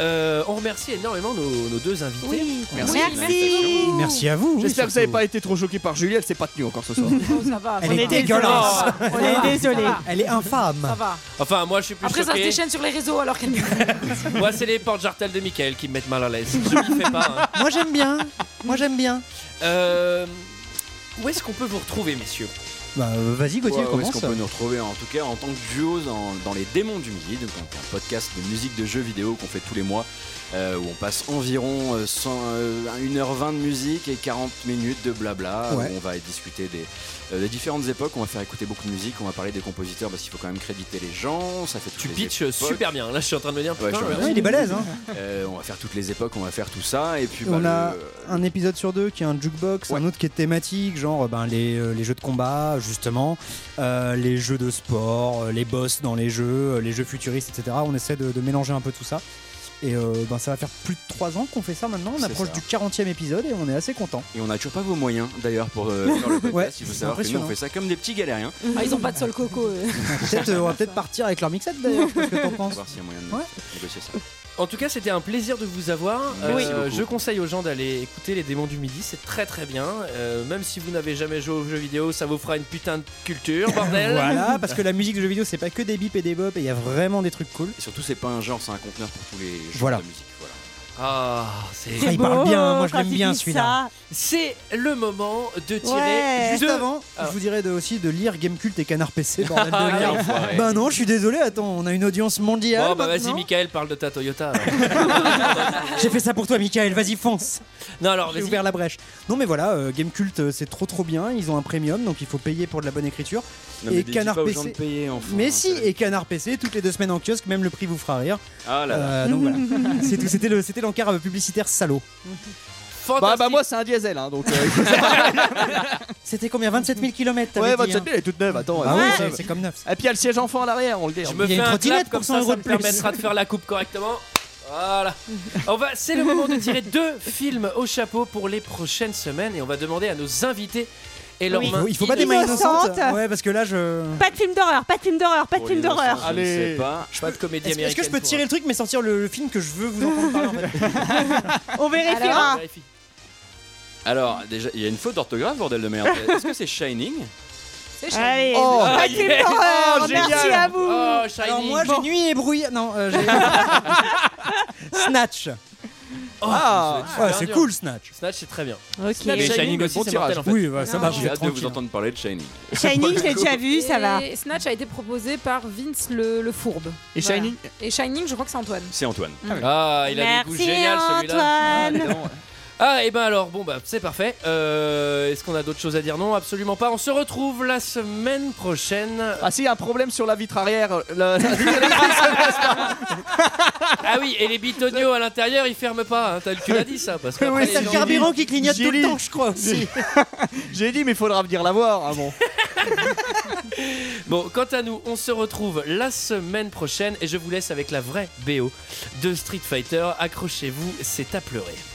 [SPEAKER 1] Euh, on remercie énormément nos, nos deux invités.
[SPEAKER 6] Oui,
[SPEAKER 8] Merci.
[SPEAKER 6] merci.
[SPEAKER 9] Merci à vous.
[SPEAKER 8] J'espère que vous n'avez pas été trop choqué par Julie, elle s'est pas tenue encore ce soir.
[SPEAKER 9] Elle est
[SPEAKER 7] Ah.
[SPEAKER 9] dégueulasse. Elle est
[SPEAKER 7] Ça
[SPEAKER 9] infâme.
[SPEAKER 7] va.
[SPEAKER 1] Ah, Enfin, moi, je suis plus
[SPEAKER 7] Après, ça se
[SPEAKER 1] choqué.
[SPEAKER 7] déchaîne sur les réseaux alors
[SPEAKER 9] [laughs]
[SPEAKER 7] qu'elle.
[SPEAKER 1] moi, c'est les portes jartelles de Michael qui me mettent mal à l'aise. Je m'y fais pas. hein.
[SPEAKER 9] Moi j'aime bien. Moi j'aime bien.
[SPEAKER 1] Euh, où est-ce qu'on peut vous retrouver, messieurs
[SPEAKER 9] Bah euh, vas-y
[SPEAKER 10] Ouais,
[SPEAKER 9] Gauthier,
[SPEAKER 10] où est-ce
[SPEAKER 9] commence.
[SPEAKER 10] qu'on peut nous retrouver en tout cas en tant que duo dans, dans les démons du midi, donc un, un podcast de musique de jeux vidéo qu'on fait tous les mois, euh, où on passe environ euh, 100, euh, 1h20 de musique et 40 minutes de blabla.
[SPEAKER 9] Ouais.
[SPEAKER 10] où on va discuter des, euh, des différentes époques, on va faire écouter beaucoup de musique, on va parler des compositeurs parce qu'il faut quand même créditer les gens. Ça fait tu
[SPEAKER 1] Pitch super bien. Là, je suis en train de me dire.
[SPEAKER 10] Ouais, je te
[SPEAKER 1] putain,
[SPEAKER 10] remercie.
[SPEAKER 9] Ouais, il est balèze, hein.
[SPEAKER 10] Euh, on va faire toutes les époques, on va faire tout ça et puis bah,
[SPEAKER 9] On
[SPEAKER 10] le-
[SPEAKER 9] a un épisode sur deux qui est un jukebox, un autre qui est thématique, genre ben, les, euh, les jeux de combat, justement, euh, les jeux de sport, euh, les boss dans les jeux, euh, les jeux futuristes, etc. On essaie de, de mélanger un peu tout ça. Et euh, ben, ça va faire plus de 3 ans qu'on fait ça maintenant. On
[SPEAKER 10] C'est
[SPEAKER 9] approche
[SPEAKER 10] ça.
[SPEAKER 9] du 40e épisode et on est assez content.
[SPEAKER 10] Et on n'a toujours pas vos moyens d'ailleurs pour
[SPEAKER 9] [laughs]
[SPEAKER 10] euh, faire le podcast.
[SPEAKER 9] Ouais,
[SPEAKER 10] Il faut
[SPEAKER 9] c'est
[SPEAKER 10] savoir que nous on
[SPEAKER 9] impressionnant.
[SPEAKER 10] fait ça comme des petits galériens.
[SPEAKER 7] Ah, ils ont pas de sol coco. eux.
[SPEAKER 9] Peut-être, euh, on va peut-être partir avec leur mixette d'ailleurs. je sais pas ce que t'en
[SPEAKER 10] On va
[SPEAKER 9] penses
[SPEAKER 10] voir s'il y a moyen de
[SPEAKER 9] Ouais.
[SPEAKER 10] négocier ça.
[SPEAKER 1] En tout cas, c'était un plaisir de vous avoir. Euh,
[SPEAKER 10] Merci beaucoup.
[SPEAKER 1] je conseille aux gens d'aller écouter les démons du midi, c'est très très bien. Euh, même si vous n'avez jamais joué aux jeux vidéo, ça vous fera une putain de culture,
[SPEAKER 10] Bah.
[SPEAKER 1] bordel.
[SPEAKER 9] [laughs] Voilà, parce que la musique de jeux vidéo, c'est pas que des bips et des bops et il y a vraiment des trucs cool.
[SPEAKER 10] Et surtout, c'est pas un genre, c'est un conteneur pour tous les genres
[SPEAKER 9] Voilà.
[SPEAKER 10] de musique. Voilà.
[SPEAKER 1] Ah, c'est.
[SPEAKER 9] Ah, il parle bien, moi je l'aime bien celui-là.
[SPEAKER 1] C'est le moment de tirer
[SPEAKER 9] Ouais. Juste
[SPEAKER 1] deux-
[SPEAKER 9] avant,
[SPEAKER 1] Ah.
[SPEAKER 9] je vous dirais de- aussi de lire Gamecult et Canard PC, bordel de
[SPEAKER 1] Ah,
[SPEAKER 9] merde.
[SPEAKER 1] l'enfoiré.
[SPEAKER 9] Bah non, je suis désolé, attends, on a une audience mondiale.
[SPEAKER 1] Bon, bah vas-y,
[SPEAKER 9] maintenant.
[SPEAKER 1] Michael, parle de ta Toyota. alors.
[SPEAKER 9] J'ai fait ça pour toi, Michael, vas-y, fonce.
[SPEAKER 1] non, alors,
[SPEAKER 9] J'ai
[SPEAKER 1] vas-y.
[SPEAKER 9] ouvert la brèche. Non, mais voilà, euh, Gamecult, euh, c'est trop trop bien. Ils ont un premium, donc il faut payer pour de la bonne écriture.
[SPEAKER 10] Non, mais
[SPEAKER 9] et
[SPEAKER 10] dis
[SPEAKER 9] Canard
[SPEAKER 10] pas aux gens
[SPEAKER 9] PC.
[SPEAKER 10] de payer, enfin.
[SPEAKER 9] mais si, et Canard PC, toutes les deux semaines en kiosque, même le prix vous fera rire.
[SPEAKER 1] Oh
[SPEAKER 10] Ah là là.
[SPEAKER 9] Euh, donc voilà,
[SPEAKER 1] [laughs]
[SPEAKER 9] c'est tout. C'était le- c'était l'encart euh, publicitaire salaud.
[SPEAKER 8] Bah,
[SPEAKER 1] Fantastique.
[SPEAKER 8] bah, moi c'est un diesel, hein, donc. euh,
[SPEAKER 9] C'était combien 27 000 km
[SPEAKER 8] ouais, 27 000, elle est toute neuve, attends. elle
[SPEAKER 9] Bah
[SPEAKER 8] est
[SPEAKER 9] oui,
[SPEAKER 8] toute
[SPEAKER 9] c'est-
[SPEAKER 8] neuve.
[SPEAKER 9] c'est comme neuf.
[SPEAKER 8] Et puis il y a le siège enfant à l'arrière, on le dit.
[SPEAKER 1] Je me
[SPEAKER 9] Il y
[SPEAKER 1] fais
[SPEAKER 9] a une
[SPEAKER 1] un
[SPEAKER 9] trottinette
[SPEAKER 1] clap
[SPEAKER 9] pour
[SPEAKER 1] comme
[SPEAKER 9] 100
[SPEAKER 1] ça,
[SPEAKER 9] euros
[SPEAKER 1] ça
[SPEAKER 9] de
[SPEAKER 1] me
[SPEAKER 9] plus.
[SPEAKER 1] permettra de faire la coupe correctement. Voilà. On va, c'est le moment de tirer deux films au chapeau pour les prochaines semaines et on va demander à nos invités et leur
[SPEAKER 6] Oui.
[SPEAKER 9] Il faut, il faut pas des mains
[SPEAKER 1] démarrer.
[SPEAKER 6] Innocente.
[SPEAKER 9] innocentes. Ouais, parce que là, je.
[SPEAKER 6] Pas de film d'horreur, pas de film d'horreur, pas de
[SPEAKER 1] Oh,
[SPEAKER 10] Pour
[SPEAKER 6] film
[SPEAKER 10] les innocents,
[SPEAKER 6] d'horreur.
[SPEAKER 10] Je ne
[SPEAKER 8] Allez.
[SPEAKER 10] sais pas.
[SPEAKER 1] Pas de comédie
[SPEAKER 9] Est-ce que-
[SPEAKER 1] américaine.
[SPEAKER 9] est-ce que je peux
[SPEAKER 1] pour-
[SPEAKER 9] tirer le truc mais sortir le, le film que je veux vous entendre parler en fait
[SPEAKER 6] On vérifiera.
[SPEAKER 1] Vérifie.
[SPEAKER 10] Alors, déjà, il y a une faute d'orthographe, bordel de
[SPEAKER 1] [laughs]
[SPEAKER 10] merde. Est-ce que c'est Shining
[SPEAKER 7] C'est chouette.
[SPEAKER 6] Allez,
[SPEAKER 8] Oh,
[SPEAKER 6] pas de
[SPEAKER 1] yeah.
[SPEAKER 6] film d'horreur.
[SPEAKER 8] Oh, génial.
[SPEAKER 6] Merci à vous.
[SPEAKER 1] Oh,
[SPEAKER 9] Alors
[SPEAKER 1] Shining.
[SPEAKER 9] moi j'ai nuit et bruit. Non,
[SPEAKER 10] [laughs]
[SPEAKER 9] euh, j'ai- Snatch.
[SPEAKER 1] Oh,
[SPEAKER 8] Ah.
[SPEAKER 1] c'est super
[SPEAKER 9] Ouais, c'est
[SPEAKER 1] dur.
[SPEAKER 9] cool Snatch.
[SPEAKER 1] Snatch, c'est très bien.
[SPEAKER 6] Ok.
[SPEAKER 1] Mais
[SPEAKER 10] Shining,
[SPEAKER 1] Shining
[SPEAKER 10] le
[SPEAKER 1] aussi,
[SPEAKER 10] bon
[SPEAKER 1] c'est
[SPEAKER 10] tirage.
[SPEAKER 1] mortel en fait.
[SPEAKER 9] Oui, ouais, ça
[SPEAKER 7] Non.
[SPEAKER 9] marche.
[SPEAKER 10] J'ai
[SPEAKER 9] je vais
[SPEAKER 10] hâte de vous
[SPEAKER 9] Ah, tranquille.
[SPEAKER 10] entendre parler de Shining.
[SPEAKER 6] Shining, je l'ai déjà vu, ça va.
[SPEAKER 1] Ah,
[SPEAKER 7] Et Snatch a été proposé par Vince le, le fourbe.
[SPEAKER 8] Et
[SPEAKER 7] Voilà.
[SPEAKER 8] Shining
[SPEAKER 7] Et Shining, je crois que c'est Antoine.
[SPEAKER 10] C'est Antoine.
[SPEAKER 1] Ah, il a des goûts
[SPEAKER 6] Merci
[SPEAKER 1] génial celui-là.
[SPEAKER 6] Antoine.
[SPEAKER 1] Ah, et ben alors, bon, bah c'est parfait. Euh, Est-ce qu'on a d'autres choses à dire Non, absolument pas. On se retrouve la semaine prochaine.
[SPEAKER 8] Ah si, il y a un problème sur la vitre arrière. euh, la- la-
[SPEAKER 1] Ah oui, et les bitoniaux à l'intérieur, ils ferment pas. hein. T'as- Tu l'as dit ça parce que
[SPEAKER 8] Oui,
[SPEAKER 9] C'est
[SPEAKER 8] J'ai
[SPEAKER 9] le
[SPEAKER 8] dit-
[SPEAKER 9] carburant qui clignote
[SPEAKER 8] j'ai
[SPEAKER 9] tout le
[SPEAKER 8] dit-
[SPEAKER 9] temps, je crois aussi.
[SPEAKER 8] [laughs] J'ai dit, mais il faudra venir la voir. Ah bon.
[SPEAKER 1] Bon, quant à nous, on se retrouve la semaine prochaine et je vous laisse avec la vraie BO de Street Fighter. Accrochez-vous, c'est à pleurer.
[SPEAKER 6] Oh, Oh, Mm, Oh,